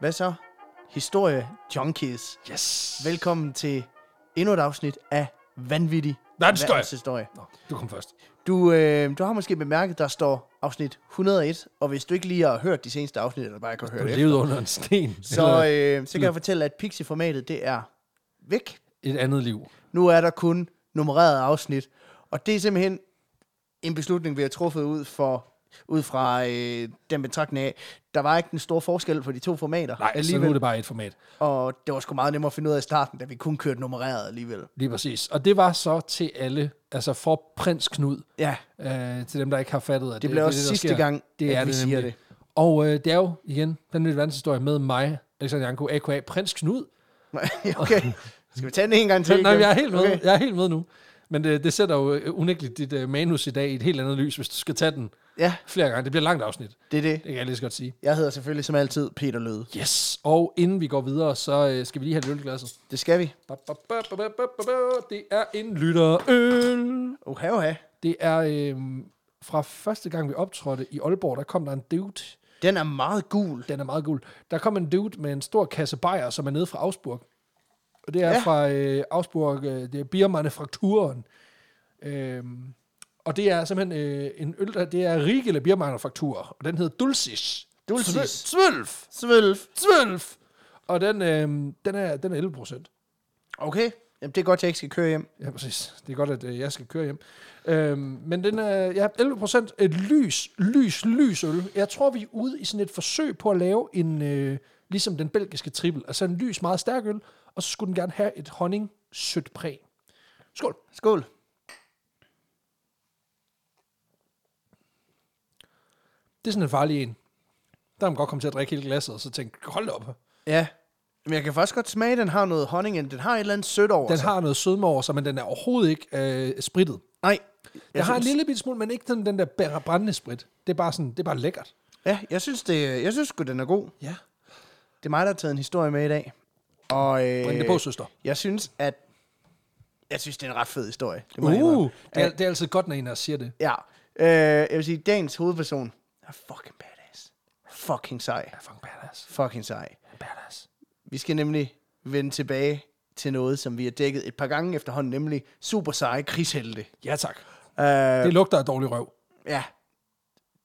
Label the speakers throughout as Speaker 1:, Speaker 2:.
Speaker 1: Hvad så? Historie Junkies.
Speaker 2: Yes.
Speaker 1: Velkommen til endnu et afsnit af Vanvittig
Speaker 2: Nej, det står jeg.
Speaker 1: Verdenshistorie.
Speaker 2: Nå, du kom først.
Speaker 1: Du, øh, du har måske bemærket, der står afsnit 101, og hvis du ikke lige har hørt de seneste afsnit, eller bare ikke har
Speaker 2: Du
Speaker 1: hørt det,
Speaker 2: levede under en sten.
Speaker 1: så, øh, så kan
Speaker 2: Mm.
Speaker 1: jeg fortælle, at Pixie-formatet det er væk.
Speaker 2: et andet liv.
Speaker 1: Nu er der kun nummererede afsnit, og det er simpelthen en beslutning, vi har truffet ud, for, ud fra øh, den betragtning af, der var ikke den store forskel på de to formater
Speaker 2: Nej, alligevel. så Altså, nu er det bare et format.
Speaker 1: og det var sgu meget nemmere at finde ud af i starten, da vi kun kørte nummereret alligevel.
Speaker 2: Lige præcis. Og det var så til alle, altså for prins Knud,
Speaker 1: Ja,
Speaker 2: øh, til dem, der ikke har fattet, at
Speaker 1: det bliver også
Speaker 2: der
Speaker 1: sidste
Speaker 2: sker.
Speaker 1: gang,
Speaker 2: det
Speaker 1: at
Speaker 2: er
Speaker 1: vi
Speaker 2: det
Speaker 1: siger
Speaker 2: nemlig. Og øh, det er jo igen den nye verdenshistorie med mig, Alexander Janko, a.k.a. prins Knud.
Speaker 1: det. okay, skal vi tage den en gang til?
Speaker 2: Nej,
Speaker 1: igen?
Speaker 2: men jeg er helt med.
Speaker 1: Okay.
Speaker 2: Okay. Jeg er helt med nu. Men det, det sætter jo øh, unægteligt dit øh, manus i dag i et helt andet lys, hvis du skal tage den
Speaker 1: Ja,
Speaker 2: flere gange. Det bliver et langt afsnit. Det
Speaker 1: det er det.
Speaker 2: kan jeg lige så godt sige.
Speaker 1: Jeg hedder selvfølgelig som altid Peter Løde.
Speaker 2: Yes. Og inden vi går videre, så øh, skal vi lige have et ølglasset.
Speaker 1: Det skal vi.
Speaker 2: Ba, ba, ba, ba, ba, ba, ba. Det er en lytterøl.
Speaker 1: Oha, oha.
Speaker 2: Det er øh, fra første gang, vi optrådte i Aalborg, der kom der en dude.
Speaker 1: Den er meget gul.
Speaker 2: Den er meget gul. Der kom en dude med en stor kasse bajer, som er nede fra Augsburg. Og det er
Speaker 1: Ja.
Speaker 2: ja. fra øh, Augsburg, øh, det er Biermannefrakturen. Øh, og det er simpelthen øh, en øl, der, det er Riegele Biermannefraktur, og den hedder Dulcis.
Speaker 1: Dulcis.
Speaker 2: Svølf.
Speaker 1: 12.
Speaker 2: Svølf. Og den, øh, den, er, den er 11 procent.
Speaker 1: Okay, Jamen, det er godt, jeg ikke skal køre hjem.
Speaker 2: Ja, præcis. Det er godt, at øh, jeg skal køre hjem. Øhm, men den er ja, 11 procent et lys, lys, lys øl. Jeg tror, vi er ude i sådan et forsøg på at lave en, øh, ligesom den belgiske trippel, altså en lys, meget stærk øl, og så skulle den gerne have et honning sødt præg. Skål.
Speaker 1: Skål.
Speaker 2: Det er sådan en farlig en. Der er man godt komme til at drikke hele glasset, og så tænke, hold da op.
Speaker 1: Ja, men jeg kan faktisk godt smage, at den har noget honning i den. Den har et eller andet sødt over
Speaker 2: Den
Speaker 1: sig.
Speaker 2: har noget sødme over sig, men den er overhovedet ikke øh, spritet.
Speaker 1: Nej.
Speaker 2: Den
Speaker 1: Jeg
Speaker 2: har en
Speaker 1: synes,
Speaker 2: lille bitte smule, men ikke sådan den der bæ- brændende sprit. Det er bare sådan, det er bare lækkert.
Speaker 1: Ja, jeg synes, det, jeg synes sgu, den er god.
Speaker 2: Ja.
Speaker 1: Det er mig, der har taget en historie med i dag. Og, øh,
Speaker 2: Bring det på, søster.
Speaker 1: Jeg synes, at... Jeg synes, det er en ret fed historie. Det må jeg indrømme.
Speaker 2: Uh, det, er, det er altid godt, når en der siger det.
Speaker 1: Ja. Øh, jeg vil sige, dagens hovedperson er fucking badass. Fucking sej.
Speaker 2: Ja, fucking badass.
Speaker 1: Fucking sej.
Speaker 2: Badass.
Speaker 1: Vi skal nemlig vende tilbage til noget, som vi har dækket et par gange efterhånden, nemlig super seje krigshelte.
Speaker 2: Ja, tak.
Speaker 1: Øh,
Speaker 2: Det lugter af dårlig røv.
Speaker 1: ja,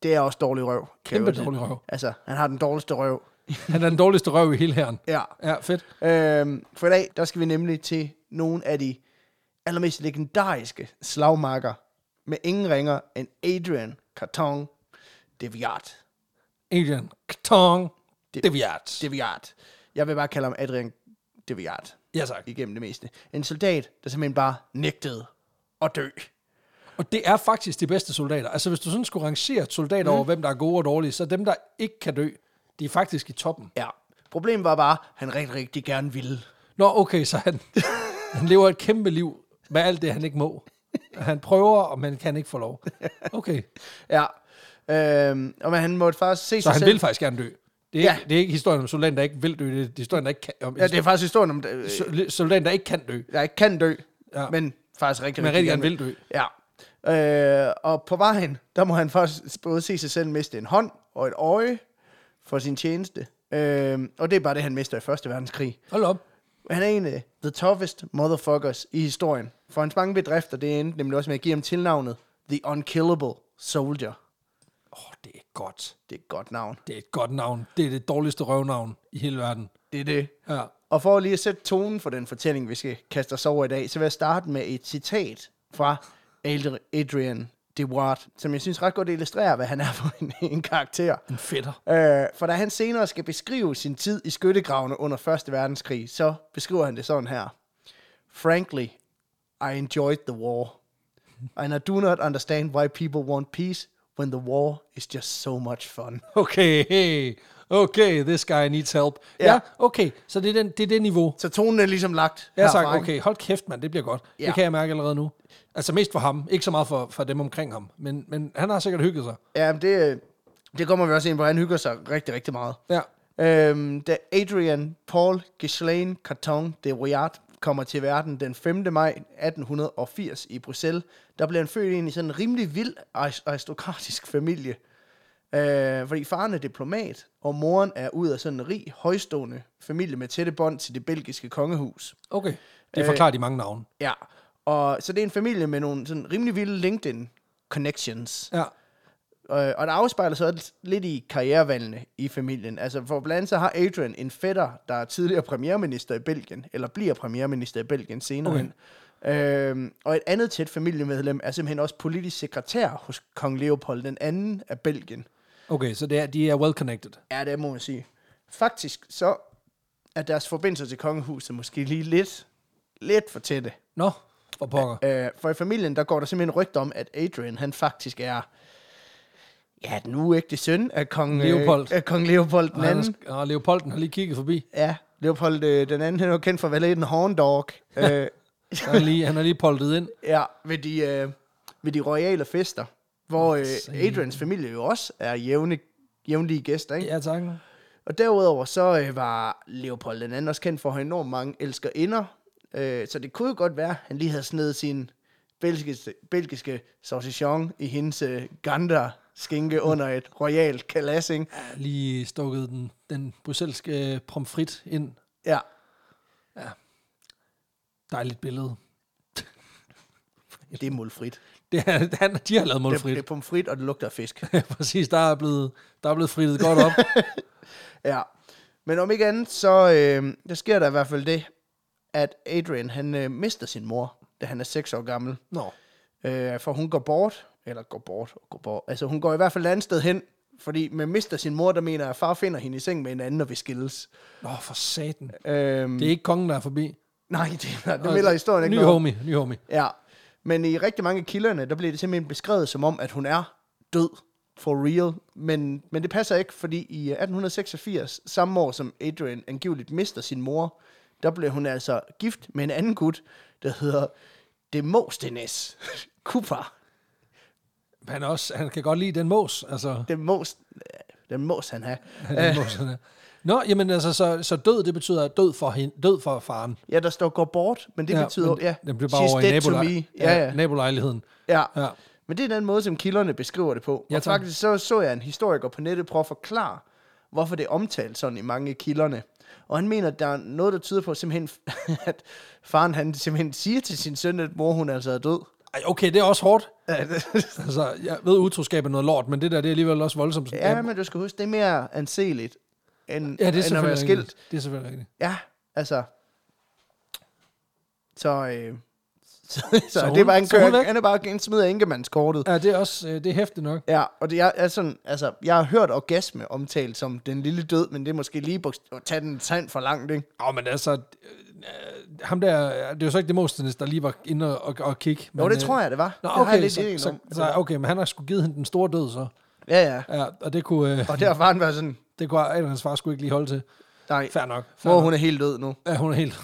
Speaker 1: det er også dårlig røv. kan jeg
Speaker 2: Kæmpe
Speaker 1: godt lide.
Speaker 2: dårlig røv.
Speaker 1: Altså, han har den dårligste røv.
Speaker 2: Han er den dårligste røv i hele herren.
Speaker 1: Ja.
Speaker 2: Ja, fedt.
Speaker 1: Øhm, for i dag, der skal vi nemlig til nogle af de allermest legendariske slagmarker med ingen ringer end Adrian Carton Deviat.
Speaker 2: Adrian Ktong
Speaker 1: Det-
Speaker 2: Deviat.
Speaker 1: Deviat. Jeg vil bare kalde ham Adrian Deviat
Speaker 2: Ja, tak.
Speaker 1: igennem det meste. En soldat, der simpelthen bare nægtede at dø.
Speaker 2: Og det er faktisk de bedste soldater. Altså, hvis du sådan skulle rangere soldater
Speaker 1: Mhm.
Speaker 2: mm. over, hvem der er gode og dårlige, så dem, der ikke kan dø, de er faktisk i toppen.
Speaker 1: Ja. Problemet var bare, at han rigtig, rigtig gerne ville.
Speaker 2: Nå, okay, så han, han lever et kæmpe liv med alt det, han ikke må. Han prøver, men kan ikke få lov. Okay,
Speaker 1: Ja. Øhm, og men han måtte faktisk se
Speaker 2: så
Speaker 1: sig
Speaker 2: han
Speaker 1: selv.
Speaker 2: vil faktisk gerne dø. Det
Speaker 1: Ja.
Speaker 2: er, ja. ikke, det er ikke historien om soldaten, der ikke vil dø. Det er historien, der ikke kan, om
Speaker 1: Ja, det er faktisk historien om, øh,
Speaker 2: sol- soldaten, der ikke kan dø.
Speaker 1: jeg ikke kan dø, ja.
Speaker 2: Ja.
Speaker 1: men faktisk rigtig,
Speaker 2: Men rigtig gerne vil dø.
Speaker 1: Ja. Øh, og på vejen, der må han faktisk både se sig selv miste en hånd og et øje for sin tjeneste. Øh, og det er bare det, han mister i Første Verdenskrig.
Speaker 2: Hold op.
Speaker 1: Han er en af the toughest motherfuckers i historien. For hans mange bedrifter, det endte nemlig også med at give ham tilnavnet The Unkillable Soldier.
Speaker 2: Åh, oh, det er godt.
Speaker 1: Det er et godt navn.
Speaker 2: Det er et godt navn. Det er det dårligste røvnavn i hele verden.
Speaker 1: Det er det.
Speaker 2: Ja.
Speaker 1: Og for lige at sætte tonen for den fortælling, vi skal kaste os over i dag, så vil jeg starte med et citat fra Adri- Adrian de Ward, som jeg synes ret godt illustrerer, hvad han er for en, en karakter.
Speaker 2: En fætter.
Speaker 1: Øh, for da han senere skal beskrive sin tid i skyttegravene under 1. verdenskrig, så beskriver han det sådan her. Frankly, I enjoyed the war. And I do not understand why people want peace when the war is just so much fun.
Speaker 2: Okay, hey. Okay, this guy needs help. Ja, ja okay. Så det er, den, det er det niveau.
Speaker 1: Så tonen er ligesom lagt
Speaker 2: Ja, tak.
Speaker 1: herfra, ikke?
Speaker 2: Okay, hold kæft, mand. Det bliver godt.
Speaker 1: Ja.
Speaker 2: Ja. Det kan jeg mærke allerede nu. Altså mest for ham. Ikke så meget for, for dem omkring ham. Men, men han har sikkert hygget sig.
Speaker 1: Ja, men det, øh, det kommer vi også ind på. Han hygger sig rigtig, rigtig meget.
Speaker 2: Ja.
Speaker 1: Øhm, da Adrian Paul Ghislaine Carton de Royat kommer til verden den 5. maj 1880 i Bruxelles, der bliver han født ind i sådan en rimelig vild aris- aristokratisk familie. Øh, fordi faren er diplomat, og moren er ud af sådan en rig, højstående familie med tætte bånd til det belgiske kongehus.
Speaker 2: Okay. Øh, Det forklarer de mange navne.
Speaker 1: Ja, og så det er en familie med nogle sådan rimelig vilde LinkedIn-connections.
Speaker 2: Ja.
Speaker 1: Øh, og det afspejler sig også lidt i karrierevalgene i familien. Altså for blandt andet så har Adrian en fætter, der er tidligere premierminister i Belgien, eller bliver premierminister i Belgien senere
Speaker 2: Okay.
Speaker 1: hen. Øhm, og et andet tæt familiemedlem er simpelthen også politisk sekretær hos kong Leopold den anden af Belgien.
Speaker 2: Okay, så det er, de er well connected.
Speaker 1: Ja, det må man sige. Faktisk så er deres forbindelser til kongehuset måske lige lidt, lidt for tætte.
Speaker 2: Nå, for pokker.
Speaker 1: Øh, for i familien, der går der simpelthen rygter om, at Adrian, han faktisk er ja, den uægte søn af kong øh,
Speaker 2: Leopold.
Speaker 1: Af kong Leopold den
Speaker 2: Og, han,
Speaker 1: anden.
Speaker 2: er- og Leopolden har lige kigget forbi.
Speaker 1: Ja, Leopold øh, den anden, han er jo kendt for at være den horn dog. øh,
Speaker 2: Han er lige, han er lige poltet ind.
Speaker 1: ja, ved de, øh, ved de royale fester, hvor øh,
Speaker 2: se.
Speaker 1: Adrians familie jo også er jævne, jævnlige gæster, ikke?
Speaker 2: Ja, tak.
Speaker 1: Og derudover så øh, var Leopold den anden også kendt for at have enormt mange elskerinder. Øh, så det kunne jo godt være, at han lige havde snedet sin belgiske, belgiske saucisson i hendes øh, gander skinke under et royalt kalassing.
Speaker 2: Lige stukket den, den brysselske øh, pomfrit ind.
Speaker 1: Ja,
Speaker 2: Dejligt billede.
Speaker 1: det er mulfrit.
Speaker 2: Det er, han, de har
Speaker 1: Det,
Speaker 2: lavet
Speaker 1: det
Speaker 2: målfrit.
Speaker 1: er pomfrit, og det lugter af fisk.
Speaker 2: Præcis, der er blevet, der er blevet frittet godt op.
Speaker 1: Ja. Men om ikke andet, så øh, der sker der i hvert fald det, at Adrian han øh, mister sin mor, da han er 6 år gammel.
Speaker 2: Nå,
Speaker 1: Øh, for hun går bort, eller går bort, går bort. Altså hun går i hvert fald et andet sted hen, fordi man mister sin mor, der mener, at far finder hende i seng med en anden, og vil skilles.
Speaker 2: Nå for satan.
Speaker 1: Øhm,
Speaker 2: Det er ikke kongen, der er forbi.
Speaker 1: Nej, det, nej, det melder historien ikke
Speaker 2: Ny
Speaker 1: noget om.
Speaker 2: homie, ny homie.
Speaker 1: Ja. Men i rigtig mange af kilderne, der bliver det simpelthen beskrevet som om, at hun er død for real. Men, men det passer ikke, fordi i 1886, samme år som Adrian angiveligt mister sin mor, der blev hun altså gift med en anden gut, der hedder Demosthenes Cooper.
Speaker 2: Han, er også, han kan godt lide den mås. Altså,
Speaker 1: Den mås, den mås han have.
Speaker 2: den mås han er. Nå, jamen altså, så, så død, det betyder død for, hende, død for faren.
Speaker 1: Ja, der står går bort, men det ja, betyder...
Speaker 2: men
Speaker 1: ja,
Speaker 2: Den blev bare
Speaker 1: she's
Speaker 2: over i
Speaker 1: dead to
Speaker 2: nabolej-
Speaker 1: me. Ja, ja.
Speaker 2: nabolejligheden.
Speaker 1: ja.
Speaker 2: Ja.
Speaker 1: Men det er den måde, som kilderne beskriver det på.
Speaker 2: Ja,
Speaker 1: og
Speaker 2: tak.
Speaker 1: faktisk så, så jeg en historiker på nettet prøve at forklare, hvorfor det er omtalt sådan i mange af kilderne. Og han mener, at der er noget, der tyder på simpelthen, at faren han simpelthen siger til sin søn, at mor hun altså er død.
Speaker 2: Ej, okay, det er også hårdt.
Speaker 1: Ja, det-
Speaker 2: Altså, jeg ved, utroskab er noget lort, men det der, det er alligevel også voldsomt.
Speaker 1: ja, men du skal huske, det er mere anseligt, end,
Speaker 2: ja det er
Speaker 1: end at være
Speaker 2: selvfølgelig
Speaker 1: skilt.
Speaker 2: rigtigt. Det er selvfølgelig rigtigt.
Speaker 1: Ja, altså. Så, øh, så, så, så
Speaker 2: hun-
Speaker 1: det er bare en
Speaker 2: så hun
Speaker 1: kører,
Speaker 2: væk?
Speaker 1: han er bare en smider enkemandskortet.
Speaker 2: Ja, det er også øh, det er hæftigt nok.
Speaker 1: Ja, og det er, er sådan, altså, jeg har hørt orgasme omtalt som den lille død, men det er måske lige bogst- at tage den tand for langt, ikke?
Speaker 2: Åh, oh, men altså, øh, ham der, det er jo så ikke Demosthenes, der lige var inde og, og, og kigge.
Speaker 1: Jo, det tror jeg, det var.
Speaker 2: øh,
Speaker 1: det
Speaker 2: Nå,
Speaker 1: har jeg
Speaker 2: okay,
Speaker 1: lidt
Speaker 2: så,
Speaker 1: ideen
Speaker 2: så,
Speaker 1: om.
Speaker 2: så, okay, men han har sgu givet hende den store død, så.
Speaker 1: Ja, ja.
Speaker 2: Ja, og det kunne, øh,
Speaker 1: Og der har faren været sådan,
Speaker 2: det kunne Adrians far sgu ikke lige holde til.
Speaker 1: nej,
Speaker 2: Fair nok. Fair
Speaker 1: mor
Speaker 2: nok.
Speaker 1: hun er helt død nu.
Speaker 2: Ja, hun er helt...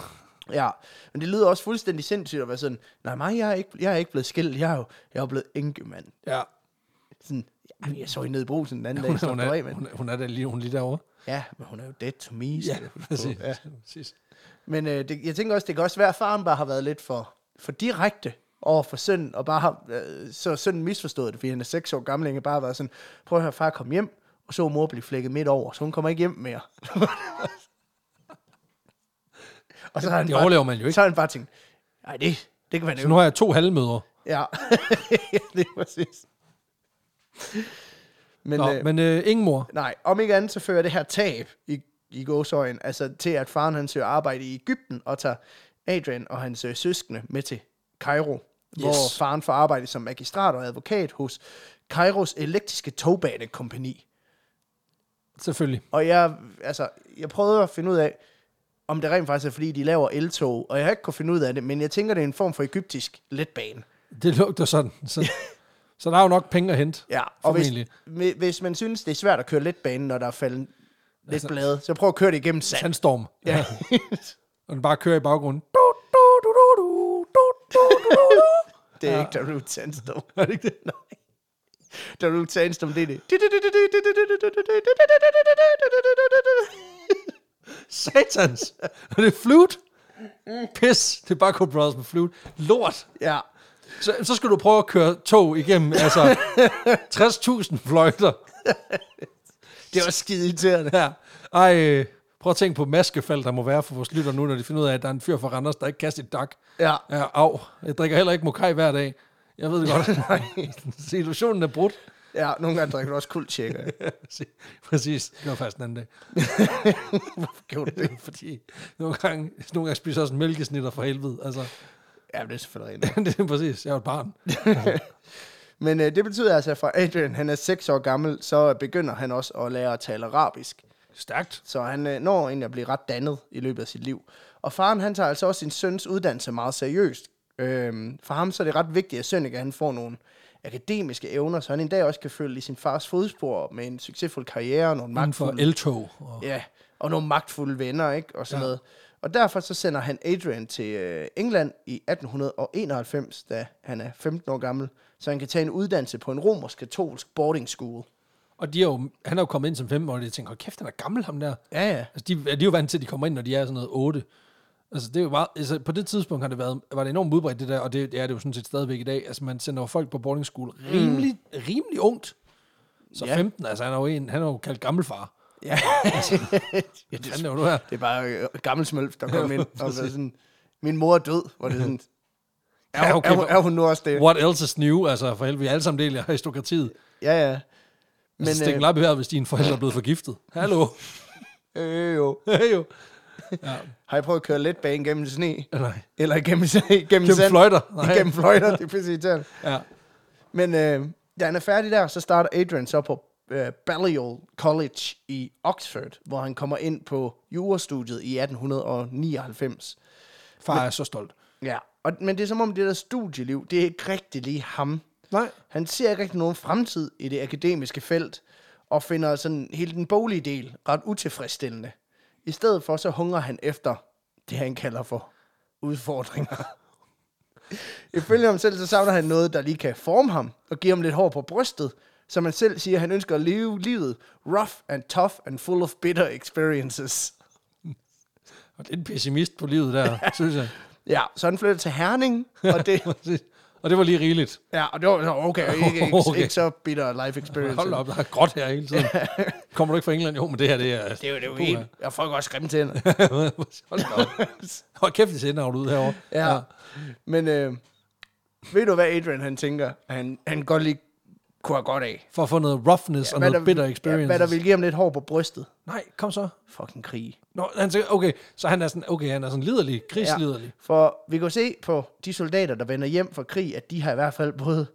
Speaker 1: Ja, men det lyder også fuldstændig sindssygt at være sådan, nej, mig, jeg er ikke, jeg er ikke blevet skilt, jeg er jo jeg er jo blevet enkemand.
Speaker 2: Ja,
Speaker 1: Sådan, "Jamen, jeg så hende nede i brusen den anden dag,
Speaker 2: hun,
Speaker 1: jeg slår
Speaker 2: hun,
Speaker 1: dig
Speaker 2: er,
Speaker 1: af, men-
Speaker 2: hun, er, hun er der lige, hun er lige derovre.
Speaker 1: Ja, men hun er jo dead to me.
Speaker 2: Ja,
Speaker 1: skal jeg huske på.
Speaker 2: præcis.
Speaker 1: Ja.
Speaker 2: præcis.
Speaker 1: Men øh, det, jeg tænker også, det kan også være, at faren bare har været lidt for, for direkte over for sønnen, og bare har, øh, så har sønnen misforstået det, fordi han er seks år gammel, og han bare har været sådan, prøv at høre, far kom hjem, og så er mor blive flækket midt over, så hun kommer ikke hjem mere. og så har han
Speaker 2: Det
Speaker 1: bare,
Speaker 2: overlever man jo ikke.
Speaker 1: så har han bare tænkt, nej, det, det kan man
Speaker 2: Så
Speaker 1: jo.
Speaker 2: nu har jeg to halvmødre.
Speaker 1: Ja, det er præcis. Men,
Speaker 2: Nå,
Speaker 1: øh,
Speaker 2: men øh, ingen mor.
Speaker 1: Nej, om ikke andet, så fører det her tab i, i gåsøjen, altså til, at faren han søger arbejde i Ægypten og tager Adrian og hans øh, søskende med til Cairo, yes. hvor faren får arbejde som magistrat og advokat hos Kairos elektriske togbanekompani.
Speaker 2: Selvfølgelig.
Speaker 1: Og jeg, altså, jeg prøvede at finde ud af, om det rent faktisk er, fordi de laver eltog, og jeg har ikke kunne finde ud af det, men jeg tænker, det er en form for egyptisk letbane.
Speaker 2: Det lugter sådan. Så, så der er jo nok penge at hente.
Speaker 1: Ja, og hvis,
Speaker 2: Formentlig.
Speaker 1: hvi- hvis man synes, det er svært at køre letbanen, når der er faldet lidt altså, blade, så prøv at køre det igennem sand.
Speaker 2: Sandstorm.
Speaker 1: Ja.
Speaker 2: Og den bare kører i baggrunden. Du, du, du, du, du, du, du, du, du.
Speaker 1: Det er ja. ikke Darude Sandstorm. Er det ikke det? Nej. Darude Sandstorm, det er det.
Speaker 2: Satans. Og det er flute. Mm. Pis. Det er bare Coen Brothers med flute. Lort.
Speaker 1: Ja.
Speaker 2: Så, så skal du prøve at køre tog igennem. Altså 60.000 fløjter.
Speaker 1: Det var skide irriterende.
Speaker 2: Ja. Ej, øh, prøv at tænke på maskefald, der må være for vores lytter nu, når de finder ud af, at der er en fyr fra Randers, der ikke kaster et dak.
Speaker 1: Ja.
Speaker 2: Ja, au. Jeg drikker heller ikke mokai hver dag. Jeg ved det godt. Situationen er brudt.
Speaker 1: Ja, nogle gange drikker du også kuldtjekker.
Speaker 2: Præcis. Det var faktisk den anden dag.
Speaker 1: Hvorfor gjorde du
Speaker 2: Det
Speaker 1: det?
Speaker 2: er fordi, nogle gange, nogle gange spiser jeg også en mælkesnitter for helvede. Altså,
Speaker 1: Ja, det er selvfølgelig rent.
Speaker 2: det er præcis. Jeg er jo et barn.
Speaker 1: Men øh, det betyder altså, at fra Adrian han er 6 år gammel, så øh, begynder han også at lære at tale arabisk.
Speaker 2: Stærkt.
Speaker 1: Så han øh, når egentlig at blive ret dannet i løbet af sit liv. Og faren han tager altså også sin søns uddannelse meget seriøst. Øhm, for ham så er det ret vigtigt, at Sønneke han får nogle akademiske evner, så han en dag også kan følge i sin fars fodspor med en succesfuld karriere og nogle
Speaker 2: Inden for
Speaker 1: magtfulde,
Speaker 2: eltog. Og,
Speaker 1: ja, og nogle magtfulde venner ikke? og sådan
Speaker 2: Ja.
Speaker 1: ja. noget. Og derfor så sender han Adrian til øh, England i 1891, da han er 15 år gammel, så han kan tage en uddannelse på en romersk-katolsk boarding school.
Speaker 2: og de er jo, han er jo kommet ind som 15 år, og jeg tænker, "Hold kæft, han er gammel ham der.
Speaker 1: Ja, ja.
Speaker 2: Altså, de, de er jo vant til, at de kommer ind, når de er sådan noget 8. Altså, det er jo meget, altså, på det tidspunkt har det været, var det enormt udbredt, det der, og det, det er det jo sådan set stadigvæk i dag. Altså, man sender jo folk på boarding school rimelig, mm. rimelig ungt. Så ja.
Speaker 1: Ja.
Speaker 2: 15, altså, han er jo, en, han er jo kaldt gammelfar.
Speaker 1: ja.
Speaker 2: Ja, det er jo nu her.
Speaker 1: Det er bare øh, gammel smølf, der kom ind og var sådan, min mor er død, hvor det er sådan, er,
Speaker 2: Ja,
Speaker 1: ja, okay,
Speaker 2: okay,
Speaker 1: er, hun-
Speaker 2: hvor-
Speaker 1: er hun nu også det?
Speaker 2: What else is new? Altså, for helvede, vi er alle sammen del af aristokratiet.
Speaker 1: Ja, ja.
Speaker 2: Men, altså,
Speaker 1: Men
Speaker 2: stik øh, her, hvis dine forældre er blevet forgiftet. Hallo.
Speaker 1: øh, øh, jo.
Speaker 2: jo.
Speaker 1: har I prøvet at køre letbane gennem sne?
Speaker 2: Nej.
Speaker 1: Eller gennem, gennem, gennem
Speaker 2: Gennem
Speaker 1: sand?
Speaker 2: fløjter. Nej.
Speaker 1: Gennem fløjter, det er præcis irriterende.
Speaker 2: Ja.
Speaker 1: Men øh, da han er færdig der, så starter Adrian så på øh, Balliol College i Oxford, hvor han kommer ind på jurastudiet i 1899.
Speaker 2: Far er så stolt.
Speaker 1: Ja, og, men det er som om det der studieliv, det er ikke rigtig lige ham.
Speaker 2: Nej.
Speaker 1: Han ser ikke rigtig nogen fremtid i det akademiske felt, og finder sådan hele den boglige del ret utilfredsstillende. I stedet for, så hungrer han efter det, han kalder for udfordringer. Ifølge ham selv, så savner han noget, der lige kan forme ham og give ham lidt hår på brystet, som han selv siger, han ønsker at leve livet rough and tough and full of bitter experiences.
Speaker 2: Og det er en pessimist på livet der, synes jeg.
Speaker 1: Ja, så han flytter til Herning, og det,
Speaker 2: Præcis. Og det var lige rigeligt.
Speaker 1: ja, og det var så okay, ikke, ikke,
Speaker 2: Okay.
Speaker 1: okay. ikke så bitter life experience.
Speaker 2: Hold da op, der er gråt her hele tiden. Kommer du ikke fra England? Jo, men det her, det er...
Speaker 1: Det er jo, det er jo helt, jeg får godt grimme tænder.
Speaker 2: Hold da op. Hold kæft, det ser indavlet ud herovre.
Speaker 1: Ja. ja. Men øh, ved du, hvad Adrian han tænker, han, han godt lige kunne have godt af?
Speaker 2: For at få noget roughness ja, og
Speaker 1: Hvad
Speaker 2: noget
Speaker 1: der,
Speaker 2: bitter
Speaker 1: Ja,
Speaker 2: experience.
Speaker 1: hvad der vil give ham lidt hår på brystet.
Speaker 2: Nej, kom så.
Speaker 1: Fucking krig.
Speaker 2: Nå, han tænker, okay, så han er sådan, okay, han er sådan liderlig, krigsliderlig. Ja.
Speaker 1: For vi kan se på de soldater, der vender hjem fra krig, at de har i hvert fald både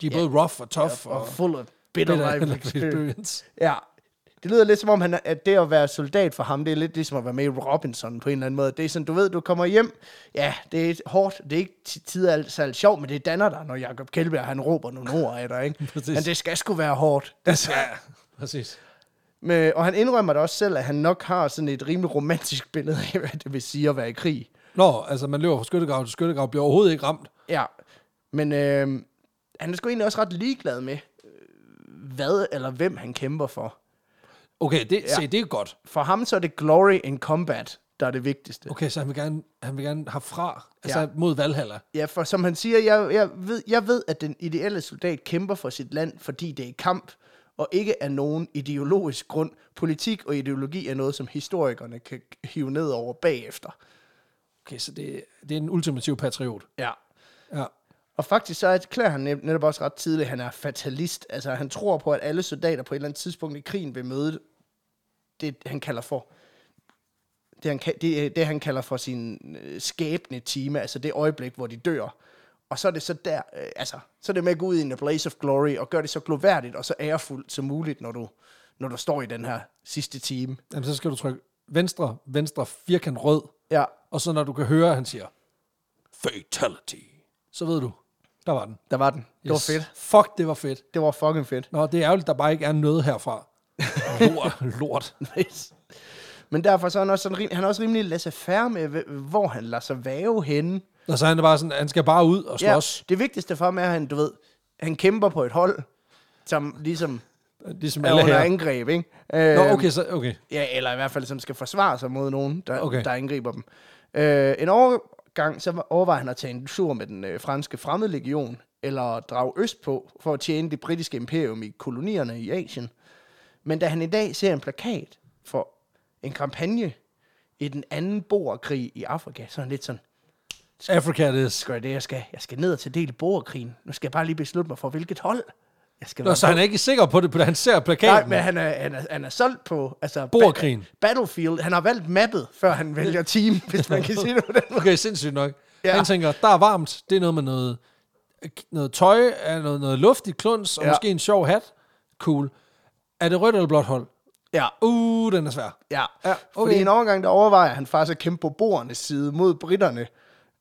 Speaker 2: De er både rough og tough og,
Speaker 1: og full of bitter, life experience.
Speaker 2: experience.
Speaker 1: Ja. Det lyder lidt som om, han, er- at det at være soldat for ham, det er lidt ligesom at være med i Robinson på en eller anden måde. Det er sådan, du ved, du kommer hjem, ja, det er hårdt, det er ikke til tider alt særlig sjovt, men det danner dig, når Jacob Kjellberg, han råber nogle ord af dig, ikke?
Speaker 2: Præcis.
Speaker 1: men det skal sgu være hårdt.
Speaker 2: Altså, ja, præcis.
Speaker 1: Men, og han indrømmer det også selv, at han nok har sådan et rimelig romantisk billede af, hvad det vil sige at være i krig.
Speaker 2: Nå, altså man løber fra skyttegrav til skyttegrav, bliver overhovedet ikke ramt.
Speaker 1: Ja, men øh, han er sgu egentlig også ret ligeglad med, øh, hvad eller hvem han kæmper for.
Speaker 2: Okay, det, ja.
Speaker 1: Ja.
Speaker 2: se, det er godt.
Speaker 1: For ham så er det glory in combat, der er det vigtigste.
Speaker 2: Okay, så han vil gerne, han vil gerne have fra, altså
Speaker 1: Ja.
Speaker 2: mod Valhalla.
Speaker 1: Ja, for som han siger, jeg, jeg, ved, jeg ved, at den ideelle soldat kæmper for sit land, fordi det er kamp, og ikke af nogen ideologisk grund. Politik og ideologi er noget, som historikerne kan hive ned over bagefter.
Speaker 2: Okay, så det, det er en ultimativ patriot.
Speaker 1: Ja.
Speaker 2: Ja.
Speaker 1: Og faktisk så erklærer han net- netop også ret tidligt, at han er fatalist. Altså, han tror på, at alle soldater på et eller andet tidspunkt i krigen vil møde det, han kalder for det, han, ka- det, det, han kalder for sin øh, skæbne time, altså det øjeblik, hvor de dør. Og så er det så der, øh, altså, så er det med at gå ud i en blaze of glory, og gøre det så gloværdigt og så ærefuldt som muligt, når du, når du står i den her sidste time.
Speaker 2: Jamen, så skal du trykke venstre, venstre, firkant, rød.
Speaker 1: Ja,
Speaker 2: Og så når du kan høre, at han siger, fatality, så ved du, der var den.
Speaker 1: der var den. Det
Speaker 2: Yes.
Speaker 1: var fedt.
Speaker 2: Fuck, det var fedt.
Speaker 1: Det var fucking fedt.
Speaker 2: Nå, det er ærgerligt, der bare ikke er noget herfra. Lort. lort.
Speaker 1: Nice. Men derfor så er han også, sådan, rim- han er også rimelig laissez-faire med, hv- hvor han lader sig væve henne.
Speaker 2: Og så er han bare sådan, han skal bare ud og slås.
Speaker 1: det vigtigste for ham er, at han, du ved, han kæmper på et hold, som ligesom
Speaker 2: Ja. Ligesom
Speaker 1: er
Speaker 2: alle
Speaker 1: under
Speaker 2: her.
Speaker 1: angreb, ikke? Øh,
Speaker 2: Nå, okay, så, okay.
Speaker 1: ja, eller i hvert fald, som skal forsvare sig mod nogen, der,
Speaker 2: Okay.
Speaker 1: okay. der angriber dem. Øh, en overgang, så overvejer han at tage en tur med den øh, franske fremmedlegion eller drage øst på for at tjene det britiske imperium i kolonierne i Asien. Men da han i dag ser en plakat for en kampagne i den anden boerkrig i Afrika, så er han lidt sådan,
Speaker 2: Africa it is.
Speaker 1: skal jeg det, jeg skal? Jeg skal ned og tage del i borgerkrigen. Nu skal jeg bare lige beslutte mig for, hvilket hold jeg skal
Speaker 2: Nå, så han er ikke sikker på det, på det. han ser
Speaker 1: Nej,
Speaker 2: plakaten.
Speaker 1: men han er, han er, han er solgt på altså,
Speaker 2: Borgerkrigen.
Speaker 1: Ba- battlefield. Han har valgt mappet, før han vælger team, hvis man kan sige det på den måde.
Speaker 2: Okay, sindssygt nok.
Speaker 1: Ja.
Speaker 2: Ja. Han tænker, der er varmt, det er noget med noget, noget tøj, er noget, noget luftig kluns, og
Speaker 1: Ja.
Speaker 2: ja. måske en sjov hat. Cool. Er det rødt eller blåt hold?
Speaker 1: Ja,
Speaker 2: Uh, den er svær.
Speaker 1: ja.
Speaker 2: Ja,
Speaker 1: Fordi
Speaker 2: okay.
Speaker 1: en overgang, der overvejer han faktisk at kæmpe på borgernes side mod britterne.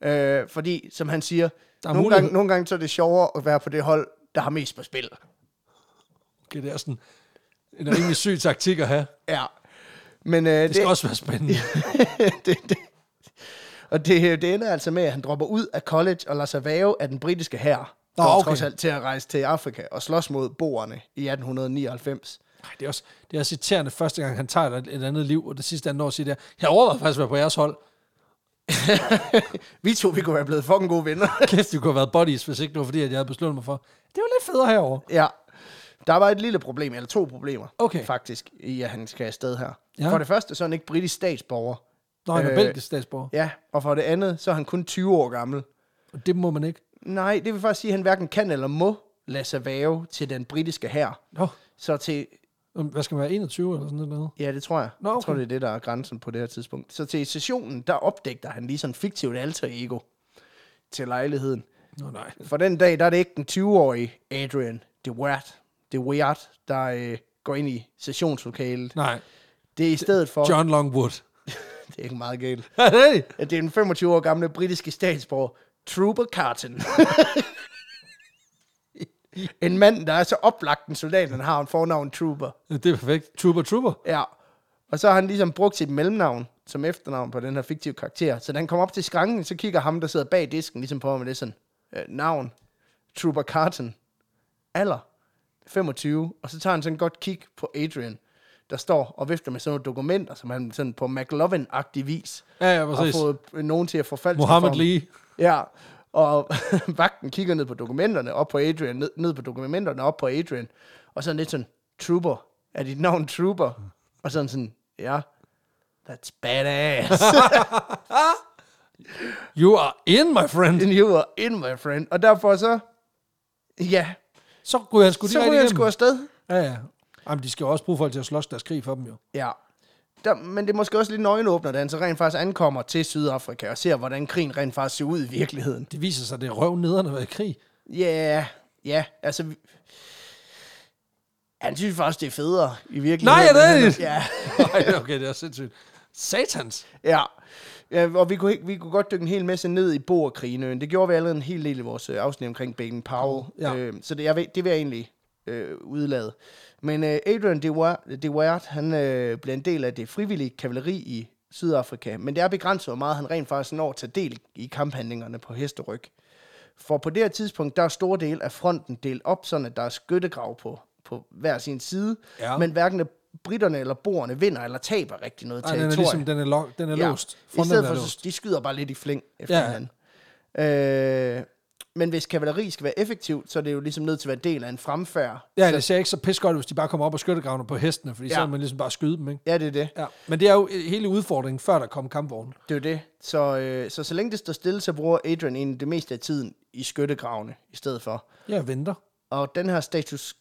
Speaker 1: Øh, fordi, som han siger,
Speaker 2: er
Speaker 1: nogle
Speaker 2: mulighed.
Speaker 1: gange, nogle gange så er det sjovere at være på det hold, der har mest på spil.
Speaker 2: Okay, det er sådan en rimelig syg taktik at have.
Speaker 1: Ja. Men, øh,
Speaker 2: Det skal også være spændende.
Speaker 1: det, det. Og det, det ender altså med, at han dropper ud af college og lader sig væve af den britiske hær.
Speaker 2: Nå,
Speaker 1: Nå, okay.
Speaker 2: okay.
Speaker 1: trods alt til at rejse til Afrika og slås mod boerne i 1899.
Speaker 2: Ej, det, er også, det er også irriterende første gang, han tager et, et andet liv, og det sidste, han når at sige, det er, jeg overvejede faktisk at være på jeres hold.
Speaker 1: Vi to, vi kunne være blevet fucking gode venner.
Speaker 2: Kæft, vi kunne have været buddies, hvis ikke det var fordi, at jeg havde besluttet mig for. Det var lidt federe herovre.
Speaker 1: ja. Der var et lille problem, eller to problemer,
Speaker 2: Okay.
Speaker 1: faktisk, i at han skal afsted her. Ja.
Speaker 2: Ja.
Speaker 1: For det første, så er han ikke britisk statsborger.
Speaker 2: Nå, han er
Speaker 1: Øh,
Speaker 2: øh, belgisk statsborger.
Speaker 1: Ja, og for det andet, så er han kun 20 år gammel.
Speaker 2: Og det må man ikke.
Speaker 1: Nej, det vil faktisk sige, at han hverken kan eller må lade sig væve til den britiske hær.
Speaker 2: Nå,
Speaker 1: Så til
Speaker 2: hvad skal man være, 21 eller sådan noget?
Speaker 1: Ja, det tror jeg. Nå,
Speaker 2: Nå,
Speaker 1: okay. Jeg
Speaker 2: okay.
Speaker 1: tror, det er det, der er grænsen på det her tidspunkt. Så til sessionen, der opdægter han lige sådan fiktivt alter ego til lejligheden.
Speaker 2: Nå, nej.
Speaker 1: For den dag, der er det ikke den 20-årige Adrian de Weird, de Weird der øh, går ind i sessionslokalet.
Speaker 2: Nej,
Speaker 1: Det er i stedet for...
Speaker 2: John Longwood.
Speaker 1: Det er ikke meget galt.
Speaker 2: hey!
Speaker 1: At det er en 25 år gamle britiske statsborger, Trooper Carton. en mand, der er så oplagt en soldat, han har en fornavn Trooper.
Speaker 2: Det er perfekt. Trooper, trooper.
Speaker 1: Ja. Og så har han ligesom brugt sit mellemnavn som efternavn på den her fiktive karakter. Så da han kommer op til skranken, så kigger ham, der sidder bag disken, ligesom på ham med det er sådan, øh, navn, Trooper Carton, alder, 25. Og så tager han sådan godt kig på Adrian, der står og vifter med sådan nogle dokumenter, som han sådan på McLovin-agtig vis
Speaker 2: Ja, ja,
Speaker 1: har
Speaker 2: præcis.
Speaker 1: fået nogen til at få falsk
Speaker 2: Mohammed Lee.
Speaker 1: Ja, og vagten kigger ned på dokumenterne, op på Adrian, ned, ned på dokumenterne, op på Adrian, og sådan lidt sådan, Trooper, er dit navn Trooper? Og sådan sådan, ja, that's badass,
Speaker 2: You are in, my friend.
Speaker 1: and you are in, my friend. Og derfor så, ja,
Speaker 2: Så kunne han sgu
Speaker 1: så ryger
Speaker 2: direkte
Speaker 1: jeg sgu
Speaker 2: igennem.
Speaker 1: afsted.
Speaker 2: Ja, ja. Jamen, de skal jo også bruge folk til at slås deres krig for dem, jo.
Speaker 1: Ja, der, men det er måske også lidt en øjenåbner, da han så rent faktisk ankommer til Sydafrika og ser, hvordan krigen rent faktisk ser ud i virkeligheden.
Speaker 2: Det viser sig, at det er røv nederne at være i krig.
Speaker 1: Ja, yeah, ja, yeah, altså... vi- Han synes faktisk, det er federe i virkeligheden.
Speaker 2: Nej, er det rigtigt?
Speaker 1: Ja,
Speaker 2: Nej, okay, det er sindssygt. Satans.
Speaker 1: ja. ja og vi kunne, ikke, vi kunne godt dykke en hel masse ned i Boerkrigen. Det gjorde vi allerede en hel del i vores øh, afsnit omkring Baden Powell.
Speaker 2: Ja.
Speaker 1: Øh, så det, jeg, ved- det vil jeg egentlig øh, udlade. Men øh, Adrian DeWa- DeWert, han øh, blev en del af det frivillige kavaleri i Sydafrika. Men det er begrænset, hvor meget han rent faktisk når at tage del i kamphandlingerne på hesteryg. For på det her tidspunkt, der er store del af fronten delt op, sådan at der er skyttegrav på, på hver sin side.
Speaker 2: Ja.
Speaker 1: Men hverken britterne eller boerne vinder eller taber rigtig noget
Speaker 2: Ej, den
Speaker 1: territorium.
Speaker 2: er ligesom, den er, lo- den er ja. låst.
Speaker 1: I
Speaker 2: Fronten
Speaker 1: stedet
Speaker 2: er
Speaker 1: for,
Speaker 2: låst.
Speaker 1: så de skyder bare lidt i flæng efter ja. hinanden. Øh, men hvis kavaleri skal være effektivt, så er det jo ligesom nødt til at være del af en fremfærd.
Speaker 2: Ja, det ser ikke så pis godt, ud, hvis de bare kommer op og skyttegravene på hestene, fordi ja. så
Speaker 1: Ja.
Speaker 2: er man ligesom bare skyde dem, ikke?
Speaker 1: Ja, det er det.
Speaker 2: Ja. Men det er jo hele udfordringen, før der kom kampvognen.
Speaker 1: Det er jo det. Så, øh, så så længe det står stille, så bruger Adrian egentlig det meste af tiden i skyttegravene i stedet for.
Speaker 2: Jeg venter.
Speaker 1: Og den her status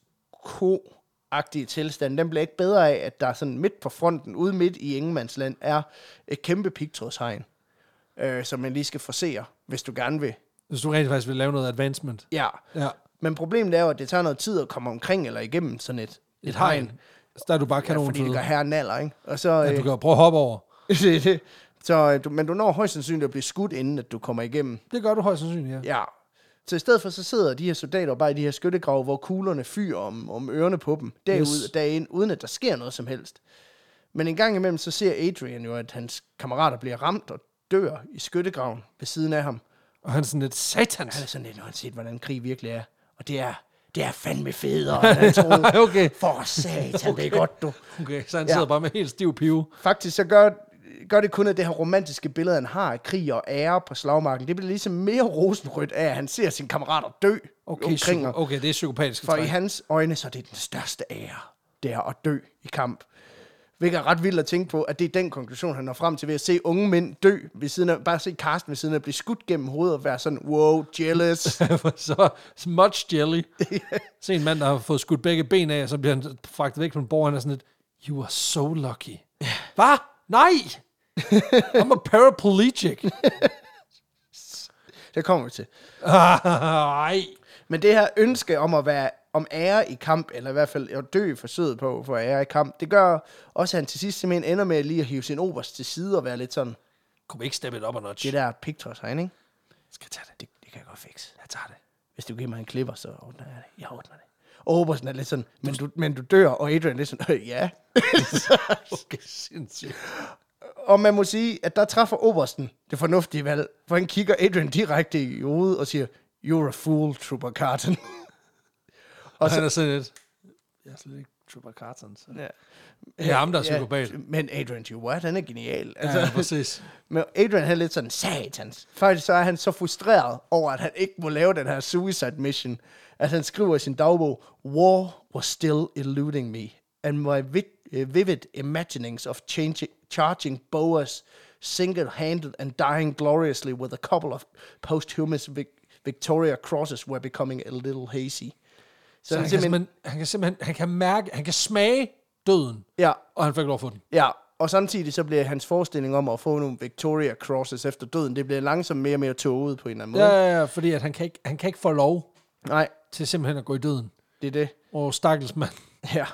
Speaker 1: quo-agtige tilstand, den bliver ikke bedre af, at der sådan midt på fronten, ude midt i Ingemandsland, er et kæmpe pigtrådshegn, øh, som man lige skal forsere, hvis du gerne vil.
Speaker 2: Hvis du rent faktisk vil lave noget advancement.
Speaker 1: Ja.
Speaker 2: Ja.
Speaker 1: Men problemet er jo, at det tager noget tid at komme omkring eller igennem sådan et, et,
Speaker 2: Et hegn. Så der er du bare
Speaker 1: Ja,
Speaker 2: kanonføde.
Speaker 1: fordi det gør herren naller, ikke? Og så,
Speaker 2: Ja,
Speaker 1: øh,
Speaker 2: du kan jo prøve at hoppe over.
Speaker 1: det er det. så, øh, du, men du når højst sandsynligt at blive skudt, inden at du kommer igennem.
Speaker 2: Det gør du højst sandsynligt, ja.
Speaker 1: Ja. Så i stedet for, så sidder de her soldater bare i de her skyttegrave, hvor kuglerne fyrer om, om ørerne på dem, dag yes.
Speaker 2: Yes.
Speaker 1: ud og dag ind, uden at der sker noget som helst. Men en gang imellem, så ser Adrian jo, at hans kammerater bliver ramt og dør i skyttegraven ved siden af ham.
Speaker 2: Og han er sådan lidt satans.
Speaker 1: Han er sådan lidt, når han set, hvordan krig virkelig er. Og det er, det er fandme federe, end han troede.
Speaker 2: okay.
Speaker 1: For satan, okay. det er godt, du.
Speaker 2: Okay, så han
Speaker 1: Ja.
Speaker 2: sidder bare med helt stiv pive.
Speaker 1: Faktisk så gør, gør det kun, at det her romantiske billede, han har af krig og ære på slagmarken, det bliver ligesom mere rosenrødt af, at han ser sine kammerater dø,
Speaker 2: Okay,
Speaker 1: omkring
Speaker 2: psyko-
Speaker 1: mig.
Speaker 2: okay, det er psykopatiske
Speaker 1: For i
Speaker 2: træk.
Speaker 1: hans øjne, så er det den største ære, det er at dø i kamp. Hvilket er ret vildt at tænke på, at det er den konklusion, han når frem til ved at se unge mænd dø ved siden af, bare se Karsten ved siden af blive skudt gennem hovedet og være sådan, wow, jealous.
Speaker 2: For så så much jelly. Se en mand, der har fået skudt begge ben af, og så bliver han fragtet væk fra en borg, han er sådan lidt, you are so lucky. Hvad? Nej! I'm a paraplegic.
Speaker 1: det kommer vi til.
Speaker 2: Ej.
Speaker 1: Men det her ønske om at være om ære i kamp, eller i hvert fald at dø i forsøget på for ære i kamp, det gør også, at han til sidst simpelthen ender med lige at hive sin obers til side og være lidt sådan,
Speaker 2: Kunne vi ikke steppe it up a notch?
Speaker 1: det der pigtrås herinde, ikke?
Speaker 2: Skal jeg tage det?
Speaker 1: Det, det kan jeg godt fikse.
Speaker 2: Jeg tager det.
Speaker 1: Hvis du giver mig en klipper, så ordner jeg det. Jeg ordner det. Og Obersten er lidt sådan, men du, men du dør, og Adrian er lidt sådan, øh, ja.
Speaker 2: Okay, sindssygt.
Speaker 1: Og man må sige, at der træffer Obersten det fornuftige valg, for han kigger Adrian direkte i hovedet og siger, you're a fool, Trooper Carton.
Speaker 2: Og han er sådan lidt, jeg er slet ikke Trooper Carton, så.
Speaker 1: ja.
Speaker 2: Det er ham, der er psykopat.
Speaker 1: Men Adrian G. White, han er genial. Altså,
Speaker 2: Ja,
Speaker 1: ja.
Speaker 2: præcis.
Speaker 1: Men Adrian han er lidt sådan, satans. Faktisk så er han så frustreret over, at han ikke må lave den her suicide mission, at han skriver i sin dagbog, War was still eluding me, and my vi- eh, vivid imaginings of changing, charging Boas single-handed and dying gloriously with a couple of posthumous vic- Victoria Crosses were becoming a little hazy. Så,
Speaker 2: Så
Speaker 1: han
Speaker 2: han, kan
Speaker 1: simpelthen,
Speaker 2: simpelthen, han kan simpelthen, han kan mærke, han kan smage døden,
Speaker 1: ja,
Speaker 2: og han fik lov at få den.
Speaker 1: ja, og samtidig så bliver hans forestilling om at få nogle Victoria Crosses efter døden, det bliver langsomt mere og mere tåget på en eller anden måde.
Speaker 2: Ja, ja, ja, fordi at han, kan ikke, han kan ikke få lov
Speaker 1: Nej,
Speaker 2: til simpelthen at gå i døden.
Speaker 1: det er det.
Speaker 2: Og stakkels mand.
Speaker 1: Ja.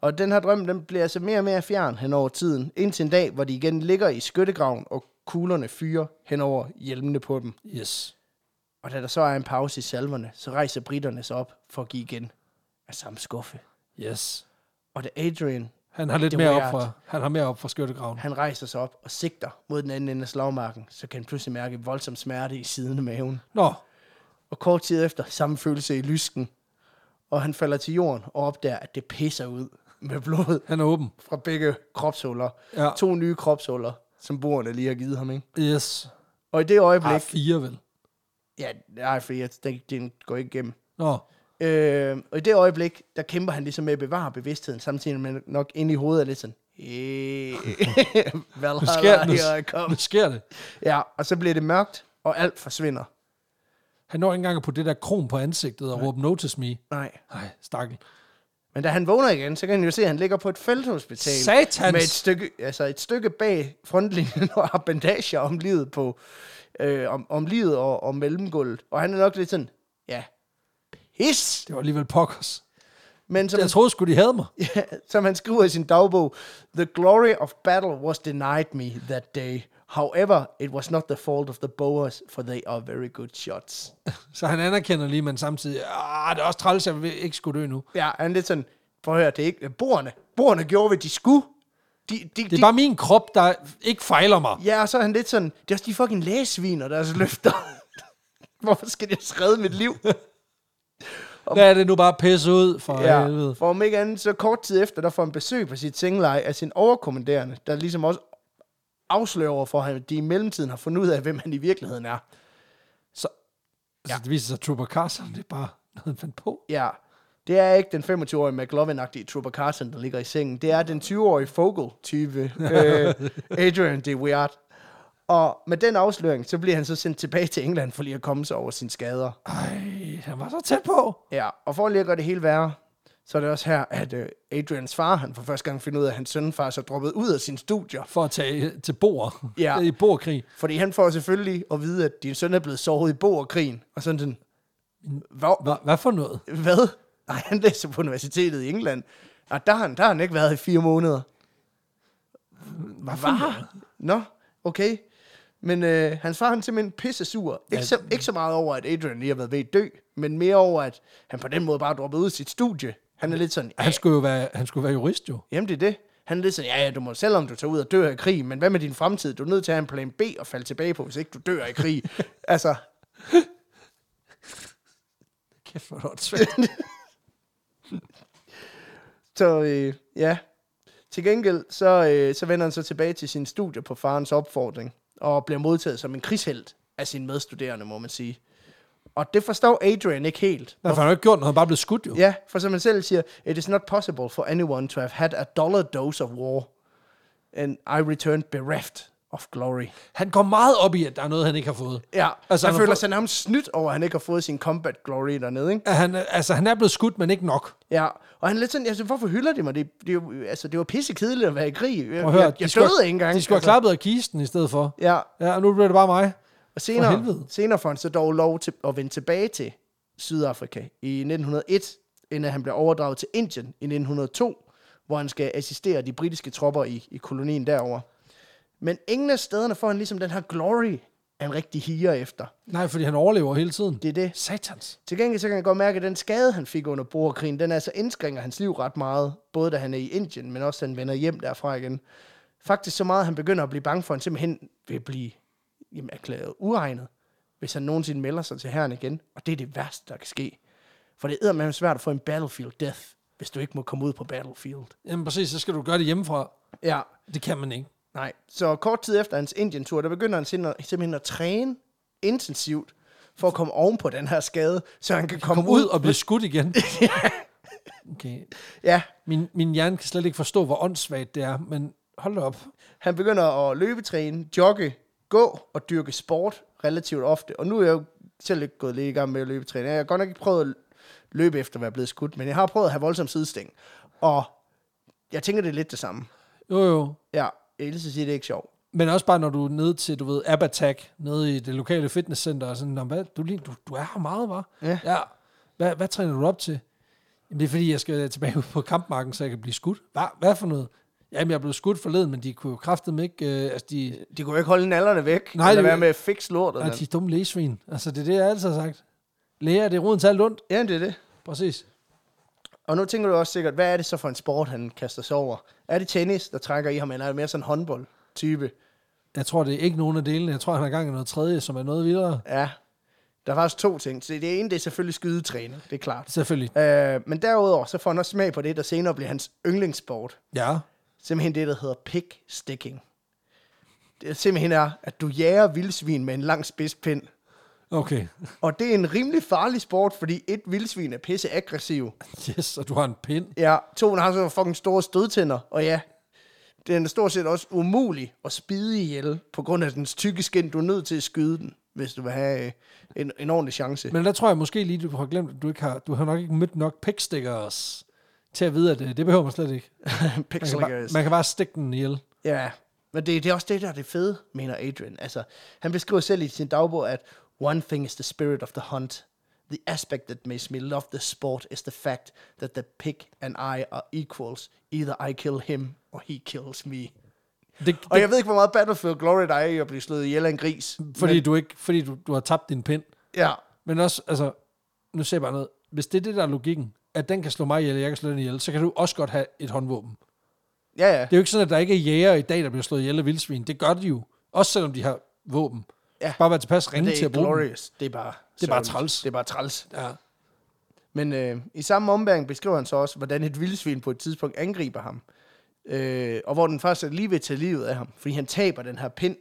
Speaker 1: Og den her drøm, den bliver altså mere og mere fjern hen over tiden, indtil en dag, hvor de igen ligger i skyttegraven, og kuglerne fyrer hen over hjelmene på dem.
Speaker 2: Yes.
Speaker 1: Og da der så er en pause i salverne, så rejser britterne sig op for at give igen af samme skuffe.
Speaker 2: Yes.
Speaker 1: Og da Adrian,
Speaker 2: Han har lidt
Speaker 1: Det er
Speaker 2: mere op
Speaker 1: weird.
Speaker 2: fra, han har mere op fra skørtegraven.
Speaker 1: han rejser sig op og sigter mod den anden ende af slagmarken, så kan han pludselig mærke voldsom smerte i siden af maven.
Speaker 2: Nå,
Speaker 1: Og kort tid efter, samme følelse i lysken. Og han falder til jorden og opdager, at det pisser ud med blod.
Speaker 2: han er åben.
Speaker 1: fra begge kropshuller.
Speaker 2: Ja.
Speaker 1: Ja. To nye kropshuller, som borgerne lige har givet ham, ikke?
Speaker 2: Yes.
Speaker 1: Og i det øjeblik...
Speaker 2: Har fire vel.
Speaker 1: Ja, nej, for jeg, den, den går ikke igennem.
Speaker 2: Nå,
Speaker 1: Øh, og i det øjeblik, der kæmper han ligesom med at bevare bevidstheden, samtidig med nok inde i hovedet er lidt sådan... "Eh,
Speaker 2: nu sker,
Speaker 1: Valhalla,
Speaker 2: nu,
Speaker 1: here I come.
Speaker 2: nu sker det.
Speaker 1: Ja, og så bliver det mørkt, og alt forsvinder.
Speaker 2: Han når ikke engang at putte det der kron på ansigtet og råbe notice me.
Speaker 1: Nej.
Speaker 2: Nej, stakkel.
Speaker 1: Men da han vågner igen, så kan han jo se, at han ligger på et felthospital.
Speaker 2: Satans!
Speaker 1: Med et stykke, altså et stykke bag frontlinjen og har bandager om livet, på, øh, om, om livet og om mellemgulvet. Og han er nok lidt sådan, ja, his!
Speaker 2: Det var alligevel pokkers.
Speaker 1: Men som,
Speaker 2: Jeg troede sgu, de havde mig.
Speaker 1: ja, som han skriver i sin dagbog, The glory of battle was denied me that day. However, it was not the fault of the Boas, for they are very good shots.
Speaker 2: Så han anerkender lige, men samtidig, ah, det er også træls, jeg vil ikke skulle dø nu.
Speaker 1: Ja, han er lidt sådan, prøv at høre, det er ikke, borerne, borerne gjorde, hvad de skulle. De, de,
Speaker 2: Det
Speaker 1: de-
Speaker 2: er bare min krop, der ikke fejler mig.
Speaker 1: Ja, og så er han lidt sådan, det er også de fucking lægesvin og deres løfter. Hvorfor skal jeg redde mit liv?
Speaker 2: Lad det nu bare pisse ud for ja.
Speaker 1: ja,
Speaker 2: helvede.
Speaker 1: for om ikke andet, så kort tid efter, der får han besøg på sit sengeleje af sin overkommanderende, der ligesom også afslører over for ham, at de i mellemtiden har fundet ud af, hvem han i virkeligheden er.
Speaker 2: Så, ja. så det viser sig, at Trooper Carson, det er bare noget, han fandt på.
Speaker 1: Ja, det er ikke den 25-årige McLovin-agtige Trooper Carson, der ligger i sengen. Det er den 20-årige Fogel-type, øh, Adrian de Weird. Og med den afsløring, så bliver han så sendt tilbage til England for lige at komme sig over sine skader.
Speaker 2: Ej, han var så tæt på.
Speaker 1: Ja, og for lige at gøre det hele værre, så er det også her, at øh, Adrians far, han for første gang finder ud af, at hans søn faktisk er droppet ud af sine studier.
Speaker 2: For at tage til bord.
Speaker 1: Ja.
Speaker 2: I bordkrig.
Speaker 1: Fordi han får selvfølgelig at vide, at din søn er blevet såret i borgerkrigen. Og sådan sådan, hvor,
Speaker 2: Hva, hvad for noget?
Speaker 1: hvad? Nej, han læser på universitetet i England. Og der har han, der har han ikke været i fire måneder.
Speaker 2: Hvad for noget?
Speaker 1: Nå, okay. Men øh, hans far, han er simpelthen pisse sur. Ikke, så, ikke så meget over, at Adrian lige har været ved at dø, men mere over, at han på den måde bare er droppet ud af sit studie. Han er lidt sådan, "Ah,
Speaker 2: Han skulle jo være, han skulle være jurist jo.
Speaker 1: Jamen, det er det. Han er lidt sådan, ja, ja, du må, selvom du tager ud og dør i krig, men hvad med din fremtid? Du er nødt til at have en plan B og falde tilbage på, hvis ikke du dør i krig. altså,
Speaker 2: Kæft, hvor er det åndssvagt.
Speaker 1: så øh, ja. Til gengæld, så, øh, så vender han så tilbage til sine studier på farens opfordring, og bliver modtaget som en krigshelt af sine medstuderende, må man sige. Og det forstår Adrian ikke helt.
Speaker 2: Nej, for han har jo ikke gjort noget, han er bare blevet skudt jo.
Speaker 1: Ja, for som han selv siger, it is not possible for anyone to have had a dollar dose of war. And I returned bereft of glory.
Speaker 2: Han går meget op i, at der er noget, han ikke har fået.
Speaker 1: Ja,
Speaker 2: Altså,
Speaker 1: altså,
Speaker 2: han
Speaker 1: han,
Speaker 2: har
Speaker 1: føler
Speaker 2: fået-
Speaker 1: sig nærmest snydt over, at han ikke har fået sin combat glory dernede, ikke?
Speaker 2: At han, er- altså, han er blevet skudt, men ikke nok.
Speaker 1: Ja, og han er lidt sådan, altså, hvorfor hylder de mig? Det, det, er jo- altså, det var pisse kedeligt at være i krig. Jeg,
Speaker 2: Prøv at høre,
Speaker 1: jeg, jeg
Speaker 2: skulle-
Speaker 1: døde ikke engang.
Speaker 2: De skulle have
Speaker 1: altså.
Speaker 2: klappet af kisten i stedet for.
Speaker 1: Ja,
Speaker 2: Ja, og nu bliver det bare mig.
Speaker 1: og
Speaker 2: For
Speaker 1: senere,
Speaker 2: helvede.
Speaker 1: senere får han så dog lov til at vende tilbage til Sydafrika i 1901, inden han bliver overdraget til Indien i 1902, hvor han skal assistere de britiske tropper i, i kolonien derover. Men ingen af stederne får han ligesom den her glory, han rigtig higer efter.
Speaker 2: Nej, fordi han overlever hele tiden.
Speaker 1: Det er det.
Speaker 2: Satans.
Speaker 1: Til gengæld så kan jeg godt mærke, at den skade, han fik under borgerkrigen, den altså indskrænker hans liv ret meget, både da han er i Indien, men også da han vender hjem derfra igen. Faktisk så meget, at han begynder at blive bange for, at han simpelthen vil blive jamen, erklæret uegnet, hvis han nogensinde melder sig til herren igen. Og det er det værste, der kan ske. For det er eddermame svært at få en battlefield death, hvis du ikke må komme ud på battlefield.
Speaker 2: Jamen præcis, så skal du gøre det hjemmefra.
Speaker 1: Ja,
Speaker 2: Det kan man ikke.
Speaker 1: Nej, så kort tid efter hans Indien-tur, der begynder han simpelthen- simpelthen at træne intensivt for at komme oven på den her skade, så han kan komme,
Speaker 2: Kom ud og blive skudt igen. Okay.
Speaker 1: Ja,
Speaker 2: Min, min hjerne kan slet ikke forstå, hvor åndssvagt det er, men hold da op.
Speaker 1: Han begynder at løbetræne, jogge, gå og dyrke sport relativt ofte. Og nu er jeg jo selv ikke gået lige i gang med at løbetræne. Jeg har godt nok ikke prøvet at løbe efter at være blevet skudt, men jeg har prøvet at have voldsom sidesting. Og jeg tænker, det er lidt det samme.
Speaker 2: Jo jo.
Speaker 1: Ja, jeg vil sige, det er ikke sjovt.
Speaker 2: Men også bare, når du er nede til, du ved, Abatak, nede i det lokale fitnesscenter, og sådan, "Nå, hvad, du, ligner- du, du er her meget, var.
Speaker 1: Ja.
Speaker 2: ja. Hvad, hvad træner du op til? Jamen, det er fordi, jeg skal tilbage ud på kampmarken, så jeg kan blive skudt. Hvad, hvad for noget? Jamen, jeg blev skudt forleden, men de kunne jo kraftedeme ikke, øh, altså de,
Speaker 1: De kunne jo ikke holde nallerne væk.
Speaker 2: Nej,
Speaker 1: Nej, eller
Speaker 2: det-
Speaker 1: være med fix lort.
Speaker 2: nej,
Speaker 1: Eller.
Speaker 2: de er dumme lægesvin. Altså, det er det, jeg altid har sagt. Læger, det er roden til alt ondt.
Speaker 1: Ja, det er det.
Speaker 2: Præcis.
Speaker 1: Og nu tænker du også sikkert, hvad er det så for en sport, han kaster sig over? Er det tennis, der trækker i ham, eller er det mere sådan en håndbold-type?
Speaker 2: Jeg tror, det er ikke nogen af delene. Jeg tror, han har gang i noget tredje, som er noget vildere.
Speaker 1: Ja, der er faktisk to ting. Så det ene, det er selvfølgelig skydetræning, det er klart.
Speaker 2: Selvfølgelig.
Speaker 1: Øh, men derudover, så får han også smag på det, der senere bliver hans yndlingssport.
Speaker 2: Ja.
Speaker 1: Simpelthen det, der hedder pick sticking. Det er simpelthen er, at du jager vildsvin med en lang spidspind.
Speaker 2: Okay.
Speaker 1: Og det er en rimelig farlig sport, fordi et vildsvin er pisse aggressiv.
Speaker 2: Yes, og du har en pind.
Speaker 1: Ja, to har så fucking store stødtænder, og ja, den er stort set også umulig at spide ihjel, på grund af dens tykke skin. Du er nødt til at skyde den, hvis du vil have øh, en, en ordentlig chance.
Speaker 2: Men der tror jeg måske lige, du har glemt, at du, ikke har, du har nok ikke mødt nok pikstickers til at vide, at øh, det, det behøver man slet ikke.
Speaker 1: Pick
Speaker 2: Man kan, bare,
Speaker 1: stickers.
Speaker 2: man kan bare stikke den ihjel.
Speaker 1: Ja, men det, det er også det, der er det fede, mener Adrian. Altså, han beskriver selv i sin dagbog, at one thing is the spirit of the hunt. The aspect that makes me love the sport is the fact that the pig and I are equals. Either I kill him, or he kills me.
Speaker 2: Det, det,
Speaker 1: Og jeg ved ikke, hvor meget Battlefield Glory der er i at blive slået ihjel af en gris.
Speaker 2: fordi du ikke, fordi du, du har tabt din pind.
Speaker 1: Ja,
Speaker 2: Men også, altså, nu ser jeg bare noget. Hvis det er det, der er logikken, at den kan slå mig ihjel, og jeg kan slå den ihjel, så kan du også godt have et håndvåben.
Speaker 1: ja, ja.
Speaker 2: Det er jo ikke sådan, at der ikke er jæger i dag, der bliver slået ihjel af vildsvin. Det gør de jo. Også selvom de har våben.
Speaker 1: Ja.
Speaker 2: Bare være tilpas ringe
Speaker 1: Det er
Speaker 2: til at
Speaker 1: ikke
Speaker 2: bruge dem.
Speaker 1: glorious. Det er bare,
Speaker 2: Det er bare
Speaker 1: sørgeligt.
Speaker 2: træls.
Speaker 1: Det er bare træls.
Speaker 2: Ja.
Speaker 1: Men øh, i samme ombæring beskriver han så også, hvordan et vildsvin på et tidspunkt angriber ham. Øh, og hvor den faktisk er lige ved at tage livet af ham, fordi han taber den her pind,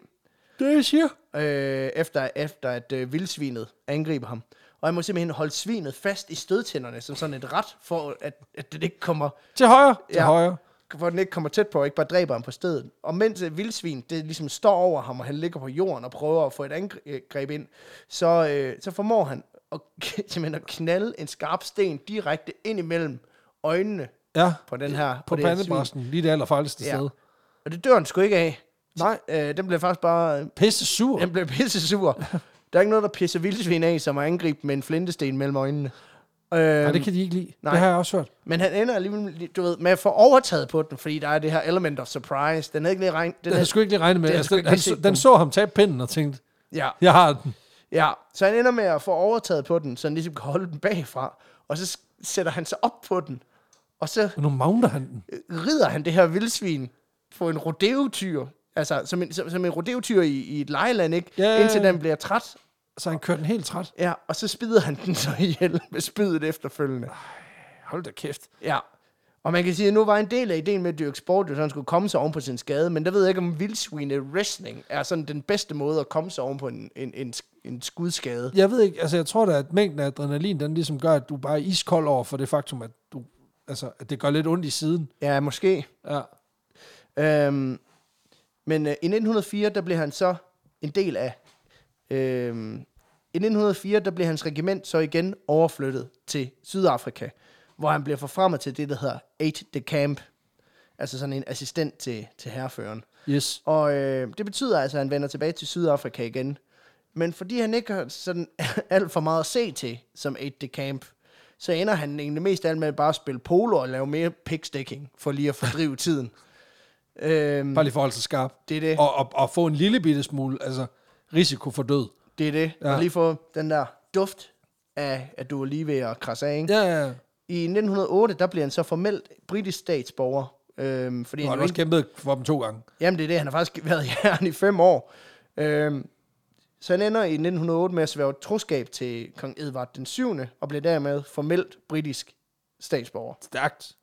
Speaker 2: Det er jeg siger.
Speaker 1: øh, efter, efter at øh, vildsvinet angriber ham. Og han må simpelthen holde svinet fast i stødtænderne, som sådan et ret, for at, at den ikke kommer,
Speaker 2: Til højre. Til
Speaker 1: Ja.
Speaker 2: højre.
Speaker 1: for at den ikke kommer tæt på, og ikke bare dræber ham på stedet. Og mens øh, vildsvin, det ligesom står over ham, og han ligger på jorden og prøver at få et angreb ind, så, øh, så formår han at, simpelthen at knalde en skarp sten direkte ind imellem øjnene
Speaker 2: Ja.
Speaker 1: på den her...
Speaker 2: På
Speaker 1: det her svin.
Speaker 2: pandebræsten. Lige det allerfarligste
Speaker 1: Ja.
Speaker 2: sted.
Speaker 1: Og det dør han sgu ikke af.
Speaker 2: Nej.
Speaker 1: Øh, den blev faktisk bare...
Speaker 2: Pisse sur.
Speaker 1: Den blev pisse sur. Der er ikke noget, der pisser vildsvin af, som er angrebet med en flintesten mellem øjnene. Øh,
Speaker 2: Ja, det kan de ikke lide. Nej.
Speaker 1: nej.
Speaker 2: Det har jeg også hørt.
Speaker 1: Men han ender alligevel, du ved, med at få overtaget på den, fordi der er det her element of surprise. Den er ikke lige regnet... Den
Speaker 2: Det havde
Speaker 1: er,
Speaker 2: jeg sgu ikke lige regnet med.
Speaker 1: det har jeg
Speaker 2: Altså,
Speaker 1: sgu
Speaker 2: den,
Speaker 1: ikke
Speaker 2: han,
Speaker 1: lige set
Speaker 2: så- den så ham tage pinden og tænkte,
Speaker 1: ja,
Speaker 2: jeg har den.
Speaker 1: ja. Så han ender med at få overtaget på den, så han ligesom kan holde den bagfra. Og så s- sætter han sig op på den. Og så øh,
Speaker 2: Og nu magner han den.
Speaker 1: rider han det her vildsvin på en rodeo-tyr. Altså, som en, som, som en rodeo-tyr i, i et lejeland, ikke?
Speaker 2: Ja, ja, ja.
Speaker 1: Indtil den bliver træt
Speaker 2: Så han kører den helt træt.
Speaker 1: Ja, og så spider han den så ihjel med spydet efterfølgende.
Speaker 2: Hold da kæft.
Speaker 1: Ja. Og man kan sige, at nu var en del af ideen med at dyrke sport, jo, at han skulle komme sig oven på sin skade, men der ved jeg ikke, om vildsvine wrestling er sådan den bedste måde at komme sig oven på en, en, en, en skudskade.
Speaker 2: Jeg ved ikke, altså jeg tror da, at mængden af adrenalin, den ligesom gør, at du bare er iskold over for det faktum, at, du, altså, at det gør lidt ondt i siden.
Speaker 1: Ja, måske.
Speaker 2: Ja.
Speaker 1: Øhm, men øh, i 1904, der blev han så en del af... Øhm, I 1904, der blev hans regiment så igen overflyttet til Sydafrika, hvor han blev forfremmet til det, der hedder Aid the Camp. Altså sådan en assistent til, til herreføreren.
Speaker 2: Yes.
Speaker 1: Og øh, det betyder altså, at han vender tilbage til Sydafrika igen. Men fordi han ikke har sådan alt for meget at se til som 8 the Camp, så ender han egentlig mest af alt med bare at spille polo og lave mere pigsticking, for lige at fordrive tiden. Øhm,
Speaker 2: Mm. Bare lige forhold til skarp.
Speaker 1: det er det,
Speaker 2: Og, og, og få en lille bitte smule, altså risiko for død.
Speaker 1: det er det.
Speaker 2: Ja.
Speaker 1: Ja. Og lige få den der duft af, at du er lige ved at krasse af, ikke?
Speaker 2: Ja, ja, ja.
Speaker 1: I 1908, der bliver han så formelt britisk statsborger. Øhm, fordi
Speaker 2: Og
Speaker 1: han
Speaker 2: han
Speaker 1: jo
Speaker 2: har også
Speaker 1: ikke,
Speaker 2: kæmpet for dem to gange.
Speaker 1: jamen det er det, han har faktisk været i herren i fem år. Øhm, så han ender i 1908 med at sværge troskab til kong Edvard den 7. og bliver dermed formelt britisk statsborger.
Speaker 2: Stærkt.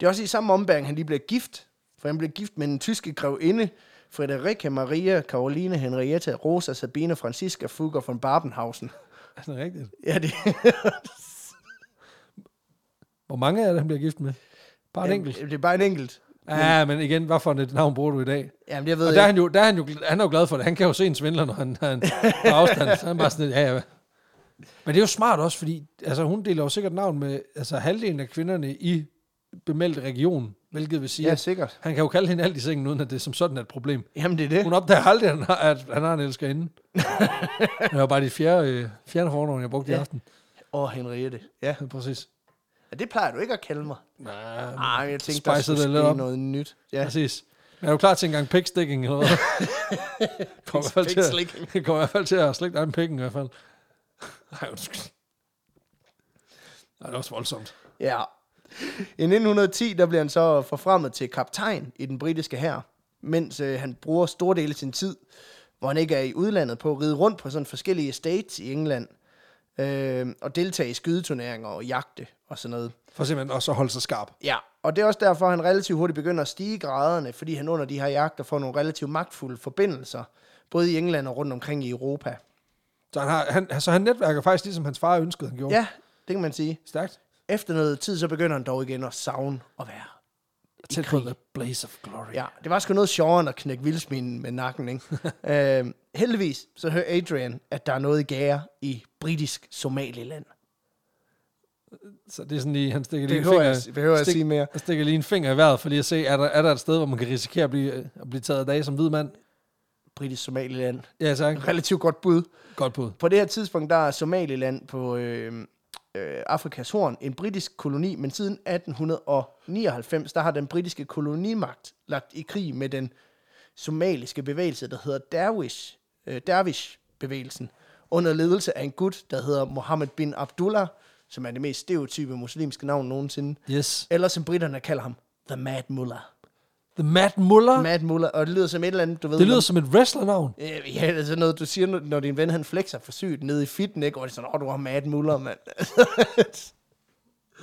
Speaker 1: Det er også i samme ombæring, han lige bliver gift, for han bliver gift med den tyske grevinde, Frederike Maria Caroline Henriette Rosa Sabine Franziska Fugger von Barbenhausen.
Speaker 2: Er det rigtigt?
Speaker 1: Ja, det,
Speaker 2: Hvor mange af det, han bliver gift med? Bare en enkelt.
Speaker 1: Jamen, Det er bare en enkelt.
Speaker 2: Ja, men igen, hvad for et navn bruger du i dag?
Speaker 1: Jamen, jeg
Speaker 2: Og
Speaker 1: ved
Speaker 2: der er
Speaker 1: ikke.
Speaker 2: han jo, der er han jo, han er jo glad for det. Han kan jo se en svindler, når han har en på afstand. Så er han bare sådan, lidt, ja, ja. Men det er jo smart også, fordi altså, hun deler jo sikkert navn med altså, halvdelen af kvinderne i bemeldte region, hvilket vil sige,
Speaker 1: Ja,
Speaker 2: yes.
Speaker 1: sikkert.
Speaker 2: han kan jo kalde hende alt i sengen, uden at det som sådan er et problem.
Speaker 1: Jamen, det er det.
Speaker 2: Hun opdager aldrig, at han har, at han har en elskerinde. det var bare dit fjerde, øh, fjerde fornavn, jeg brugte ja. i
Speaker 1: Ja.
Speaker 2: aften.
Speaker 1: Åh, Henriette. Ja.
Speaker 2: Ja, præcis.
Speaker 1: ja, det plejer du ikke at kalde mig.
Speaker 2: Nej,
Speaker 1: Nej, jeg tænkte, der
Speaker 2: Spiced
Speaker 1: skulle
Speaker 2: det lidt
Speaker 1: ske
Speaker 2: op.
Speaker 1: noget nyt. Ja.
Speaker 2: præcis. Men er du klar til en gang pigsticking, eller hvad? Kom i hvert fald til at-
Speaker 1: Pigslicking.
Speaker 2: Det går i hvert fald til at slægte dig med pikken i hvert fald. Nej, undskyld. Ej, det er også voldsomt.
Speaker 1: Ja. I 1910, der bliver han så forfremmet til kaptajn i den britiske hær, mens øh, han bruger store dele af sin tid, hvor han ikke er i udlandet, på at ride rundt på sådan forskellige estates i England, øh, og deltage i skydeturneringer og jagte og sådan noget.
Speaker 2: For simpelthen også at holde sig skarp.
Speaker 1: Ja, og det er også derfor, han relativt hurtigt begynder at stige i graderne, fordi han under de her jagter får nogle relativt magtfulde forbindelser, både i England og rundt omkring i Europa.
Speaker 2: Så han, har, han, så han netværker faktisk ligesom hans far ønskede, han gjorde.
Speaker 1: Ja, det kan man sige.
Speaker 2: Stærkt.
Speaker 1: Efter noget tid, så begynder han dog igen at savne at være.
Speaker 2: Tæt på The Blaze of Glory.
Speaker 1: Ja, det var sgu noget sjovere end at knække vildsminen med nakken, ikke? øhm, heldigvis, så hører Adrian, at der er noget i gære i britisk Somaliland.
Speaker 2: Så det er sådan lige, han stikker lige, en
Speaker 1: Behøver jeg,
Speaker 2: finger,
Speaker 1: behøver jeg
Speaker 2: stik-
Speaker 1: sige mere?
Speaker 2: han stikker lige en finger i vejret, for lige at se, er der, er der et sted, hvor man kan risikere at blive, at blive taget af dage som hvid mand?
Speaker 1: Britisk Somaliland.
Speaker 2: Ja, tak.
Speaker 1: Relativt godt bud.
Speaker 2: Godt på.
Speaker 1: På det her tidspunkt, der er Somaliland på øh, øh, Afrikas Horn en britisk koloni, men siden 1899, der har den britiske kolonimagt lagt i krig med den somaliske bevægelse, der hedder Derwish, øh, Derwish-bevægelsen, under ledelse af en gut, der hedder Mohammed bin Abdullah, som er det mest stereotype muslimske navn nogensinde,
Speaker 2: Yes.
Speaker 1: eller som britterne kalder ham, The Mad Mullah.
Speaker 2: The Mad Muller.
Speaker 1: Mad Mullah, og det lyder som et eller andet, du ved.
Speaker 2: Det lyder som et wrestlernavn.
Speaker 1: Øh, Ja, det er sådan noget, du siger, når- når din ven han flexer for sygt nede i fitten, ikke? Og det er sådan, åh, du har mad muller, mand.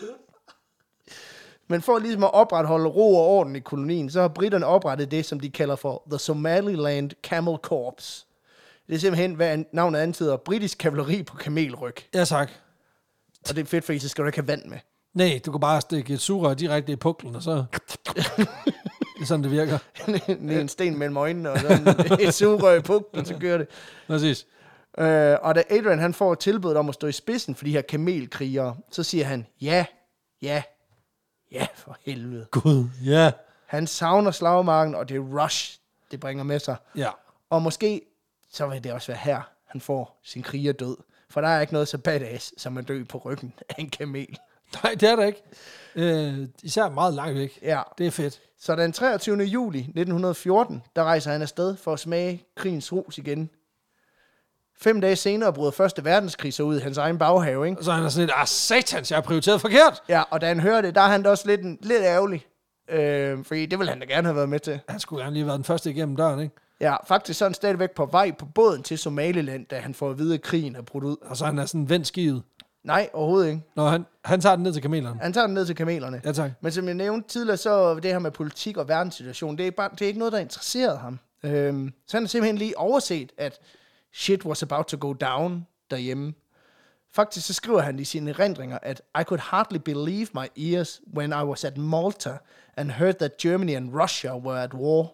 Speaker 1: Men for ligesom at opretholde ro og orden i kolonien, så har britterne oprettet det, som de kalder for The Somaliland Camel Corps. Det er simpelthen, hvad an- navnet antyder, britisk kavaleri på kamelryg.
Speaker 2: Ja, tak.
Speaker 1: Og det er fedt, fordi så skal du ikke have vand med.
Speaker 2: Nej, du kan bare stikke et sugerør direkte i puklen, og så... det er sådan, det virker.
Speaker 1: Nede en sten mellem øjnene, og sådan et sugerøg i puklen, så gør det.
Speaker 2: Præcis.
Speaker 1: Øh, og da Adrian han får tilbuddet om at stå i spidsen for de her kamelkrigere, så siger han, ja, ja, ja for helvede.
Speaker 2: Gud, ja.
Speaker 1: Han savner slagmarken, og det er rush, det bringer med sig.
Speaker 2: Ja.
Speaker 1: Og måske, så vil det også være her, han får sin kriger død. For der er ikke noget så badass, som at dø på ryggen af en kamel.
Speaker 2: Nej, det er der ikke. Øh, især meget langt væk.
Speaker 1: Ja.
Speaker 2: Det er fedt.
Speaker 1: Så den 23. juli 1914, der rejser han afsted for at smage krigens rus igen. Fem dage senere bryder Første Verdenskrig så ud i hans egen baghave, ikke?
Speaker 2: Og så er han sådan lidt, ah, satans, jeg har prioriteret forkert.
Speaker 1: Ja, og da han hører det, der er han da også lidt, en, lidt ærgerlig. Øh, fordi det ville han da gerne have været med til.
Speaker 2: Han skulle gerne lige have været den første igennem døren, ikke?
Speaker 1: Ja, faktisk så er han stadigvæk på vej på båden til Somaliland, da han får at vide, at krigen er brudt ud.
Speaker 2: Og så er han er sådan vendt skivet.
Speaker 1: Nej, overhovedet ikke.
Speaker 2: Nå, han, han tager den ned til kamelerne.
Speaker 1: Han tager den ned til kamelerne.
Speaker 2: Ja, tak.
Speaker 1: Men som jeg nævnte tidligere, så det her med politik og verdenssituation, det er, bare, det er ikke noget, der interesserede ham. Øhm, så han har simpelthen lige overset, at shit was about to go down derhjemme. Faktisk så skriver han i sine erindringer, at I could hardly believe my ears when I was at Malta and heard that Germany and Russia were at war.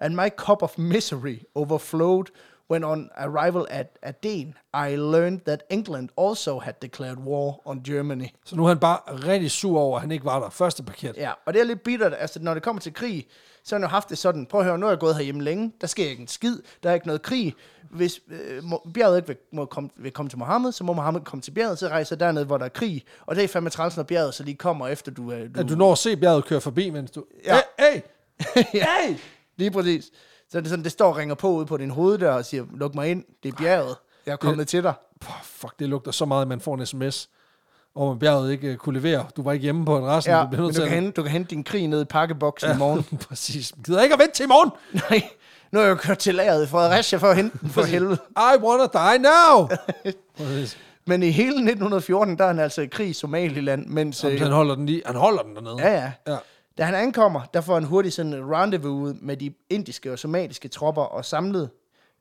Speaker 1: And my cup of misery overflowed when on arrival at Aden, I learned that England also had declared war on Germany.
Speaker 2: Så nu er han bare rigtig sur over, at han ikke var der. Første parket.
Speaker 1: Ja, og det er lidt bittert. Altså, når det kommer til krig, så har han jo haft det sådan. Prøv at høre, nu er jeg gået herhjemme længe. Der sker ikke en skid. Der er ikke noget krig. Hvis øh, må- bjerget ikke vil, må komme, vil komme til Mohammed, så må Mohammed komme til bjerget, så rejser derned, hvor der er krig. Og det er fandme træls, når bjerget så lige kommer efter du... Øh, du...
Speaker 2: At du når at se bjerget køre forbi, mens du...
Speaker 1: Ja.
Speaker 2: Hey, hey!
Speaker 1: ja, lige præcis. Så det, er sådan, det står og ringer på ude på din hoveddør og siger, luk mig ind, det er bjerget. Øh, Jeg er kommet til dig.
Speaker 2: Pah, fuck, det lugter så meget, at man får en sms, om at bjerget ikke øh, kunne levere. Du var ikke hjemme på adressen.
Speaker 1: Ja,
Speaker 2: du blev
Speaker 1: men
Speaker 2: nødt
Speaker 1: du
Speaker 2: til
Speaker 1: kan,
Speaker 2: at...
Speaker 1: hente, du kan hente din krig ned i pakkeboksen ja. i morgen.
Speaker 2: Præcis. Gider ikke at vente til i morgen.
Speaker 1: Nej, nu har jeg jo kørt til lageret i Fredericia for at hente den for helvede.
Speaker 2: I wanna die now! Præcis.
Speaker 1: Men i hele 1914, der er han altså i krig i Somaliland, mens...
Speaker 2: Jamen,
Speaker 1: Øh,
Speaker 2: han holder den lige. Han holder den dernede.
Speaker 1: ja, ja.
Speaker 2: ja.
Speaker 1: Da han ankommer, der får han hurtigt sådan et rendezvous ud med de indiske og somaliske tropper og samlet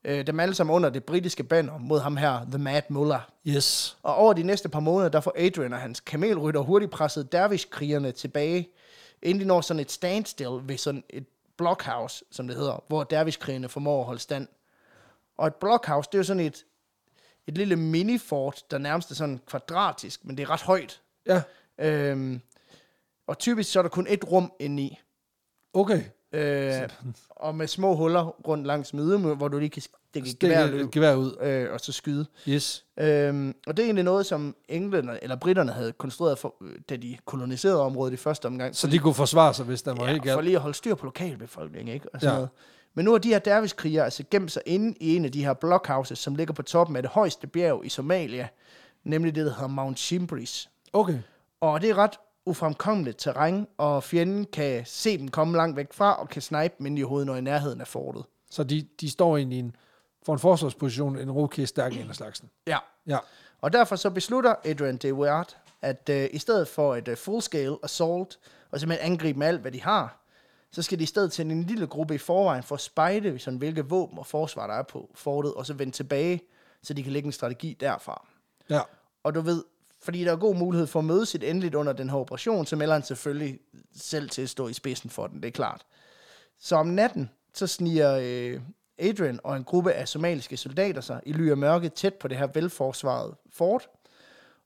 Speaker 1: øh, dem alle sammen under det britiske banner mod ham her, The Mad Mullah.
Speaker 2: Yes.
Speaker 1: Og over de næste par måneder, der får Adrian og hans kamelrytter hurtigt presset dervish-krigerne tilbage, inden de når sådan et standstill ved sådan et blockhouse, som det hedder, hvor dervish-krigerne formår at holde stand. Og et blockhouse, det er jo sådan et, et lille minifort, der nærmest er sådan kvadratisk, men det er ret højt.
Speaker 2: Ja,
Speaker 1: Øhm, og typisk så er der kun et rum indeni.
Speaker 2: okay.
Speaker 1: Øh, og med små huller rundt langs midten, hvor du lige kan stikke et gevær
Speaker 2: Stik
Speaker 1: løb,
Speaker 2: et gevær ud.
Speaker 1: øh, og så skyde.
Speaker 2: Yes.
Speaker 1: Øhm, og det er egentlig noget, som englænderne, eller britterne havde konstrueret, for, øh, da de koloniserede området i første omgang.
Speaker 2: Så de kunne forsvare sig, hvis der var
Speaker 1: ja,
Speaker 2: helt galt.
Speaker 1: for lige at holde styr på lokalbefolkningen, ikke? Og sådan
Speaker 2: Ja.
Speaker 1: ja. noget. Men nu har de her dervish-krigere altså gemt sig inde i en af de her blockhouses, som ligger på toppen af det højeste bjerg i Somalia, nemlig det, der hedder Mount Shimbris.
Speaker 2: Okay.
Speaker 1: Og det er ret ufremkommeligt terræn, og fjenden kan se dem komme langt væk fra, og kan snipe dem ind i hovedet, når i nærheden af fortet.
Speaker 2: Så de, de står egentlig i en, for en forsvarsposition, en okay stærk en af slagsen.
Speaker 1: Ja.
Speaker 2: Ja.
Speaker 1: Og derfor så beslutter Adrian de Weird, at øh, i stedet for et øh, full-scale assault, og simpelthen angribe med alt, hvad de har, så skal de i stedet til en lille gruppe i forvejen for at spejde, sådan, hvilke våben og forsvar, der er på fortet, og så vende tilbage, så de kan lægge en strategi derfra.
Speaker 2: Ja.
Speaker 1: Og du ved, fordi der er god mulighed for at møde sit endeligt under den her operation, så melder han selvfølgelig selv til at stå i spidsen for den, det er klart. Så om natten, så sniger øh, Adrian og en gruppe af somaliske soldater sig i ly af mørke tæt på det her velforsvarede fort.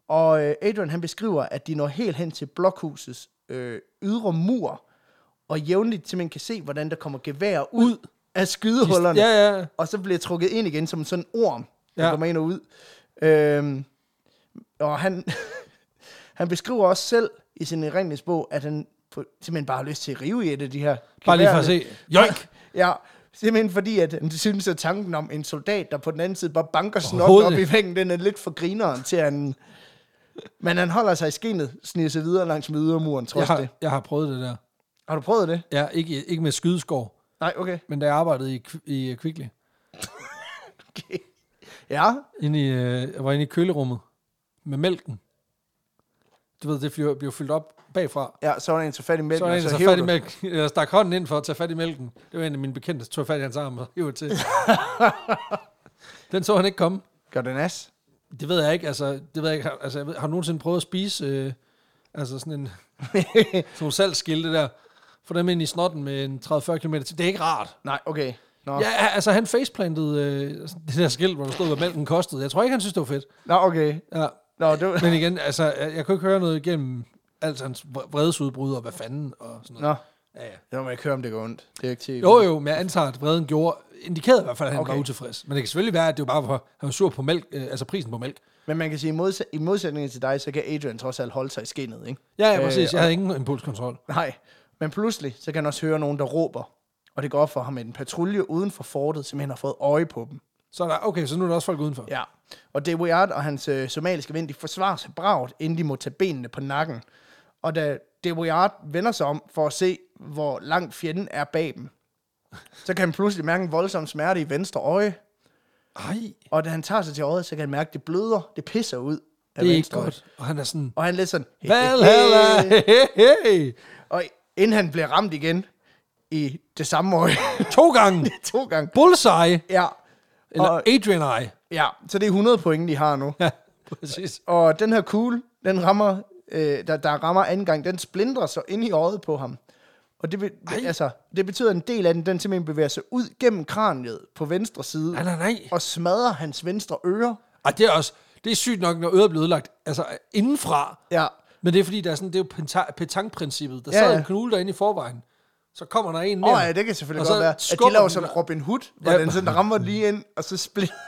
Speaker 1: Og øh, Adrian han beskriver, at de når helt hen til blokhusets øh, ydre mur, og jævnligt simpelthen kan se, hvordan der kommer geværer ud af skydehullerne
Speaker 2: Ja, ja.
Speaker 1: og så bliver trukket ind igen som sådan en orm, der
Speaker 2: Ja.
Speaker 1: ja. kommer ind og ud. Øhm, og han, han beskriver også selv i sin erindringsbog, at han på, simpelthen bare har lyst til at rive i et af de her
Speaker 2: Bare lige for at
Speaker 1: geværer.
Speaker 2: se. Joik!
Speaker 1: Ja, simpelthen fordi, at han synes, at tanken om en soldat, der på den anden side bare banker snotten op
Speaker 2: Overhovedet
Speaker 1: i væggen, den er lidt for grineren til, at han... Men han holder sig i skinnet, sniger sig videre langs med ydermuren,
Speaker 2: Jeg
Speaker 1: trods det.
Speaker 2: har, jeg har prøvet det der.
Speaker 1: Har du prøvet det?
Speaker 2: Ja, ikke, ikke med skydeskov,
Speaker 1: Nej, okay.
Speaker 2: men da jeg arbejdede i, Kv- i øh, Kvickly,
Speaker 1: okay. Ja,
Speaker 2: inde i, øh, jeg var inde i kølerummet med mælken. Du ved, det bliver, bliver fyldt op bagfra.
Speaker 1: ja, så var der en så fat i mælken, altså
Speaker 2: Så var der
Speaker 1: og
Speaker 2: en, der tager
Speaker 1: hæver
Speaker 2: fat
Speaker 1: du-
Speaker 2: i mælken. Jeg stak hånden ind for at tage fat i mælken. Det var en af mine bekendte, der tog fat i hans arm og hiver til. Den så han ikke komme.
Speaker 1: Gør det nas?
Speaker 2: Det ved jeg ikke. Altså, det ved jeg ikke. Altså, jeg ved, har du nogensinde prøvet at spise øh, altså sådan en sådan nogle salgsskilte der? Få dem ind i snotten med en 30-40 km til. Det er ikke rart.
Speaker 1: Nej, okay. Nå,
Speaker 2: Oh. Ja, altså han faceplantede øh, sådan det der skilt, hvor der stod, hvad mælken kostede. Jeg tror ikke, han synes, det var fedt.
Speaker 1: Nå okay.
Speaker 2: Ja.
Speaker 1: Nå, det var...
Speaker 2: Men igen, altså, jeg, jeg kunne ikke høre noget igennem alt hans vr- vredesudbrud og hvad fanden og sådan noget.
Speaker 1: Nå,
Speaker 2: Ja, ja.
Speaker 1: det må jeg ikke høre, om det går ondt. Det er ikke til...
Speaker 2: Jo, jo, men jeg antager, at vreden gjorde, indikerede i hvert fald, at han okay.
Speaker 1: Okay.
Speaker 2: var utilfreds. Men det kan selvfølgelig være, at det var bare, for, han var sur på mælk, øh, altså prisen på mælk.
Speaker 1: Men man kan sige, i, modsæt, i modsætning til dig, så kan Adrian trods alt holde sig i skinnet, ikke?
Speaker 2: Ja, ja,
Speaker 1: Øh,
Speaker 2: præcis.
Speaker 1: og-
Speaker 2: Jeg havde ingen impulskontrol.
Speaker 1: Nej. Men pludselig, så kan han også høre nogen, der råber. Og det går op for ham, at en patrulje uden for fortet simpelthen har fået øje på dem.
Speaker 2: Så er der, okay, så nu er der også folk udenfor.
Speaker 1: Ja. Og De Weird og hans øh, somaliske ven, de forsvarer sig bragt, inden de må tage benene på nakken. Og da De Weird vender sig om for at se, hvor langt fjenden er bag dem, så kan han pludselig mærke en voldsom smerte i venstre øje.
Speaker 2: Ej,
Speaker 1: Og da han tager sig til øjet, så kan han mærke, at det bløder, det pisser ud. af
Speaker 2: Det er ikke
Speaker 1: Venstre.
Speaker 2: godt. Og han er sådan,
Speaker 1: Og han er lidt sådan... he, he,
Speaker 2: Valhalla,
Speaker 1: he.
Speaker 2: hey, hey, hey.
Speaker 1: Og inden han bliver ramt igen i det samme år,
Speaker 2: To gange.
Speaker 1: to gange.
Speaker 2: Bullseye.
Speaker 1: Ja,
Speaker 2: Eller
Speaker 1: Og-
Speaker 2: Adrian Eye.
Speaker 1: ja, så det er 100 point, de har nu.
Speaker 2: Ja, præcis.
Speaker 1: Og den her kugle, den rammer, øh, der, der rammer anden gang, den splindrer sig ind i øjet på ham. Og det, be- altså, det betyder, at en del af den, den simpelthen bevæger sig ud gennem kraniet på venstre side.
Speaker 2: Nej, nej, nej.
Speaker 1: Og smadrer hans venstre øre.
Speaker 2: Ej, det er også, det er sygt nok, når øret bliver ødelagt, altså indenfra.
Speaker 1: Ja,
Speaker 2: Men det er fordi, der er sådan, det er jo penta- petankprincippet. Der
Speaker 1: Ja,
Speaker 2: sad
Speaker 1: ja.
Speaker 2: en knude derinde i forvejen. Så kommer der en
Speaker 1: Åh
Speaker 2: mere.
Speaker 1: oh, ja, det kan selvfølgelig
Speaker 2: Og
Speaker 1: godt
Speaker 2: så
Speaker 1: være. At de
Speaker 2: skubber
Speaker 1: laver
Speaker 2: den
Speaker 1: sådan
Speaker 2: der.
Speaker 1: Robin Hood, hvor
Speaker 2: Ja.
Speaker 1: den sådan rammer lige ind, og så splitter.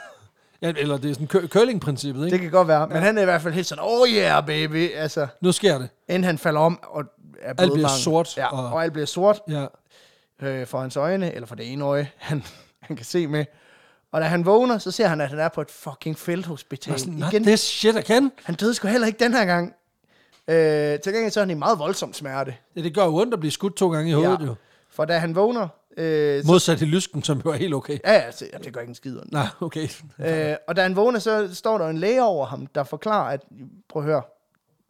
Speaker 2: Ja, eller det er sådan kø- curlingprincippet, ikke?
Speaker 1: Det
Speaker 2: Det...
Speaker 1: kan godt være. Men han er i hvert fald helt sådan, oh yeah baby, altså,
Speaker 2: Nu sker det.
Speaker 1: inden han falder om og er
Speaker 2: bliver
Speaker 1: blodmangel.
Speaker 2: sort,
Speaker 1: Ja, og...
Speaker 2: og-
Speaker 1: og alt bliver sort
Speaker 2: Ja.
Speaker 1: øh, for hans øjne, eller for det ene øje, han, han kan se med. Og da han vågner, så ser han, at han er på et fucking felthospital
Speaker 2: Og sådan, not
Speaker 1: igen.
Speaker 2: this shit again.
Speaker 1: Han døde sgu heller ikke den her gang. Øh, til gengæld så er han i meget voldsom smerte.
Speaker 2: Ja, det gør jo ondt at blive skudt to gange i hovedet, ja. jo.
Speaker 1: For da han vågner... Øh, så,
Speaker 2: Modsat i lysken, som jo er helt okay.
Speaker 1: ja, ja, så, jamen, det gør ikke en skid ondt.
Speaker 2: Nej, okay.
Speaker 1: Øh, og da han vågner, så står der en læge over ham, der forklarer, at prøv at høre,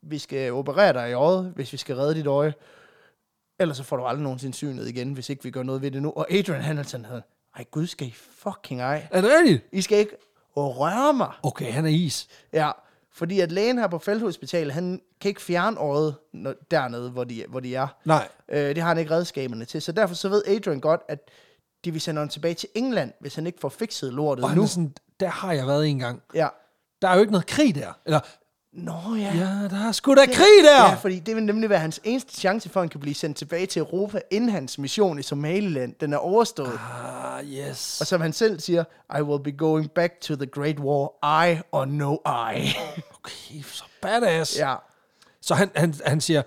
Speaker 1: vi skal operere dig i øjet, hvis vi skal redde dit øje. Ellers så får du aldrig nogensinde synet igen, hvis ikke vi gør noget ved det nu. Og Adrian Hamilton havde, ej gud skal I fucking ej.
Speaker 2: Er det rigtigt?
Speaker 1: I skal ikke røre mig.
Speaker 2: Okay, han er is.
Speaker 1: Ja, fordi at lægen her på felthospitalet, han kan ikke fjerne øjet når- dernede, hvor de, hvor de er.
Speaker 2: Nej.
Speaker 1: Øh, det har han ikke redskaberne til. Så derfor så ved Adrian godt, at de vil sende ham tilbage til England, hvis han ikke får fikset lortet
Speaker 2: Og han
Speaker 1: nu.
Speaker 2: er sådan, der har jeg været en gang.
Speaker 1: Ja.
Speaker 2: Der er jo ikke noget krig der. Eller,
Speaker 1: Nå ja.
Speaker 2: ja, der er sgu da krig der!
Speaker 1: Ja, fordi det vil nemlig være hans eneste chance for, at han kan blive sendt tilbage til Europa, inden hans mission i Somaliland den er overstået.
Speaker 2: Ah, yes.
Speaker 1: Og som han selv siger, I will be going back to the Great War, I or no I.
Speaker 2: Okay, så badass.
Speaker 1: ja,
Speaker 2: Så han, han, han siger,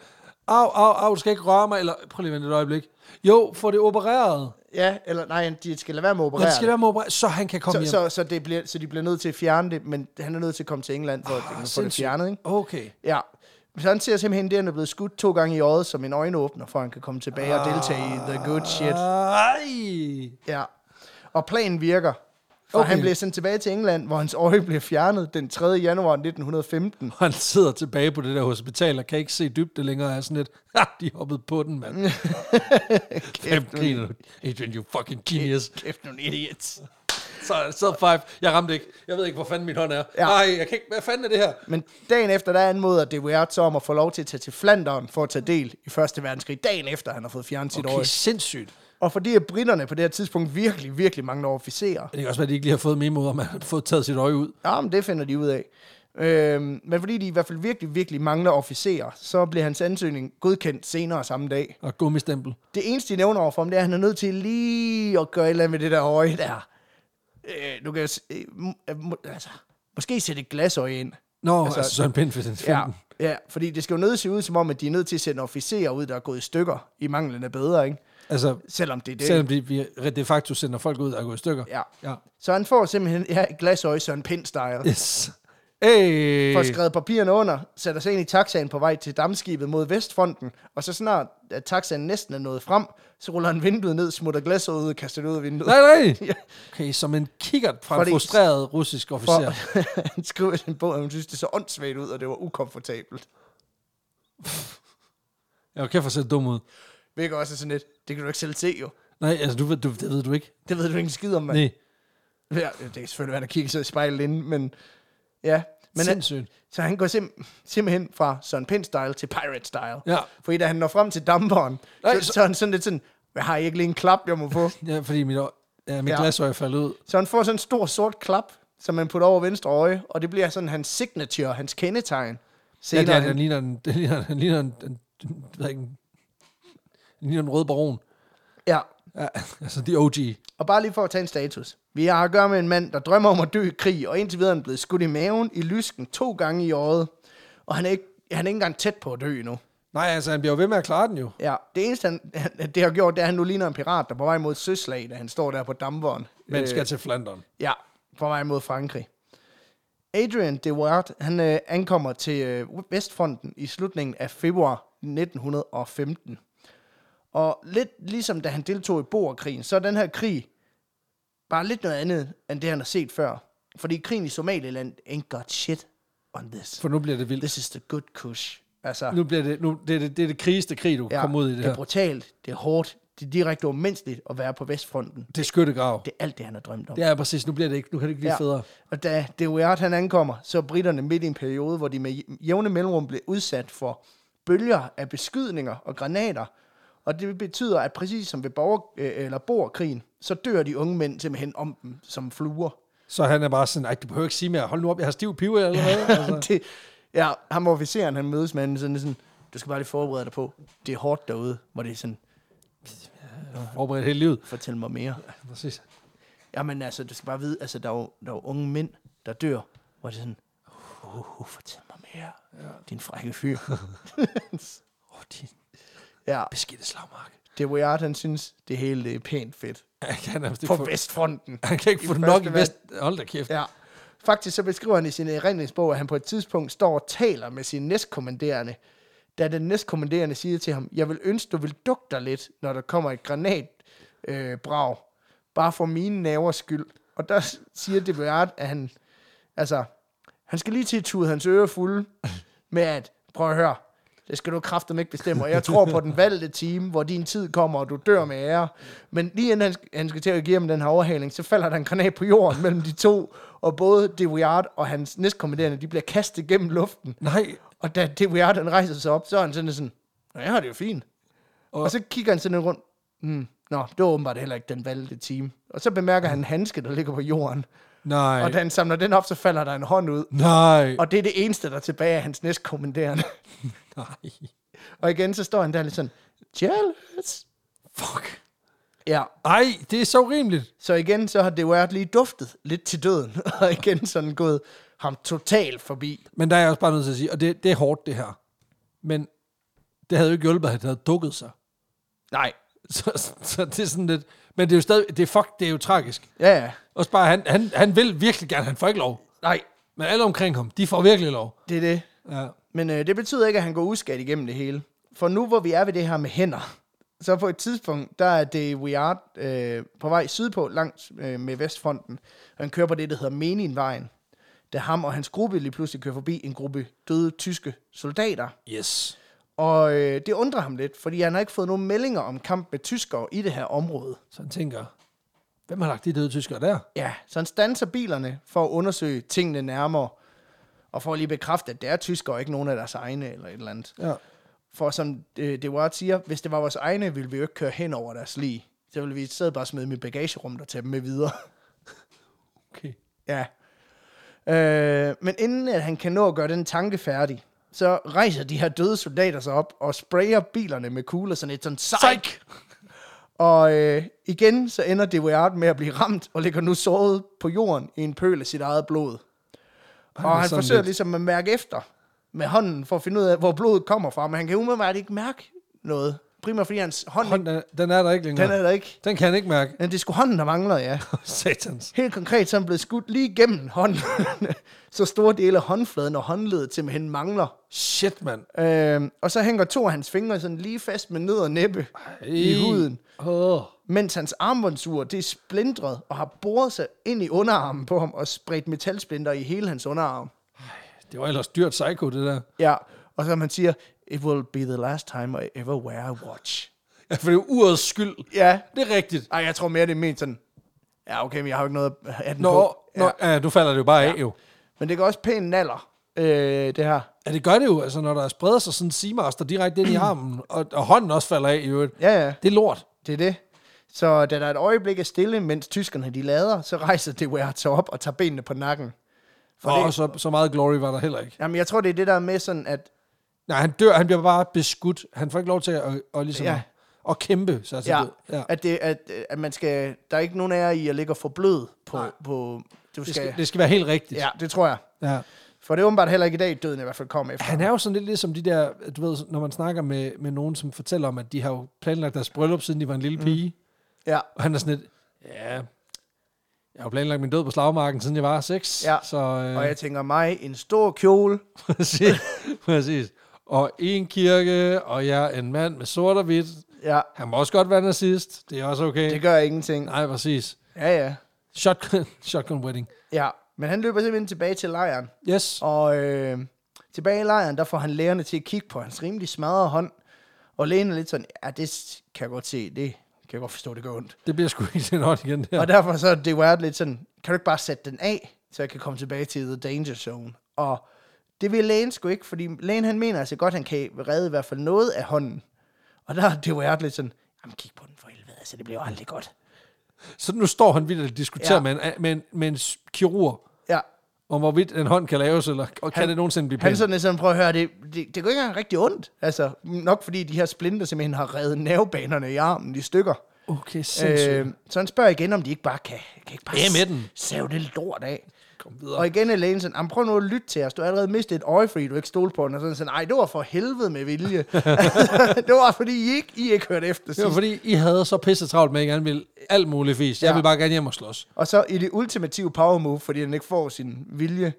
Speaker 2: au, au, au, du skal ikke røre mig, eller prøv lige at vente et øjeblik. Jo, få det opereret.
Speaker 1: ja, eller nej, de skal lade være med at
Speaker 2: Og
Speaker 1: operere
Speaker 2: det skal være med opereret, så han kan komme
Speaker 1: det.
Speaker 2: hjem.
Speaker 1: så, så, så, det bliver, så de bliver nødt til at fjerne det, men han er nødt til at komme til England for ah, at få det
Speaker 2: sindssygt.
Speaker 1: fjernet, ikke?
Speaker 2: Okay.
Speaker 1: Ja. Så han ser simpelthen, at han er blevet skudt to gange i øjet som en øjenåbner, for han kan komme tilbage
Speaker 2: Ah.
Speaker 1: og deltage i the good shit.
Speaker 2: Ej.
Speaker 1: Ja. Og planen virker. For okay.
Speaker 2: Okay.
Speaker 1: han bliver sendt tilbage til England, hvor hans øje bliver fjernet den 3. januar 1915.
Speaker 2: Han sidder tilbage på det der hospital og kan ikke se dybde længere og er sådan lidt, ha, de hoppede på den, mand. Hvem griner du? Adrian, you fucking genius.
Speaker 1: Kæft, nogle idiots.
Speaker 2: Så sad five. Jeg ramte ikke. Jeg ved ikke, hvor fanden min hånd er.
Speaker 1: Ja.
Speaker 2: Ja. Ej, jeg kan ikke. Hvad fanden er det her?
Speaker 1: Men dagen efter, der anmoder De Weert så om at få lov til at tage til Flandern for at tage del i Første Verdenskrig. Dagen efter, han har fået fjernet sit øje.
Speaker 2: Okay, sindssygt.
Speaker 1: Og fordi at britterne på det her tidspunkt virkelig, virkelig mangler officerer,
Speaker 2: Det kan også være, at de ikke lige har fået memo om, at han har fået taget sit øje ud.
Speaker 1: Ja, men det finder de ud af. Øhm, men fordi de i hvert fald virkelig, virkelig mangler officerer, så bliver hans ansøgning godkendt senere samme dag.
Speaker 2: Og gummistempel.
Speaker 1: Det eneste, de nævner overfor ham, det er, at han er nødt til lige at gøre et eller andet med det der øje der. Øh, nu kan jeg s- øh, m- øh, må- altså, måske sætte et glasøje ind.
Speaker 2: Nå,
Speaker 1: Altså-
Speaker 2: altså, altså Søren Pind for den
Speaker 1: Ja,
Speaker 2: ja.
Speaker 1: ja, fordi det skal jo nødt til at se ud som om, at de er nødt til at sende officerer ud, der er gået i stykker i manglen af bedre, ikke?
Speaker 2: Altså,
Speaker 1: Selvom det er det.
Speaker 2: selvom de, vi de facto sender folk ud og går i stykker.
Speaker 1: Ja.
Speaker 2: ja.
Speaker 1: Så han får simpelthen ja, et glasøje, Søren Pind-style.
Speaker 2: Yes. Hey.
Speaker 1: får skrevet papirerne under, sætter sig ind i taxaen på vej til dammskibet mod Vestfronten, og så snart at taxaen næsten er nået frem, så ruller han vinduet ned, smutter glasset ud og kaster det ud af vinduet.
Speaker 2: Nej,
Speaker 1: Ja.
Speaker 2: nej. Okay, som en kikkert fra
Speaker 1: Fordi-
Speaker 2: en frustreret russisk officer. For...
Speaker 1: For han skriver i sin bog, at hun synes, det så åndssvagt ud, og det var ukomfortabelt.
Speaker 2: Jeg kan for se dum ud.
Speaker 1: Hvilket også er sådan lidt, det kan du ikke selv se jo.
Speaker 2: Nej, altså, du, ved- du, det ved du ikke.
Speaker 1: Det ved du ikke en skid om, mand.
Speaker 2: Nej,
Speaker 1: Ja, det kan selvfølgelig være, at der kigger sig i spejlet inden, men ja. Men han,
Speaker 2: men sindssygt.
Speaker 1: så han går sim- simpelthen fra Søren Pind-style til Pirate-style.
Speaker 2: Ja.
Speaker 1: Fordi da han når frem til damperen,
Speaker 2: Nej,
Speaker 1: så,
Speaker 2: så-
Speaker 1: så, er han sådan lidt sådan, hvad har I ikke lige en klap, jeg må få?
Speaker 2: Ja, fordi mit, ø- ja, mit
Speaker 1: Ja.
Speaker 2: ja. glasøje faldt ud.
Speaker 1: Så han får sådan en stor sort klap, som man putter over venstre øje, og det bliver sådan hans signature, hans kendetegn.
Speaker 2: Ja, det,
Speaker 1: Senere,
Speaker 2: er, den ligner en, det ligner, den ligner en, en, en, ved ikke, en, den ligner en rød baron.
Speaker 1: ja.
Speaker 2: Ja, altså, de OG.
Speaker 1: Og bare lige for at tage en status. Vi har at gøre med en mand, der drømmer om at dø i krig, og indtil videre er han blevet skudt i maven i lysken to gange i året. Og han er ikke, han er ikke engang tæt på at dø endnu.
Speaker 2: Nej, altså, han bliver jo ved med at klare den jo.
Speaker 1: Ja, det eneste, han, han, det har gjort, det er, at han nu ligner en pirat, der er på vej mod et søslag, da han står der på dampvognen.
Speaker 2: Men skal til Flandern.
Speaker 1: Ja, på vej mod Frankrig. Adrian de Ward, han øh, ankommer til øh, Vestfronten i slutningen af februar 1915. Og lidt ligesom da han deltog i Boerkrigen, så er den her krig bare lidt noget andet, end det han har set før. Fordi krigen i Somaliland ain't got shit. on this.
Speaker 2: For nu bliver det vildt.
Speaker 1: This is the good kush. Altså,
Speaker 2: Nu bliver det, nu, det, er det, det er det krigeste krig, du ja, kommer ud i det
Speaker 1: det er
Speaker 2: her.
Speaker 1: brutalt, det er hårdt, det er direkte umenneskeligt at være på Vestfronten.
Speaker 2: Det er skyttegrav.
Speaker 1: Det er alt det, han har drømt om.
Speaker 2: Det er præcis, nu bliver det ikke, nu kan det ikke blive ja. federe.
Speaker 1: Og da De Weert, han ankommer, så er britterne midt i en periode, hvor de med jævne mellemrum blev udsat for bølger af beskydninger og granater. Og det betyder, at præcis som ved borger, øh, eller borgerkrigen, så dør de unge mænd simpelthen om dem som fluer.
Speaker 2: Så han er bare sådan, nej, du behøver ikke sige mere, hold nu op, jeg har stiv pive eller noget. Altså,
Speaker 1: det, ja, ham officeren, han mødes med, han er sådan, sådan, du skal bare lige forberede dig på, det er hårdt derude, hvor det er sådan,
Speaker 2: forberedt hele livet.
Speaker 1: fortæl mig mere.
Speaker 2: Præcis.
Speaker 1: Jamen altså, du skal bare vide, altså, der er jo, der er jo unge mænd, der dør, hvor det er sådan, uh, uh, fortæl mig mere, ja. din frække fyr.
Speaker 2: Åh, oh, din
Speaker 1: ja,
Speaker 2: beskidte slagmark.
Speaker 1: det er Weird, han synes, det hele det er pænt fedt.
Speaker 2: Han, er,
Speaker 1: På
Speaker 2: for,
Speaker 1: Vestfronten.
Speaker 2: han kan ikke
Speaker 1: i
Speaker 2: få
Speaker 1: første
Speaker 2: nok i
Speaker 1: valg.
Speaker 2: vest. Hold da kæft. Ja.
Speaker 1: Ja. Faktisk så beskriver han i sin erindringsbog, at han på et tidspunkt står og taler med sin næstkommanderende, da den næstkommanderende siger til ham, jeg vil ønske, du vil dukke dig lidt, når der kommer et granatbrag, øh, brag. bare for mine navers skyld. Og der s- siger det Bert, at han, altså, han skal lige til at tude hans ører fulde med at, prøv at høre, det skal du kraftedeme ikke bestemme, og jeg tror på den valgte time, hvor din tid kommer, og du dør med ære. Men lige inden han, sk- han skal til at give ham den her overhaling, så falder der en granat på jorden mellem de to, og både De Weird og hans næstkommanderende, de bliver kastet gennem luften.
Speaker 2: Nej,
Speaker 1: Og da De Weird, han rejser sig op, så er han sådan sådan, Nå, jeg har det jo fint. Og,
Speaker 2: Og-
Speaker 1: og så kigger han sådan lidt rundt, hmm, nå, det var åbenbart heller ikke den valgte time. Og så bemærker han en handske, der ligger på jorden.
Speaker 2: nej,
Speaker 1: Og da han samler den op, så falder der en hånd ud.
Speaker 2: nej,
Speaker 1: Og det er det eneste, der er tilbage af hans næstkommanderende.
Speaker 2: nej.
Speaker 1: Og igen, så står han der lidt sådan, jealous.
Speaker 2: Fuck.
Speaker 1: Ja,
Speaker 2: Ej, det er så rimeligt.
Speaker 1: så igen, så har det jo lige duftet lidt til døden, og igen sådan gået ham totalt forbi.
Speaker 2: Men der er jeg også bare nødt til at sige, og det, det er hårdt det her. Men det havde jo ikke hjulpet, at han havde dukket sig.
Speaker 1: Nej.
Speaker 2: Så, så det er sådan lidt... Men det er jo stadig... Det er, fuck, det er jo tragisk.
Speaker 1: Ja, ja.
Speaker 2: Også bare, han, han, han vil virkelig gerne, han får ikke lov.
Speaker 1: Nej,
Speaker 2: Men alle omkring ham, de får virkelig lov.
Speaker 1: det er det.
Speaker 2: Ja.
Speaker 1: Men øh, det betyder ikke, at han går uskadt igennem det hele. For nu, hvor vi er ved det her med hænder, så på et tidspunkt, der er det Weird øh, på vej sydpå langs øh, med Vestfronten. Han kører på det, der hedder Meningvejen. Da ham og hans gruppe lige pludselig kører forbi en gruppe døde tyske soldater.
Speaker 2: Yes.
Speaker 1: Og øh, det undrer ham lidt, fordi han har ikke fået nogen meldinger om kamp med tyskere i det her område.
Speaker 2: Så han tænker, hvem har lagt de døde tyskere der?
Speaker 1: Ja, så han standser bilerne for at undersøge tingene nærmere, og for at lige bekræfte, at det er tyskere, og ikke nogen af deres egne eller et eller andet.
Speaker 2: Ja.
Speaker 1: For som øh, det Ward siger, hvis det var vores egne, ville vi jo ikke køre hen over deres lige. Så ville vi i stedet bare smide dem i bagagerummet og tage dem med videre.
Speaker 2: Okay.
Speaker 1: ja. Øh, men inden at han kan nå at gøre den tanke færdig, så rejser de her døde soldater sig op og sprayer bilerne med kugler sådan et sådan psych!
Speaker 2: Psych!
Speaker 1: Og øh, igen så ender Dewiart med at blive ramt og ligger nu såret på jorden i en pøl af sit eget blod. Og han
Speaker 2: sådan
Speaker 1: forsøger
Speaker 2: lidt-
Speaker 1: ligesom at mærke efter med hånden for at finde ud af, hvor blodet kommer fra. Men han kan umiddelbart ikke mærke noget. Primært fordi hans hånd, hånd
Speaker 2: Hånden, er- den er der ikke længere.
Speaker 1: den er der ikke.
Speaker 2: den kan han ikke mærke.
Speaker 1: Men det er sgu hånden, der mangler, ja.
Speaker 2: Satans.
Speaker 1: Helt konkret så er han blevet skudt lige igennem hånden. så store dele af håndfladen og håndledet simpelthen mangler.
Speaker 2: Shit, mand.
Speaker 1: Øhm, og så hænger to af hans fingre sådan lige fast med nød og næppe i
Speaker 2: Ej.
Speaker 1: huden.
Speaker 2: Åh.
Speaker 1: mens hans armbåndsur det er splindret og har boret sig ind i underarmen på ham og spredt metalsplinter i hele hans underarm.
Speaker 2: Det var ellers dyrt psycho, det der.
Speaker 1: Ja, og som han siger, it will be the last time I ever wear a watch.
Speaker 2: Ja, for det er jo urets skyld.
Speaker 1: Ja,
Speaker 2: Det er rigtigt.
Speaker 1: Ej, jeg tror mere, det er ment sådan, ja, okay, men jeg har jo ikke noget af den
Speaker 2: Nå,
Speaker 1: på.
Speaker 2: nå ja. nu falder det jo bare ja. af, jo.
Speaker 1: Men det går også pænt naller, øh, det her.
Speaker 2: Ja, det gør det jo. Altså, når der spreder sig sådan en seamaster direkte ind i armen, og, og hånden også falder af, i øvrigt.
Speaker 1: Ja, ja,
Speaker 2: Det er lort.
Speaker 1: det er det. Så da der er et øjeblik er stille, mens tyskerne de lader, så rejser det Weird sig op og tager benene på nakken. For
Speaker 2: Og
Speaker 1: det,
Speaker 2: så, så meget glory var der heller ikke.
Speaker 1: jamen, jeg tror, det er det der med sådan, at
Speaker 2: Nej, han dør. Han bliver bare beskudt. Han får ikke lov til at, at, ligesom
Speaker 1: Ja.
Speaker 2: ja. at, at kæmpe sig til
Speaker 1: Ja,
Speaker 2: død. ja.
Speaker 1: At, det, at, at man skal, der er ikke nogen af jer i at ligge og få blød på, på du
Speaker 2: Det
Speaker 1: skal,
Speaker 2: skal, det skal være helt rigtigt.
Speaker 1: ja, det tror jeg.
Speaker 2: Ja.
Speaker 1: For det er åbenbart heller ikke i dag, døden i hvert fald kom efter.
Speaker 2: Han er jo sådan lidt ligesom de der, du ved, når man snakker med, med nogen, som fortæller om, at de har jo planlagt deres bryllup, siden de var en lille pige.
Speaker 1: Ja,
Speaker 2: Og han er sådan lidt, ja, jeg har jo planlagt min død på slagmarken, siden jeg var seks.
Speaker 1: Ja.
Speaker 2: Så, øh,
Speaker 1: og jeg tænker mig, en stor kjole.
Speaker 2: præcis, præcis. Og en kirke, og jeg er en mand med sort og hvidt.
Speaker 1: Ja,
Speaker 2: Han må også godt være nazist. Det er også okay.
Speaker 1: det gør ingenting.
Speaker 2: Nej, præcis.
Speaker 1: Ja, ja.
Speaker 2: Shotgun, shotgun wedding.
Speaker 1: Ja, Men han løber simpelthen tilbage til lejren,
Speaker 2: Yes.
Speaker 1: og øh, tilbage i lejren, der får han lægerne til at kigge på hans rimelig smadrede hånd, og lægen er lidt sådan, ja, det s- kan jeg godt se, det kan jeg godt forstå, det gør ondt.
Speaker 2: Det bliver sgu ikke sådan godt igen.
Speaker 1: Ja.
Speaker 2: Der.
Speaker 1: Og derfor så er det Ward lidt sådan, kan du ikke bare sætte den af, så jeg kan komme tilbage til The Danger Zone? Og det vil lægen sgu ikke, fordi lægen han mener altså godt, han kan redde i hvert fald noget af hånden. Og der er det Ward lidt sådan, jamen kig på den for helvede, altså det bliver jo aldrig godt.
Speaker 2: Så nu står han vildt og diskuterer
Speaker 1: Ja.
Speaker 2: ja. med, en, med, en, med en s- kirurg,
Speaker 1: Ja,
Speaker 2: om hvorvidt en hånd kan laves, eller og kan
Speaker 1: Han-
Speaker 2: det nogensinde blive
Speaker 1: han
Speaker 2: pænt.
Speaker 1: sådan er sådan, prøv at høre, det, det, det går ikke engang rigtig ondt. Altså, nok fordi de her splinter simpelthen har revet nervebanerne i armen i stykker.
Speaker 2: Okay,
Speaker 1: Øh, så han spørger igen, om de ikke bare kan, kan ikke bare
Speaker 2: Af med den.
Speaker 1: save det lort af.
Speaker 2: Kom videre.
Speaker 1: Og igen er lægen sådan, "Jamen, prøv nu at lytte til os, du har allerede mistet et øje, fordi du ikke stole på den. Og sådan sådan, nej, det var for helvede med vilje. det var fordi, I ikke, I ikke hørte efter
Speaker 2: Det var
Speaker 1: sidst.
Speaker 2: fordi, I havde så pisse travlt med, at I gerne ville alt muligt fisk. Jeg
Speaker 1: Ja.
Speaker 2: vil bare gerne hjem og slås.
Speaker 1: Og så i det ultimative power move, fordi han ikke får sin vilje,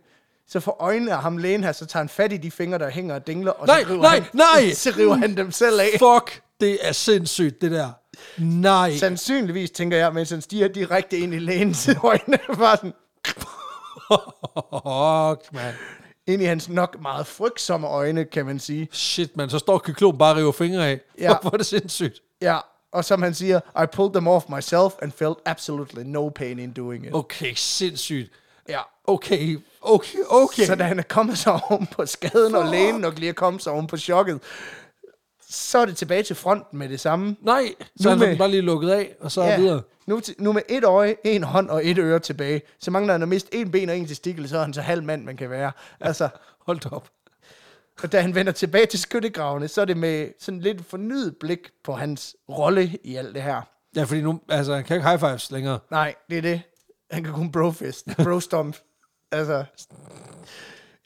Speaker 1: så for øjnene af ham lægen her, så tager han fat i de fingre, der hænger og dingler, og
Speaker 2: Nej,
Speaker 1: så, river
Speaker 2: nej,
Speaker 1: han,
Speaker 2: nej!
Speaker 1: så river han dem selv af.
Speaker 2: Fuck, det er sindssygt, det der. Nej.
Speaker 1: Sandsynligvis, tænker jeg, mens han stiger direkte ind i lægens øjne, bare sådan,
Speaker 2: Fuck, man.
Speaker 1: ind i hans nok meget frygtsomme øjne, kan man sige.
Speaker 2: Shit, man. Så står kyklopen bare og river fingre af.
Speaker 1: Ja.
Speaker 2: Ja. Hvor er det sindssygt.
Speaker 1: Ja, og som han siger, I pulled them off myself and felt absolutely no pain in doing it.
Speaker 2: Okay, sindssygt.
Speaker 1: Ja.
Speaker 2: Okay, okay, okay.
Speaker 1: Så da han er kommet sig oven på skaden, og lægen nok lige er kommet sig oven på chokket, så er det tilbage til fronten med det samme.
Speaker 2: Nej,
Speaker 1: Nu
Speaker 2: så han
Speaker 1: med-
Speaker 2: med... den bare lige lukket af, og så ja. videre.
Speaker 1: Nu, til, nu med et øje, en hånd og et øre tilbage, så mangler han at miste en ben og en testikel, så er han så halv mand, man kan være. Altså,
Speaker 2: Hold da op.
Speaker 1: og da han vender tilbage til skyttegravene, så er det med sådan lidt fornyet blik på hans rolle i alt det her.
Speaker 2: Ja, fordi nu, altså, han kan ikke high fives længere.
Speaker 1: Nej, det er det. Han kan kun brofist. Brostomp. altså.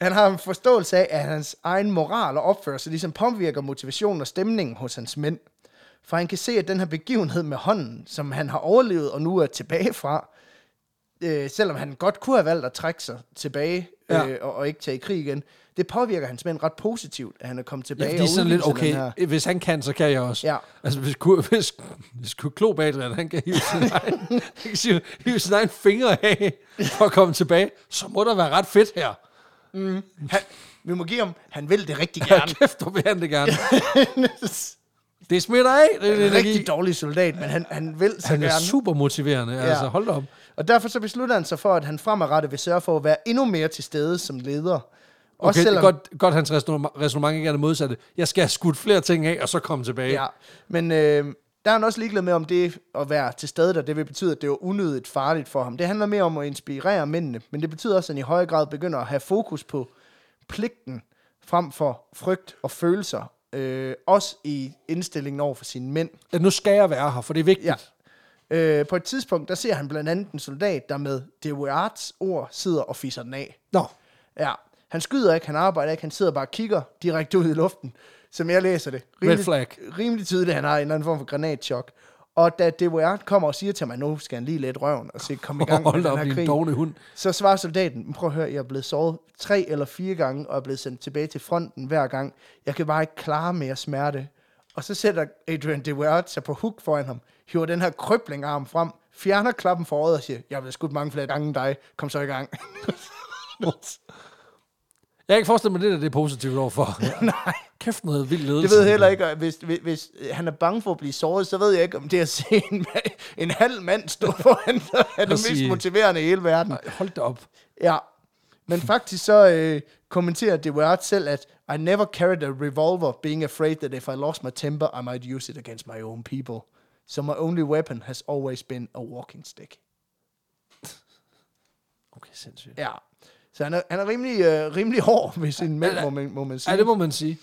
Speaker 1: Han har en forståelse af, at hans egen moral og opførsel ligesom påvirker motivationen og stemningen hos hans mænd. For han kan se, at den her begivenhed med hånden, som han har overlevet og nu er tilbage fra, øh, selvom han godt kunne have valgt at trække sig tilbage øh,
Speaker 2: Ja.
Speaker 1: og, og ikke tage i krig igen, det påvirker hans mænd ret positivt, at han er kommet tilbage
Speaker 2: Ja, det
Speaker 1: og
Speaker 2: er sådan lidt,
Speaker 1: udviser den her-
Speaker 2: okay, hvis han kan, så kan jeg også.
Speaker 1: Ja.
Speaker 2: Altså, hvis, ku- hvis, hvis Klobatrian, han kan hive sin, egen, han kan hive- hive sin egen finger af for at komme tilbage, så må der være ret fedt her.
Speaker 1: Han, vi må give ham, han vil det rigtig gerne.
Speaker 2: Kæft, hvor vil han det gerne. Det smitter af, det er
Speaker 1: en
Speaker 2: energi.
Speaker 1: rigtig dårlig soldat, men han, han vil så
Speaker 2: Han er
Speaker 1: gerne.
Speaker 2: super motiverende, ja. altså hold da op.
Speaker 1: Og derfor så beslutter han sig for, at han fremadrettet vil sørge for at være endnu mere til stede som leder.
Speaker 2: Okay,
Speaker 1: Også selvom,
Speaker 2: godt, godt hans resonemang ikke er det modsatte. Jeg skal have skudt flere ting af, og så komme tilbage.
Speaker 1: Ja, men øh, der er han også ligeglad med, om det at være til stede der, det vil betyde, at det var unødigt farligt for ham. Det handler mere om at inspirere mændene, men det betyder også, at han i højere grad begynder at have fokus på pligten frem for frygt og følelser. Øh, også i indstillingen over for sine mænd.
Speaker 2: At nu skal jeg være her, for det er vigtigt.
Speaker 1: Ja. Øh, på et tidspunkt, der ser han blandt andet en soldat, der med Dewards ord sidder og fisser den af.
Speaker 2: Nå,
Speaker 1: Ja. Han skyder ikke, han arbejder ikke, han sidder bare og kigger direkte ud i luften, som jeg læser det.
Speaker 2: red flag.
Speaker 1: rimelig tydeligt, at han har en eller anden form for granatchok. Og da Dewards kommer og siger til mig, nu skal han lige lette røven og se, kom i gang med
Speaker 2: Hold da
Speaker 1: den
Speaker 2: op,
Speaker 1: her
Speaker 2: din
Speaker 1: krig.
Speaker 2: dogne hund.
Speaker 1: Så svarer soldaten, "Men prøv at høre, jeg er blevet såret tre eller fire gange, og er blevet sendt tilbage til fronten hver gang. Jeg kan bare ikke klare mere smerte. Og så sætter Adrian Dewart sig på huk foran ham, hiver den her krøblingarm frem, fjerner klappen for øjet og siger, jeg er blevet skudt mange flere gange end dig, kom så i gang.
Speaker 2: Jeg kan ikke forestille mig, det der det er positivt overfor. Nej. Kæft noget vild ledelse.
Speaker 1: Det ved jeg heller ikke, og hvis, hvis, hvis øh, han er bange for at blive såret, så ved jeg ikke, om det at se en, ma- en halv mand stå foran dig er det
Speaker 2: Og
Speaker 1: mest
Speaker 2: sige-
Speaker 1: motiverende i hele verden.
Speaker 2: Ej, Hold da op.
Speaker 1: Ja. Men faktisk så øh, kommenterer DeWert selv, at I never carried a revolver, being afraid that if I lost my temper, I might use it against my own people. So my only weapon has always been a walking stick.
Speaker 2: Okay, sindssygt.
Speaker 1: Ja. Så han er, han er rimelig, øh, rimelig hård ved sin mænd, må man, må man sige.
Speaker 2: Ja, det må man sige.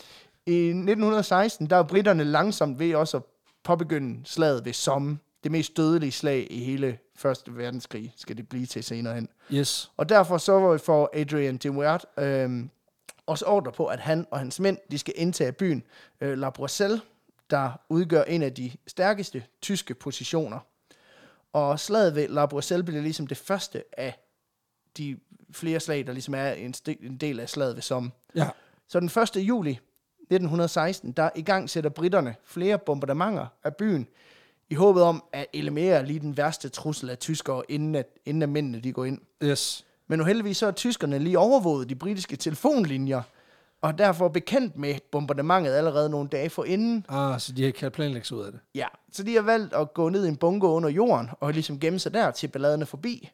Speaker 1: I 1916, der er britterne langsomt ved også at påbegynde slaget ved Somme. Det mest dødelige slag i hele Første Verdenskrig skal det blive til senere hen.
Speaker 2: Yes.
Speaker 1: Og derfor så får Adrian Dewart øhm, også ordre på, at han og hans mænd, de skal indtage byen øh, La Boisselle, der udgør en af de stærkeste tyske positioner. Og slaget ved La Boisselle bliver ligesom det første af de flere slag, der ligesom er en, sti- en del af slaget ved Somme.
Speaker 2: Ja.
Speaker 1: Så den 1. juli 1916, der i gang sætter britterne flere bombardementer af byen, i håbet om at eliminere lige den værste trussel af tyskere, inden at, inden at mændene de går ind.
Speaker 2: Yes.
Speaker 1: Men uheldigvis så er tyskerne lige overvåget de britiske telefonlinjer, og er derfor bekendt med bombardementet allerede nogle dage forinden.
Speaker 2: Ah, så de kan planlægge sig ud af det.
Speaker 1: Ja, så de har valgt at gå ned i en bunker under jorden og ligesom gemme sig der til balladen er forbi.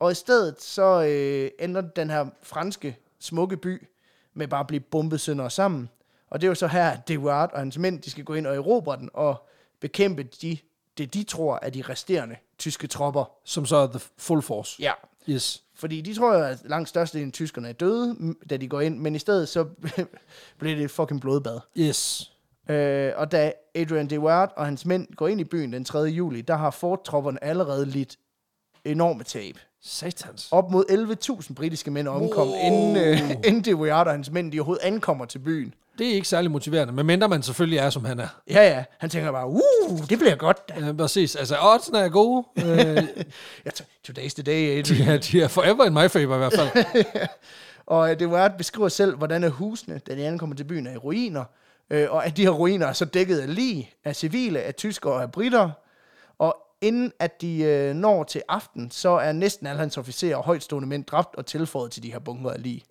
Speaker 1: Og i stedet så øh, ender den her franske smukke by med bare at blive bombet sønder og sammen. Og det er jo så her, at Dewart og hans mænd, de skal gå ind og erobre den og bekæmpe de, det, de tror er de resterende tyske tropper.
Speaker 2: Som så er the full force.
Speaker 1: Ja.
Speaker 2: Yes.
Speaker 1: Fordi de tror jo, at langt størstedelen af tyskerne er døde, m- da de går ind, men i stedet så bliver det et fucking blodbad.
Speaker 2: Yes.
Speaker 1: Øh, og da Adrian Dewart og hans mænd går ind i byen den 3. juli, der har Ford-tropperne allerede lidt enorme tab.
Speaker 2: Satans.
Speaker 1: Op mod 11.000 britiske mænd er omkommet,
Speaker 2: Wow.
Speaker 1: wow. inden, øh, inden Dewart og hans mænd de overhovedet ankommer til byen.
Speaker 2: Det er ikke særlig motiverende, medmindre man selvfølgelig er, som han er.
Speaker 1: Ja, ja. Han tænker bare, uh, det bliver godt da.
Speaker 2: Ja, præcis. Altså, oddsene er gode. Øh,
Speaker 1: Jeg t- Today's the day, Adrian.
Speaker 2: de, er, de er forever in my favor i hvert fald.
Speaker 1: Og øh, Dewart beskriver selv, hvordan at husene, da de ankommer til byen, er i ruiner, øh, og at de her ruiner er så dækket af lig, af civile, af tyskere og af britter. Og inden at de øh, når til aften, så er næsten alle hans officerer og højtstående mænd dræbt og tilføjet til de her bunker af lig.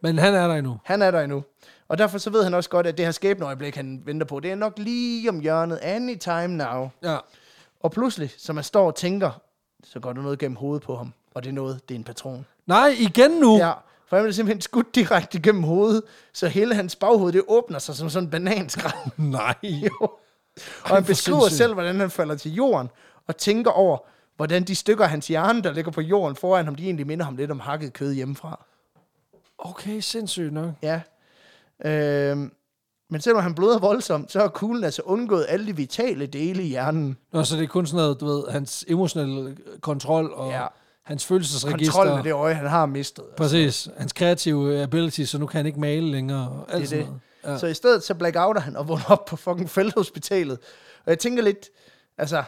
Speaker 2: Men han er der endnu.
Speaker 1: Han er der endnu. Og derfor så ved han også godt, at det her skæbneøjeblik, han venter på, det er nok lige om hjørnet. Anytime now.
Speaker 2: Ja.
Speaker 1: Og pludselig, som man står og tænker, så går der noget gennem hovedet på ham. Og det er noget, det er en patron.
Speaker 2: Nej, igen nu. Ja.
Speaker 1: Ja, for han blev simpelthen skudt direkte gennem hovedet, så hele hans baghoved, det åbner sig som sådan en bananskrald.
Speaker 2: Nej.
Speaker 1: Og han
Speaker 2: for
Speaker 1: beskriver
Speaker 2: sindssygt.
Speaker 1: selv, hvordan han falder til jorden, og tænker over, hvordan de stykker af hans hjerne, der ligger på jorden foran ham, de egentlig minder ham lidt om hakket kød hjemmefra.
Speaker 2: Okay, sindssygt nok.
Speaker 1: Ja. Øhm, men selvom han bløder voldsomt, så har kuglen altså undgået alle de vitale dele i hjernen.
Speaker 2: Nå, så det er kun sådan noget, du ved, hans emotionelle kontrol og ja.
Speaker 1: Ja.
Speaker 2: hans følelsesregister.
Speaker 1: Kontrollen af det øje, han har mistet.
Speaker 2: Præcis. Hans kreative ability, så nu kan han ikke male længere. Og alt
Speaker 1: Det er
Speaker 2: sådan
Speaker 1: det.
Speaker 2: noget. Ja.
Speaker 1: Så i stedet så blackouter han og vågner op på fucking felthospitalet. Og jeg tænker lidt, altså,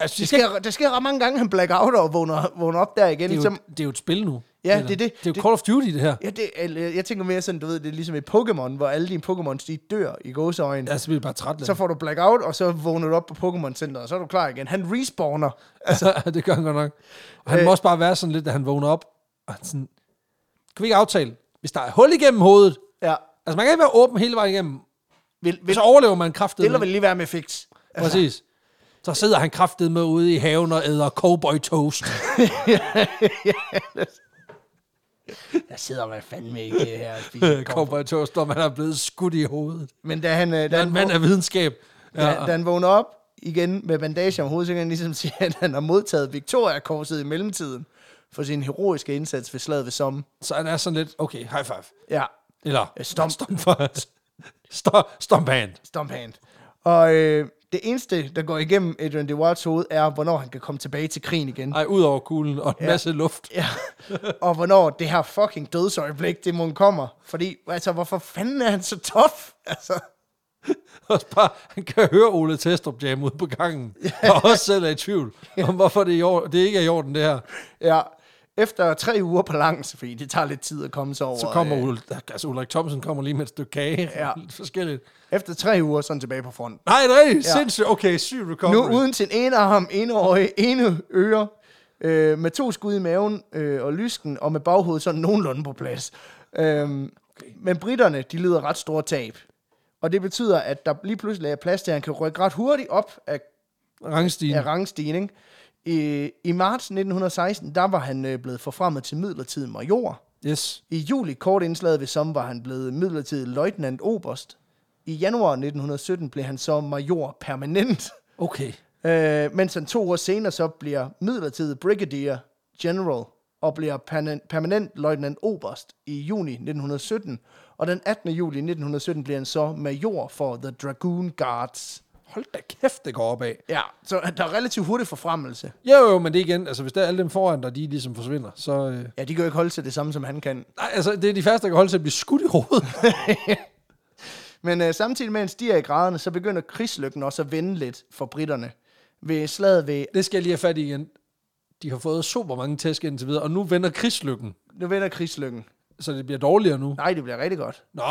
Speaker 2: Altså,
Speaker 1: Det
Speaker 2: det, skal,
Speaker 1: sker, det sker ret mange gange, han blackouter og vågner, vågner op der igen.
Speaker 2: det, er
Speaker 1: Som,
Speaker 2: jo, det er jo et spil nu.
Speaker 1: Ligesom- Ja,
Speaker 2: Eller-
Speaker 1: det er det.
Speaker 2: Det er jo
Speaker 1: Det-
Speaker 2: Call of Duty, det her.
Speaker 1: ja, det, eller, jeg tænker mere sådan, du ved, det er ligesom i Pokémon, hvor alle dine Pokémons, de dør i gåseøjne. Ja.
Speaker 2: Ja, så bliver jeg Altså, bare træt.
Speaker 1: Så får du blackout, og så vågner du op på Pokémon Center, og så er du klar igen. Han respawner.
Speaker 2: Altså, det gør han godt nok. Og han øh, må også bare være sådan lidt, da han vågner op. Og han sådan, kan vi ikke aftale, hvis der er hul igennem hovedet?
Speaker 1: Ja.
Speaker 2: Altså, man kan ikke være åben hele vejen igennem.
Speaker 1: Vil, vil,
Speaker 2: Hvis altså- så overlever man kraftet
Speaker 1: eller
Speaker 2: med.
Speaker 1: vil lige være med fix.
Speaker 2: Præcis. Så sidder han kraftet med ude i haven og æder cowboy toast.
Speaker 1: Jeg sidder man fandme ikke her. og spiser kop.
Speaker 2: cowboy toast, når man er blevet skudt i hovedet.
Speaker 1: Men da han, øh, da,
Speaker 2: Den
Speaker 1: han,
Speaker 2: mand
Speaker 1: våg-
Speaker 2: af videnskab. Ja,
Speaker 1: da, da han vågner op igen med bandage om hovedet, så kan han ligesom sige, at han har modtaget Victoria-korset i mellemtiden for sin heroiske indsats ved slaget ved Somme.
Speaker 2: Så han er sådan lidt, okay, high five.
Speaker 1: Ja,
Speaker 2: Eller,
Speaker 1: Øh, stomp.
Speaker 2: Stomp for Stomp, stomp hand.
Speaker 1: Stumphand. Og øh, det eneste, der går igennem Adrian DeWards hoved, er, hvornår han kan komme tilbage til krigen igen.
Speaker 2: Ej, ud over kuglen og en ja. masse luft.
Speaker 1: Ja. og hvornår det her fucking dødsøjeblik, det mon kommer. Fordi, altså, hvorfor fanden er han så tof? Altså,
Speaker 2: Og bare, han kan høre Ole Testrup jam ude på gangen. Og også selv er i tvivl om, hvorfor det, er i orden, det ikke er i orden, det her.
Speaker 1: ja. Efter tre uger på langs, fordi det tager lidt tid at komme sig over.
Speaker 2: Så kommer
Speaker 1: øh,
Speaker 2: Ole, altså Ulrik Thomsen kommer lige med et stykke kage.
Speaker 1: Ja.
Speaker 2: Lidt forskelligt.
Speaker 1: øh, Efter tre uger, sådan tilbage på front.
Speaker 2: Nej, nej, ja. sindssygt. Okay, syg recovery.
Speaker 1: Nu uden sin ene arm, ene øje, ene øre. Øh, med to skud i maven øh, og lysken, og med baghovedet sådan nogenlunde på plads. Øhm, okay. Men britterne, de lider ret store tab. Og det betyder, at der lige pludselig er plads til, at han kan rykke ret hurtigt op af,
Speaker 2: Rangstigen.
Speaker 1: af rangstigning. I, I marts 1916, der var han øh, blevet forfremmet til midlertidig major.
Speaker 2: Yes.
Speaker 1: I juli, kort indslaget ved sommer, var han blevet midlertidig løjtnant oberst. I januar 1917 blev han så major permanent.
Speaker 2: Okay.
Speaker 1: Øh, mens han to år senere så bliver midlertidig brigadier general og bliver permanent, permanent løjtnant oberst i juni 1917. Og den 18. juli 1917 bliver han så major for The Dragoon Guards.
Speaker 2: Hold da kæft, det går opad.
Speaker 1: Ja, så der er relativt hurtig forfremmelse.
Speaker 2: Jo, jo, men det er igen, altså hvis der er alle dem foran dig, de ligesom forsvinder, så... Øh,
Speaker 1: Ja, de kan jo ikke holde til det samme, som han kan.
Speaker 2: nej, altså det er de første, der kan holde til at blive skudt i hovedet.
Speaker 1: Men øh, samtidig med, at han stiger i graderne, så begynder krigslykken også at vende lidt for britterne. Ved slaget ved...
Speaker 2: det skal jeg lige have fat i igen. De har fået super mange tæsk indtil videre, og nu vender krigslykken,
Speaker 1: Nu vender krigslykken.
Speaker 2: så det bliver dårligere nu.
Speaker 1: Nej, det bliver rigtig godt.
Speaker 2: Nå,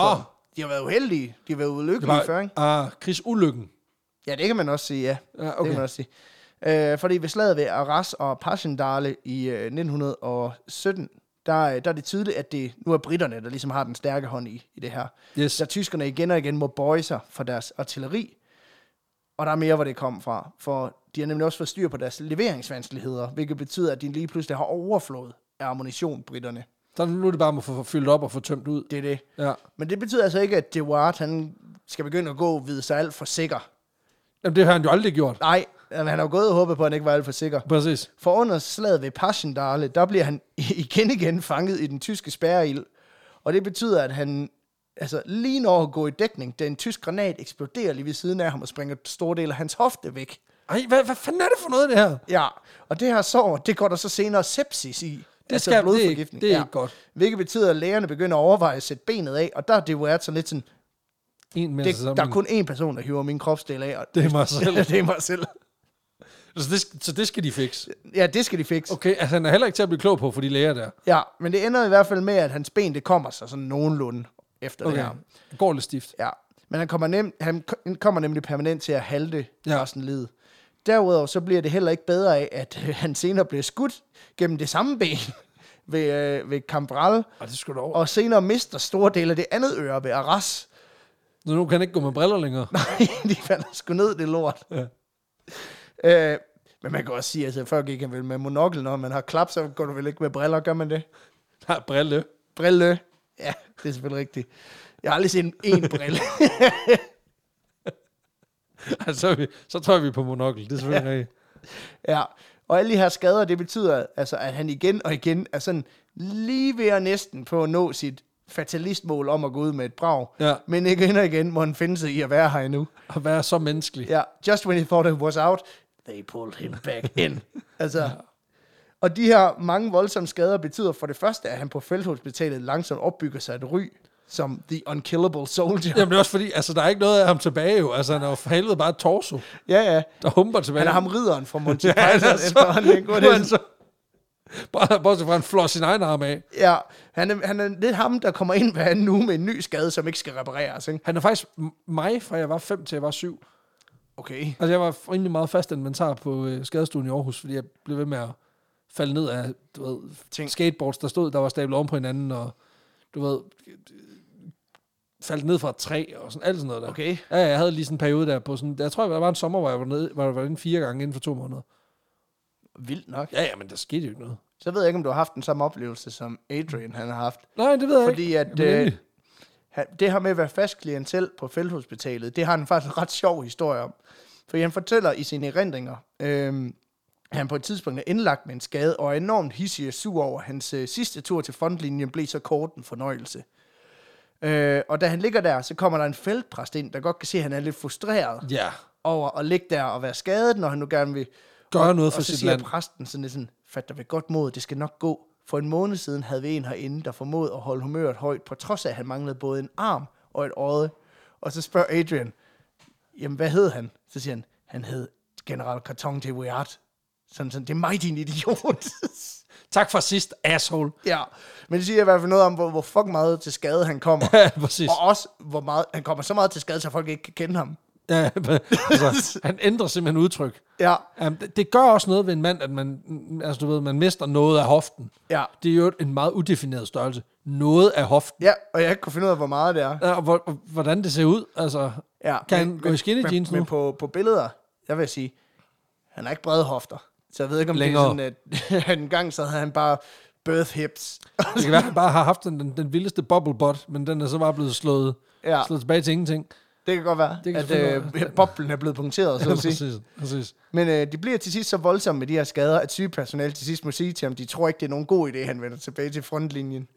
Speaker 1: De har været uheldige. De har været ulykkelige før, ikke?
Speaker 2: ah, krigsulykken.
Speaker 1: Ja, det kan man også sige, ja.
Speaker 2: Ja,
Speaker 1: Det
Speaker 2: okay.
Speaker 1: kan man også sige. Øh, fordi ved slaget ved Arras og Passchendaele i øh, 1917, der, øh, der er det tydeligt, at det nu er britterne, der ligesom har den stærke hånd i, i det her.
Speaker 2: Yes.
Speaker 1: Da tyskerne igen og igen må bøje sig for deres artilleri, og der er mere, hvor det kom fra. For de har nemlig også fået styr på deres leveringsvanskeligheder, hvilket betyder, at de lige pludselig har overflået af ammunition, britterne.
Speaker 2: Så nu er det bare om at få fyldt op og få tømt ud.
Speaker 1: Det er det.
Speaker 2: Ja.
Speaker 1: Men det betyder altså ikke, at Dewart, han skal begynde at gå og vide sig alt for sikker.
Speaker 2: Jamen, det har han jo aldrig gjort.
Speaker 1: Nej, altså, han har jo gået og håbet på, at han ikke var alt for sikker.
Speaker 2: Præcis.
Speaker 1: For under slaget ved Passchendaele, der bliver han igen igen fanget i den tyske spærreild. Og det betyder, at han altså, lige når at gå i dækning, da en tysk granat eksploderer lige ved siden af ham og springer store del af hans hofte væk.
Speaker 2: Ej, hvad, hvad fanden er det for noget, det her?
Speaker 1: Ja, og det her sår, det går der så senere sepsis i. Altså
Speaker 2: Det skal- det er ikke- det er ikke godt.
Speaker 1: Hvilket betyder, at lægerne begynder at overveje at sætte benet af, og der er det jo sådan lidt sådan,
Speaker 2: En med
Speaker 1: det, der er kun én person, der hiver min kropsdel af. Og
Speaker 2: Det er mig selv.
Speaker 1: det er mig selv.
Speaker 2: så, Altså, det, sk- så det skal de fikse.
Speaker 1: Ja, det skal de fikse.
Speaker 2: Okay, altså han er heller ikke til at blive klog på for de læger der.
Speaker 1: Ja, men det ender i hvert fald med, at hans ben, det kommer sig sådan nogenlunde efter okay. det her.
Speaker 2: Det går lidt stift.
Speaker 1: Ja. Men han kommer, nem, han ko- kommer nemlig permanent til at halte
Speaker 2: Ja.
Speaker 1: ja. resten af livet. Derudover så bliver det heller ikke bedre af, at øh, han senere bliver skudt gennem det samme ben ved, øh, ved Cambral,
Speaker 2: Ej, det skulle da over.
Speaker 1: og senere mister store dele af det andet øre ved Arras.
Speaker 2: Så nu kan han ikke gå med briller længere.
Speaker 1: Nej, de falder sgu ned, det lort.
Speaker 2: Ja.
Speaker 1: Øh, men man kan også sige, at altså, før gik han vel med monokkel, når man har klap, så går du vel ikke med briller, gør man det?
Speaker 2: Nej, brille.
Speaker 1: Brille. Ja, det er selvfølgelig rigtigt. Jeg har aldrig set en, en brille.
Speaker 2: Ej, så, er Altså, vi, så tror jeg, vi er på monokkel. Det er selvfølgelig ja. rigtigt.
Speaker 1: Ja, og alle de her skader, det betyder altså, at han igen og igen er sådan lige ved at næsten på at nå sit fatalistmål om at gå ud med et brag.
Speaker 2: Ja.
Speaker 1: Men igen og igen må han finde sig i at være her endnu.
Speaker 2: At være så menneskelig.
Speaker 1: Ja, just when he thought it was out, they pulled him back in. altså, ja. Og de her mange voldsomme skader betyder for det første, at han på felthospitalet langsomt opbygger sig et ry som the unkillable soldier.
Speaker 2: Jamen det er også fordi, altså der er ikke noget af ham tilbage jo. Altså han er jo for helvede bare et torso,
Speaker 1: Ja, ja.
Speaker 2: der humper tilbage.
Speaker 1: Han er ham ridderen fra Monty
Speaker 2: Ja,
Speaker 1: Python.
Speaker 2: han er så,
Speaker 1: efterhånden, ikke? Hvor det
Speaker 2: nu
Speaker 1: er
Speaker 2: er han så, bare, bare så fra, han flår sin egen arm af.
Speaker 1: Ja, han er, han er lidt ham, der kommer ind hver anden uge med en ny skade, som ikke skal repareres. Ikke?
Speaker 2: Han er faktisk m- mig, fra jeg var 5 til jeg var 7.
Speaker 1: Okay.
Speaker 2: Altså, jeg var rimelig meget fast inventar på øh, skadestuen i Aarhus, fordi jeg blev ved med at falde ned af du ved,
Speaker 1: Ting.
Speaker 2: skateboards, der stod, der var stablet oven på hinanden, og du ved, øh, faldt ned fra et træ, og sådan alt sådan noget der.
Speaker 1: Okay.
Speaker 2: Ja, jeg havde lige sådan en periode der på sådan, jeg tror, der var en sommer, hvor jeg var, nede, hvor jeg var inde fire gange inden for to måneder.
Speaker 1: Vildt nok.
Speaker 2: Ja, ja, men der skete jo ikke noget.
Speaker 1: Så ved jeg ikke, om du har haft den samme oplevelse, som Adrian han har haft.
Speaker 2: Nej, det ved jeg
Speaker 1: Fordi
Speaker 2: ikke.
Speaker 1: at
Speaker 2: Jamen,
Speaker 1: øh,
Speaker 2: endelig.
Speaker 1: han- det her med at være fast klientel på felthospitalet, det har han faktisk en ret sjov historie om. For han fortæller i sine erindringer, øh, at han på et tidspunkt er indlagt med en skade, og er enormt hissig og sur over, at hans øh, sidste tur til frontlinjen blev så kort en fornøjelse. Øh, og da han ligger der, så kommer der en feltpræst ind, der godt kan se, at han er lidt frustreret.
Speaker 2: Ja,
Speaker 1: over at ligge der og være skadet, når han nu gerne vil.
Speaker 2: gøre noget for
Speaker 1: Og så
Speaker 2: sit
Speaker 1: siger
Speaker 2: land.
Speaker 1: præsten sådan lidt sådan, fat dig ved godt mod, det skal nok gå. For en måned siden havde vi en herinde, der formåede at holde humøret højt, på trods af, at han manglede både en arm og et øje. Og så spørger Adrian, jamen hvad hed han? Så siger han, han hed General Carton de Weart. Sådan, sådan, det er mig, din idiot.
Speaker 2: Tak for sidst, asshole.
Speaker 1: ja, men det siger i hvert fald noget om, hvor, hvor fuck meget til skade han kommer.
Speaker 2: Ja, præcis.
Speaker 1: og også, hvor meget, han kommer så meget til skade, så folk ikke kan kende ham.
Speaker 2: Ja, altså, han ændrer simpelthen udtryk.
Speaker 1: Ja,
Speaker 2: Um, det, det gør også noget ved en mand, at man, mm, altså du ved, man mister noget af hoften.
Speaker 1: ja.
Speaker 2: Det er jo en meget udefineret størrelse. Noget af hoften.
Speaker 1: Ja, og jeg ikke kunne finde ud af, hvor meget det er.
Speaker 2: Ja, og hvor, og hvordan det ser ud, altså...
Speaker 1: Ja,
Speaker 2: Kan han gå i skinny
Speaker 1: men,
Speaker 2: jeans nu?
Speaker 1: Men på, på billeder, jeg vil sige, han har ikke brede hofter. Så jeg ved ikke, om
Speaker 2: Længere.
Speaker 1: det er sådan, at en gang så havde han bare birth hips.
Speaker 2: Det kan være, han bare har haft den, den, den vildeste bubble butt, men den er så bare blevet slået, ja.
Speaker 1: Ja.
Speaker 2: slået tilbage til ingenting.
Speaker 1: det kan godt være,
Speaker 2: Det
Speaker 1: det
Speaker 2: kan
Speaker 1: kan at
Speaker 2: selvfølgelig
Speaker 1: øh, boblen er blevet punkteret, så at sige.
Speaker 2: præcis, præcis.
Speaker 1: Men øh, de bliver til sidst så voldsomme med de her skader, at sygepersonale til sidst må sige til ham, de tror ikke, det er nogen god idé, han vender tilbage til frontlinjen.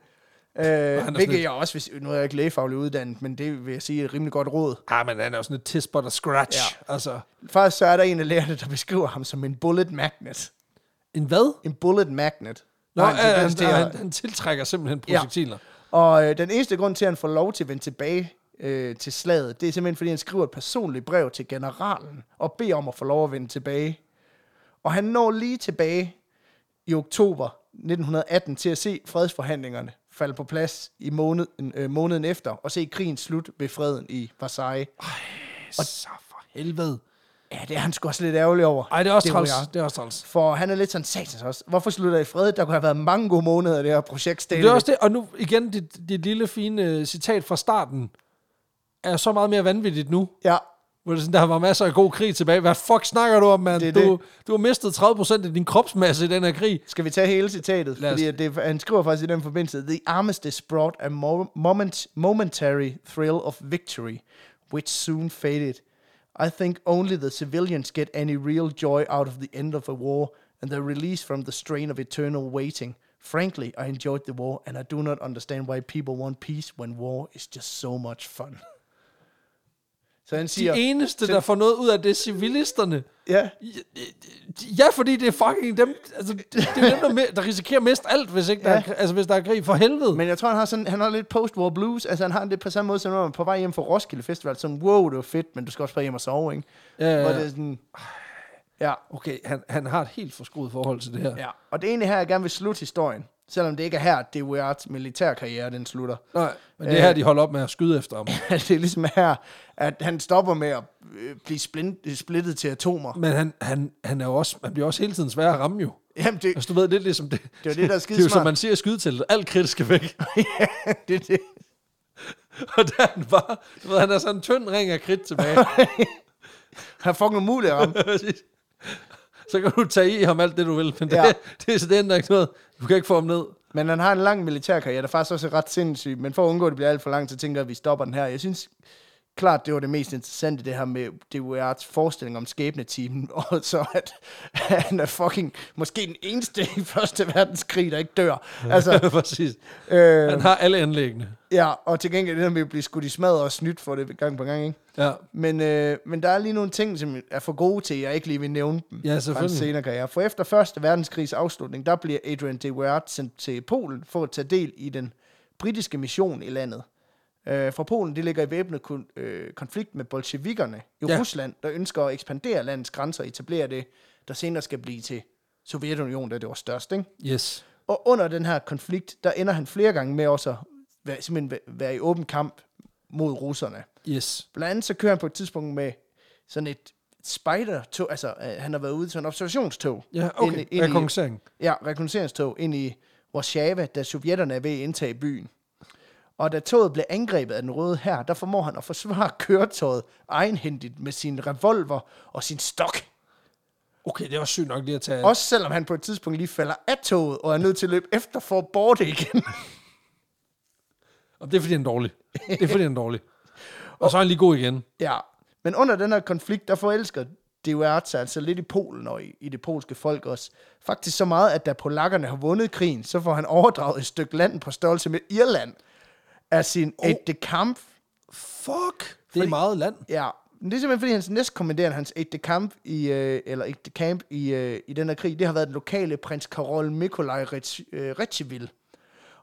Speaker 1: Øh,
Speaker 2: sådan
Speaker 1: hvilket
Speaker 2: lidt-
Speaker 1: jeg også, hvis, nu er jeg ikke lægefaglig uddannet, men det vil jeg sige er et rimelig godt råd.
Speaker 2: Ah, men han er jo sådan et tispot og scratch. Ja. Altså,
Speaker 1: Faktisk så er der en af lærerne, der beskriver ham som en bullet magnet.
Speaker 2: en hvad?
Speaker 1: En bullet magnet.
Speaker 2: Nå,
Speaker 1: Og
Speaker 2: han,
Speaker 1: en
Speaker 2: han,
Speaker 1: tendens
Speaker 2: han,
Speaker 1: til at-
Speaker 2: han, han tiltrækker simpelthen projektiler.
Speaker 1: Og øh, den eneste grund til, at han får lov til at vende tilbage øh, til slaget, det er simpelthen, fordi han skriver et personligt brev til generalen og beder om at få lov at vende tilbage. Og han når lige tilbage i oktober 1918 til at se fredsforhandlingerne falde på plads i måneden, øh, måneden efter og se krigen slut ved freden i Versailles.
Speaker 2: Ja. Så for helvede.
Speaker 1: Ja, det er han sgu også lidt ærgerlig over.
Speaker 2: Ej, det er også
Speaker 1: må
Speaker 2: træls.
Speaker 1: jeg.
Speaker 2: Det er også træls.
Speaker 1: For han er lidt sådan satans også. Hvorfor slutter I fred? Der kunne have været mange gode måneder i det her projekt.
Speaker 2: Det er også det, og nu igen, dit, dit lille fine øh, citat fra starten er så meget mere vanvittigt nu,
Speaker 1: Ja,
Speaker 2: hvor det er sådan, der var masser af god krig tilbage. Hvad fuck snakker du om, mand?
Speaker 1: Det er
Speaker 2: Du, du har mistet 30% af din kropsmasse i den her krig.
Speaker 1: skal vi tage hele citatet?
Speaker 2: Lad os.
Speaker 1: Fordi at det, er- han skriver faktisk i den forbindelse, The arm is distraught a mo- moment, momentary thrill of victory, which soon faded. I think only the civilians get any real joy out of the end of a war and the release from the strain of eternal waiting. Frankly, I enjoyed the war, and I do not understand why people want peace when war is just so much fun. Så han
Speaker 2: De
Speaker 1: siger,
Speaker 2: eneste, der får noget ud af det, er civilisterne.
Speaker 1: ja,
Speaker 2: Ja, fordi det er fucking dem, altså, det det er dem, der, mi- der risikerer mest alt, hvis, ikke ja. der, er- altså, hvis der er krig. For helvede. Men,
Speaker 1: Men jeg tror, han har, sådan, han har lidt post-war blues. Altså, han har det på samme måde, som når man er på vej hjem fra Roskilde Festival. Sådan, wow, det var fedt, men du skal også bare hjem og sove, ikke?
Speaker 2: Ja, ja,
Speaker 1: Hvor
Speaker 2: ja.
Speaker 1: det er sådan, ja,
Speaker 2: okay, han, han har et helt forskruet forhold til det her. Ja.
Speaker 1: ja. Og det er egentlig her, jeg gerne vil slutte historien. Selvom det ikke er her, det er Weirds militærkarriere, den slutter.
Speaker 2: Nej, men det er her, de holder op med at skyde efter ham.
Speaker 1: det er ligesom her, at han stopper med at øh, blive splint, splittet til atomer.
Speaker 2: Men han, han, han, er jo også, han bliver også hele tiden svær at ramme jo.
Speaker 1: Jamen, det,
Speaker 2: Altså, du ved, det er ligesom det.
Speaker 1: Det er jo det, der er
Speaker 2: Det er jo, som
Speaker 1: skidesmart.
Speaker 2: man siger i skydeteltet. Alt kridt skal væk.
Speaker 1: det, er det,
Speaker 2: og der er han bare, du ved, han er sådan en tynd ring af kridt tilbage.
Speaker 1: han er fucking umulig om.
Speaker 2: Præcis. så kan du tage i ham alt det, du vil, men det,
Speaker 1: Ja.
Speaker 2: ja. det, det, det ændrer ikke noget. Du kan ikke få ham ned.
Speaker 1: Men han har en lang militærkarriere, der faktisk også er ret sindssyg. Men for at undgå, at det bliver alt for langt, så tænker jeg, at vi stopper den her. Jeg synes klart, det var det mest interessante, det her med DWR's forestilling om skæbnetimen. Og så at han er fucking måske den eneste i Første Verdenskrig, der ikke dør. Altså,
Speaker 2: Præcis. Han
Speaker 1: øh,
Speaker 2: har alle anlæggene.
Speaker 1: ja, og til gengæld det der med at blive skudt i smadret og snydt for det gang på gang, ikke?
Speaker 2: Ja.
Speaker 1: Men, øh, men der er lige nogle ting, som er for gode til, at jeg ikke lige vil nævne dem.
Speaker 2: Ja,
Speaker 1: fra en
Speaker 2: selvfølgelig.
Speaker 1: senere karriere. For efter Første Verdenskrigs afslutning, der bliver Adrian de Weird sendt til Polen for at tage del i den britiske mission i landet. Øh, fra Polen, det ligger i væbnet kon- øh, konflikt med bolsjevikkerne i
Speaker 2: Ja.
Speaker 1: ja. Rusland, der ønsker at ekspandere landets grænser og etablere det, der senere skal blive til Sovjetunionen, da det var størst, ikke?
Speaker 2: Yes.
Speaker 1: Og under den her konflikt, der ender han flere gange med også at være, simpelthen væ- være i åben kamp mod russerne.
Speaker 2: Yes.
Speaker 1: Blandt andet så kører han på et tidspunkt med sådan et spider-tog, altså øh, han har været ude til en observationstog.
Speaker 2: Ja, okay.
Speaker 1: i-
Speaker 2: Rekognoscering.
Speaker 1: Ja, rekognosceringstog ind i Warszawa, da sovjetterne er ved at indtage byen. Og da toget blev angrebet af den røde her, der formår han at forsvare køretøjet egenhændigt med sin revolver og sin stok.
Speaker 2: Okay, det er også sygt nok lige at tage.
Speaker 1: Også selvom han på et tidspunkt lige falder af toget og er nødt til at løbe efter for at borte igen.
Speaker 2: Og det er fordi, han er dårlig. Det er fordi, han er dårlig. Og så er han lige god igen.
Speaker 1: Ja, men under den her konflikt, der forelsker Devert sig altså lidt i Polen og i, i det polske folk også. Faktisk så meget, at da polakkerne har vundet krigen, så får han overdraget et stykke land på størrelse med Irland af sin oh. aide de camp.
Speaker 2: Fuck. Det er meget land.
Speaker 1: Ja, men det er simpelthen fordi hans næstkommanderende, hans aide de camp i, øh, eller aide de camp i, øh, i den her krig, det har været den lokale prins Karol Mikolaj Retsivil.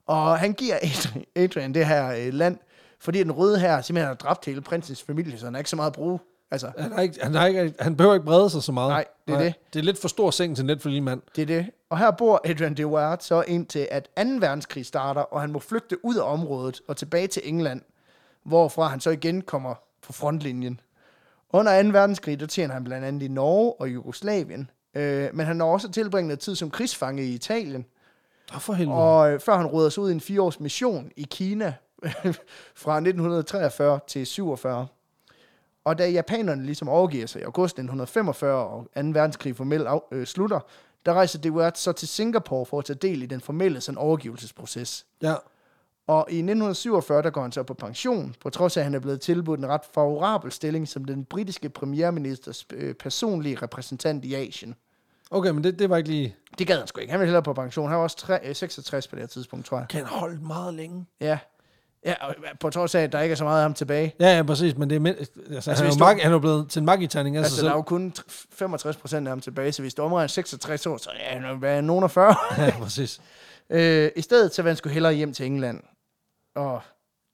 Speaker 1: Og han giver Adrian, Adrian det her øh, land, fordi den røde her simpelthen har dræbt hele prinsens familie, så han har ikke så meget at bruge. Altså,
Speaker 2: Han, har ikke, han, har ikke, han behøver ikke brede sig så meget.
Speaker 1: Nej, det er det.
Speaker 2: Det er lidt for stor seng til net for lille mand.
Speaker 1: Det er det. Og her bor Adrian de Ward så indtil, at 2. verdenskrig starter, og han må flygte ud af området og tilbage til England, hvorfra han så igen kommer på frontlinjen. Under 2. verdenskrig, der tjener han blandt andet i Norge og Jugoslavien, øh, men han har også tilbringet noget tid som krigsfange i Italien,
Speaker 2: Åh, for helvede.
Speaker 1: og øh, før han råder sig ud i en fireårs mission i Kina fra 1943 til 47. Og da japanerne ligesom overgiver sig i august 1945 og 2. verdenskrig formelt af, øh, slutter, der rejser Dewart så til Singapore for at tage del i den formelle sådan, overgivelsesproces.
Speaker 2: Ja.
Speaker 1: Og i 1947, der går han så på pension, på trods af, at han er blevet tilbudt en ret favorabel stilling som den britiske premierministers øh, personlige repræsentant i Asien.
Speaker 2: Okay, men det, det var ikke lige...
Speaker 1: Det gad han sgu ikke. Han ville hellere på pension. Han var også tre, øh, 66 på det her tidspunkt, tror jeg.
Speaker 2: Kan han holde meget længe?
Speaker 1: Ja. Ja, og på trods af, at der ikke er så meget af ham tilbage.
Speaker 2: Ja, ja, præcis, men det er... Mind... Altså, han, er
Speaker 1: hvis
Speaker 2: jo
Speaker 1: du-
Speaker 2: mag... han er jo blevet til en magiterning af altså,
Speaker 1: Altså,
Speaker 2: sig
Speaker 1: der er
Speaker 2: selv.
Speaker 1: jo kun tr- 65 procent af ham tilbage, så hvis du omregner 66 år, så er han jo være nogen af 40.
Speaker 2: Ja, præcis.
Speaker 1: øh, I stedet, så vil han skulle hellere hjem til England og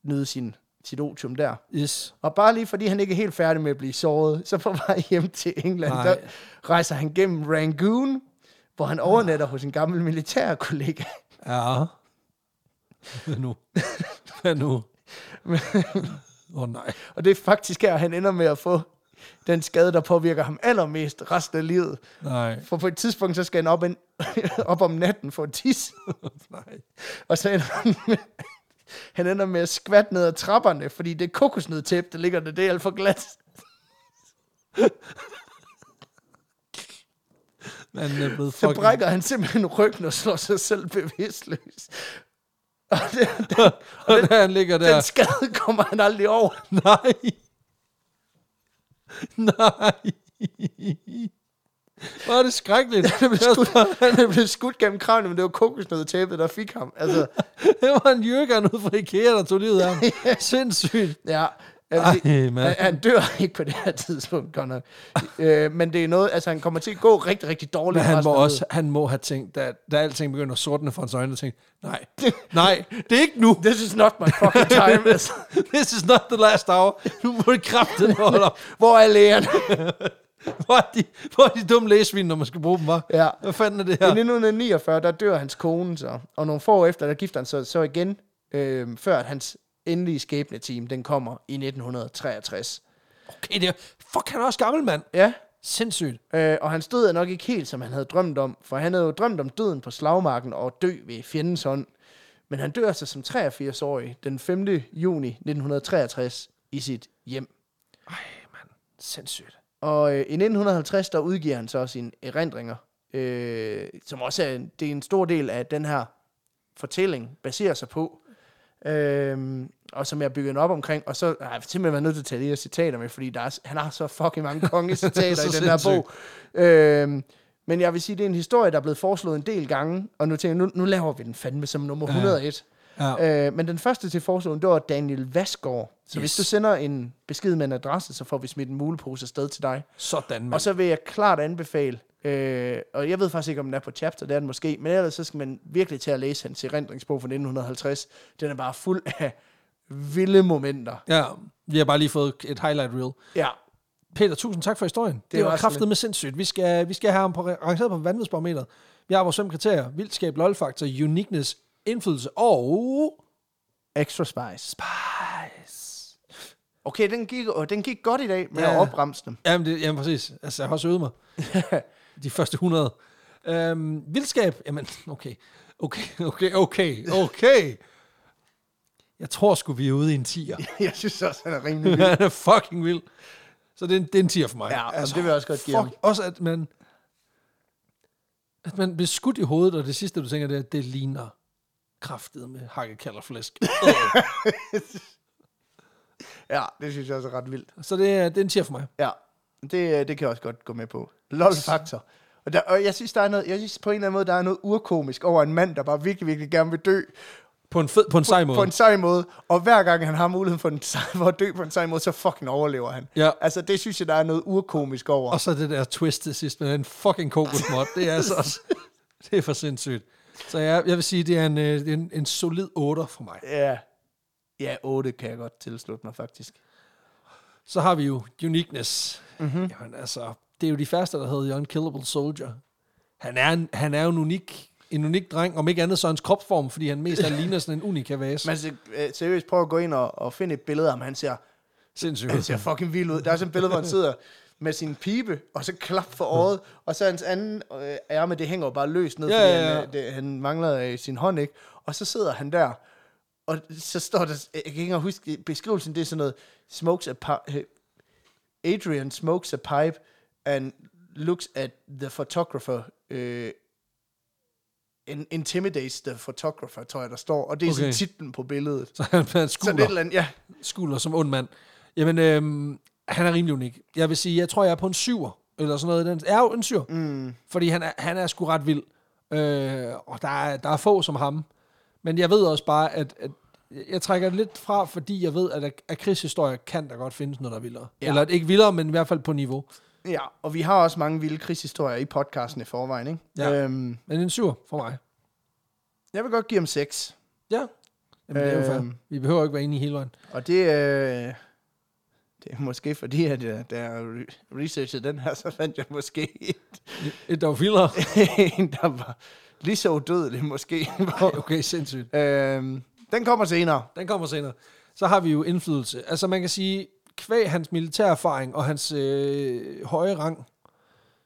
Speaker 1: nyde sin, sit otium der.
Speaker 2: Yes.
Speaker 1: Og bare lige fordi han ikke er helt færdig med at blive såret, så på vej hjem til England,
Speaker 2: Nej.
Speaker 1: der rejser han gennem Rangoon, hvor han overnatter hos en gammel militærkollega.
Speaker 2: Ja. Hvad nu? Hvad nu? Åh oh, nej.
Speaker 1: Og det er faktisk her, han ender med at få den skade, der påvirker ham allermest resten af livet.
Speaker 2: Nej,
Speaker 1: For på et tidspunkt, så skal han op, en, op om natten for at tisse.
Speaker 2: nej.
Speaker 1: Og så ender han med, han ender med at skvatte ned ad trapperne, fordi det er kokosnødtæp, der ligger der. Det er alt for glat.
Speaker 2: Han er blevet
Speaker 1: Så
Speaker 2: fucking...
Speaker 1: brækker han simpelthen ryggen og slår sig selv bevidstløs. Og den,
Speaker 2: og der han ligger der.
Speaker 1: den skade kommer han aldrig over.
Speaker 2: Nej. Nej. Hvor er det skrækkeligt.
Speaker 1: Han er blevet skudt, han er blevet skudt gennem kraven, men det var kokosnødtæppet, der fik ham. Altså,
Speaker 2: Det var en jørgen ud fra Ikea, der tog livet af ham. Sindssygt.
Speaker 1: ja.
Speaker 2: Ej,
Speaker 1: Altså, han,
Speaker 2: mand.
Speaker 1: han dør ikke på det her tidspunkt, godt nok. Øh, men det er noget, altså han kommer til at gå rigtig, rigtig dårligt.
Speaker 2: Men han må
Speaker 1: resten af
Speaker 2: også, han må have tænkt, da, da alting begynder at sortne for hans øjne, og tænkt, nej, nej, det er ikke nu.
Speaker 1: livet. This is not my fucking time. altså.
Speaker 2: This is not the last hour. Nu må det kraftigt holde op.
Speaker 1: Hvor er lægerne?
Speaker 2: Hvor er de, hvor er de dumme læsvin, når man skal bruge dem, var?
Speaker 1: Ja.
Speaker 2: Hvad fanden er det
Speaker 1: I
Speaker 2: her?
Speaker 1: 1949, der dør hans kone så, og nogle få år efter, der gifter han sig så igen, øh, før at hans endelige skæbnetime, den kommer i 1963.
Speaker 2: Okay, det er, fuck, han er også gammel, mand.
Speaker 1: Ja,
Speaker 2: Sindssygt.
Speaker 1: øh, og hans død er nok ikke helt, som han havde drømt om, for han havde jo drømt om døden på slagmarken og dø ved fjendens hånd. Men han dør så som 83-årig den 5. juni 1963 i sit hjem.
Speaker 2: Ej, mand. Sindssygt.
Speaker 1: Og øh, i 1950, der udgiver han så sine erindringer, øh, som også er en, det er en stor del af den her fortælling, baserer sig på, øh, og som jeg har bygget den op omkring. Og så har jeg simpelthen været nødt til at tage de her citater med, fordi der er, s- han har så fucking mange kongecitater i
Speaker 2: Så
Speaker 1: den her bog. Øh, men jeg vil sige, det er en historie, der er blevet foreslået en del gange, og nu tænker jeg, nu, nu laver vi den fandme som nummer 101.
Speaker 2: Ja.
Speaker 1: Øh, men den første til forslagen, det var Daniel Vasgaard. Så yes. hvis
Speaker 2: Yes.
Speaker 1: du sender en besked med en adresse, så får vi smidt en mulepose afsted til dig.
Speaker 2: Sådan,
Speaker 1: Og
Speaker 2: mand.
Speaker 1: så vil jeg klart anbefale, øh, og jeg ved faktisk ikke, om den er på chapter, det er den måske, men ellers så skal man virkelig til at læse hans erindringsbog fra 1950. Den er bare fuld af vilde momenter.
Speaker 2: Ja, vi har bare lige fået et highlight reel.
Speaker 1: Ja,
Speaker 2: Peter, tusind tak for historien. Det, det
Speaker 1: var
Speaker 2: var
Speaker 1: så lidt.
Speaker 2: kraftet med sindssygt. Vi skal, vi skal have ham på, rangeret på vanvidsbarometeret. Vi har vores fem kriterier. Vildskab, lolfaktor, uniqueness, indflydelse og...
Speaker 1: extra spice.
Speaker 2: Spice.
Speaker 1: Okay, den gik, og den gik godt i dag med
Speaker 2: Ja.
Speaker 1: at opramse dem.
Speaker 2: Jamen, det, jamen præcis. Altså, jeg har også øvet mig. De første 100. Øhm, vildskab. Jamen, okay. Okay, okay, okay, okay. Jeg tror sgu, vi er ude i en 10'er.
Speaker 1: Jeg synes også, han er rimelig vild.
Speaker 2: Han er fucking vild. Så det er en, det er en tier for mig.
Speaker 1: Ja, altså, men det vil jeg også godt give ham.
Speaker 2: fuck, Også at man, at man bliver skudt i hovedet, og det sidste, du tænker, det er, det ligner kraftet med hakket kalderflæsk.
Speaker 1: Ja, det synes jeg også er ret vildt.
Speaker 2: så det er, det er en tier for mig.
Speaker 1: Ja, det, det kan jeg også godt gå med på. Lol faktor. Og, der, og jeg synes, der er noget, jeg synes på en eller anden måde, der er noget urkomisk over en mand, der bare virkelig, virkelig gerne vil dø,
Speaker 2: På en, fed, på en sej måde.
Speaker 1: på en sej måde, og hver gang han har muligheden for, en sej, for at dø på en sej måde, så fucking overlever han.
Speaker 2: Ja.
Speaker 1: Altså, det synes jeg, der er noget urkomisk over.
Speaker 2: Og så det der twist til sidst med den fucking kokosmot. Det er altså også, det er for sindssygt. Så jeg, jeg vil sige, det er en, øh, det er en, en solid 8 for mig.
Speaker 1: Ja. Ja, 8 kan jeg godt tilslutte mig, faktisk.
Speaker 2: Så har vi jo uniqueness. Mm-hmm. Jamen, altså, det er jo de første, der hedder The Unkillable Soldier. Han er, en, han er jo en unik, en unik dreng, om ikke andet så hans kropsform, fordi han mest han ligner sådan en unikavase.
Speaker 1: Man skal øh, seriøst prøve at gå ind og, og finde et billede af ham. Han ser,
Speaker 2: Sindssygt.
Speaker 1: han ser fucking vild ud. Der er sådan et billede, hvor han sidder med sin pibe, og så klap for øjet, og så hans anden øh, ærme, det hænger jo bare løst ned,
Speaker 2: Ja,
Speaker 1: fordi
Speaker 2: ja, ja.
Speaker 1: Han, øh, det, han mangler øh, sin hånd, ikke? Og så sidder han der, og så står der, jeg kan ikke engang huske beskrivelsen, det er sådan noget, smokes a pi- øh, Adrian smokes a pipe and looks at the photographer, øh, in, intimidates the photographer, tror jeg, der står, og det er okay. sådan
Speaker 2: Okay.
Speaker 1: titlen på billedet.
Speaker 2: Så han, han
Speaker 1: Så det er et
Speaker 2: skuler,
Speaker 1: eller andet, ja,
Speaker 2: skuler som ond mand. Jamen, øhm, han er rimelig unik. Jeg vil sige, jeg tror, jeg er på en syver, eller sådan noget. i Den, jeg er jo en syver, mm. fordi han er, han er sgu ret vild. Øh, og der er, der er få som ham. Men jeg ved også bare, at, at jeg trækker det lidt fra, fordi jeg ved, at af- af krigshistorie kan der godt findes noget, der er vildere.
Speaker 1: Ja.
Speaker 2: Ja. Eller ikke vildere, men i hvert fald på niveau.
Speaker 1: Ja, og vi har også mange vilde krigshistorier i podcasten i forvejen, ikke?
Speaker 2: Ja.
Speaker 1: Øhm,
Speaker 2: Men en syver for mig. jeg
Speaker 1: jeg vil godt give dem seks.
Speaker 2: Ja. Jamen, det er jo fair.
Speaker 1: Øhm.
Speaker 2: Vi behøver ikke være enige hele vejen.
Speaker 1: Og det, øh, det er måske fordi, at jeg, da jeg re- researchede den her, så fandt jeg måske et,
Speaker 2: Et, der var vildere.
Speaker 1: en, der var lige så udødelig måske.
Speaker 2: Okay, sindssygt.
Speaker 1: øhm, den kommer senere.
Speaker 2: Den kommer senere. Så har vi jo indflydelse. Altså man kan sige, kvæg hans militærerfaring og hans øh, høje rang,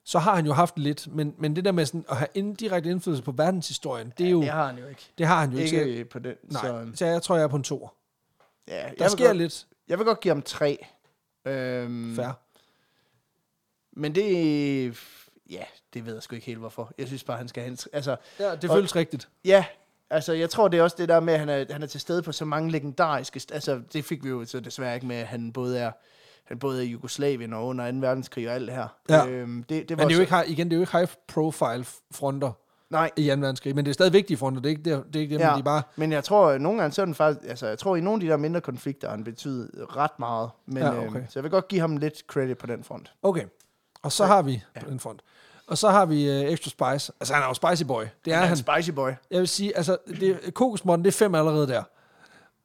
Speaker 2: så har han jo haft lidt, men, men det der med sådan at have indirekte indflydelse på verdenshistorien, det er jo,
Speaker 1: Det har han jo ikke.
Speaker 2: det har han jo ikke.
Speaker 1: Ikke på den.
Speaker 2: Nej,
Speaker 1: Så,
Speaker 2: så, jeg tror, jeg er på en tor.
Speaker 1: ja, jeg,
Speaker 2: Der
Speaker 1: vil
Speaker 2: sker
Speaker 1: godt,
Speaker 2: lidt
Speaker 1: jeg vil godt give ham tre. Øhm,
Speaker 2: færre.
Speaker 1: Men det... Ja, det ved jeg sgu ikke helt, hvorfor. Jeg synes bare, han skal hen. Altså,
Speaker 2: Ja, det
Speaker 1: Og-
Speaker 2: føles rigtigt.
Speaker 1: Ja, altså jeg tror, det er også det der med, at han er, han er til stede på så mange legendariske... st- Altså det fik vi jo så desværre ikke med, at han både er, han både er i Jugoslavien og under 2. verdenskrig og alt det her.
Speaker 2: Ja.
Speaker 1: Øhm, det, det var
Speaker 2: Men det er jo
Speaker 1: så-
Speaker 2: ikke, high- igen, det er jo ikke high profile fronter
Speaker 1: Nej,
Speaker 2: i 2. verdenskrig, men det er stadig vigtige fronter, det er ikke det, det, er ikke det
Speaker 1: Ja.
Speaker 2: ja. men de er bare...
Speaker 1: men jeg tror, at nogle gange så er den faktisk... Altså jeg tror, at i nogle af de der mindre konflikter, har han betyder ret meget. Men,
Speaker 2: Ja,
Speaker 1: ja, okay.
Speaker 2: okay.
Speaker 1: øhm, så jeg vil godt give ham lidt credit på den front.
Speaker 2: Okay, og så har vi ja. den front. Og så har vi uh, Extra Spice. Altså, han er jo spicy boy. Det er
Speaker 1: Ja, han.
Speaker 2: han.
Speaker 1: Spicy boy.
Speaker 2: Jeg vil sige, altså, det, kokosmåtten, det er fem allerede der.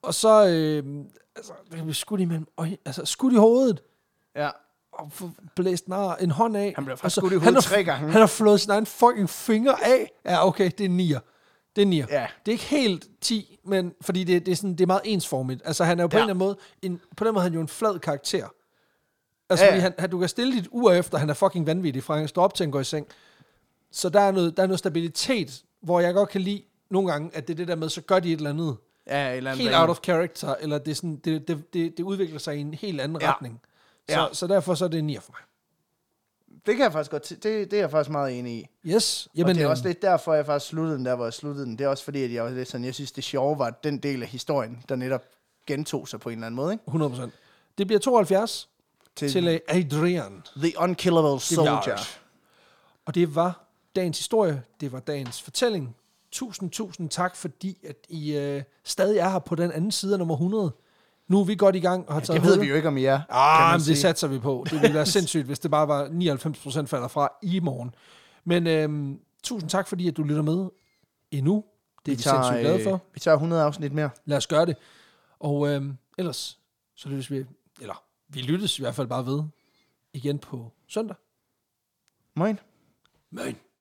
Speaker 2: Og så, øh, altså, det kan blive skudt imellem øj, altså, skudt i hovedet,
Speaker 1: Ja.
Speaker 2: og få blæst en, ar- en hånd af.
Speaker 1: Han bliver faktisk
Speaker 2: Altså,
Speaker 1: skudt i
Speaker 2: han
Speaker 1: hovedet
Speaker 2: har-
Speaker 1: tre gange.
Speaker 2: Han har flået sin egen fucking finger af. Ja, okay, det er en nier. Det er en nier.
Speaker 1: Ja.
Speaker 2: Det er ikke helt 10, men fordi det, det, er sådan, det er meget ensformigt. Altså, han er jo på
Speaker 1: Ja.
Speaker 2: ja. en eller anden måde, en, på den måde er han jo en flad karakter. Altså,
Speaker 1: Ja,
Speaker 2: ja,
Speaker 1: ja.
Speaker 2: Han, han, du kan stille dit ur efter, han er fucking vanvittig, fra han står op til, han går i seng. Så der er, noget, der er noget stabilitet, hvor jeg godt kan lide nogle gange, at det er det der med, så gør de et eller andet.
Speaker 1: Ja, et eller andet
Speaker 2: Helt
Speaker 1: bane.
Speaker 2: out of character, eller det, er sådan, det, det, det, det udvikler sig i en helt anden
Speaker 1: Ja.
Speaker 2: retning. Så,
Speaker 1: Ja.
Speaker 2: så derfor så er det en 9 for mig.
Speaker 1: Det kan jeg faktisk godt... t- Det, det er jeg faktisk meget enig i.
Speaker 2: Yes.
Speaker 1: Jamen, og det er
Speaker 2: øhm,
Speaker 1: også lidt derfor, jeg faktisk sluttede den der, hvor jeg sluttede den. Det er også fordi, at jeg var lidt sådan, jeg synes, det sjove var den del af historien, der netop gentog sig på en eller anden måde. Ikke?
Speaker 2: 100%. Det bliver 72
Speaker 1: Til,
Speaker 2: til øh, Adrian.
Speaker 1: The Unkillable Soldier.
Speaker 2: Og det var dagens historie. Det var dagens fortælling. Tusind, tusind tak, fordi at I øh, stadig er her på den anden side af nummer 100. Nu er vi godt i gang og har taget
Speaker 1: Det ved vi jo ikke om I er. kan man
Speaker 2: Ah, men
Speaker 1: sige.
Speaker 2: det satser vi på. Det ville være sindssygt, hvis det bare var 99% falder fra i morgen. Men øhm, tusind tak, fordi at du lytter med endnu. Det er vi, vi sindssygt
Speaker 1: øh,
Speaker 2: glade for.
Speaker 1: vi tager 100 afsnit mere.
Speaker 2: Lad os gøre det. Og øhm, ellers, så lyttes vi, eller vi lyttes i hvert fald bare ved igen på søndag.
Speaker 1: Moin.
Speaker 2: Møn.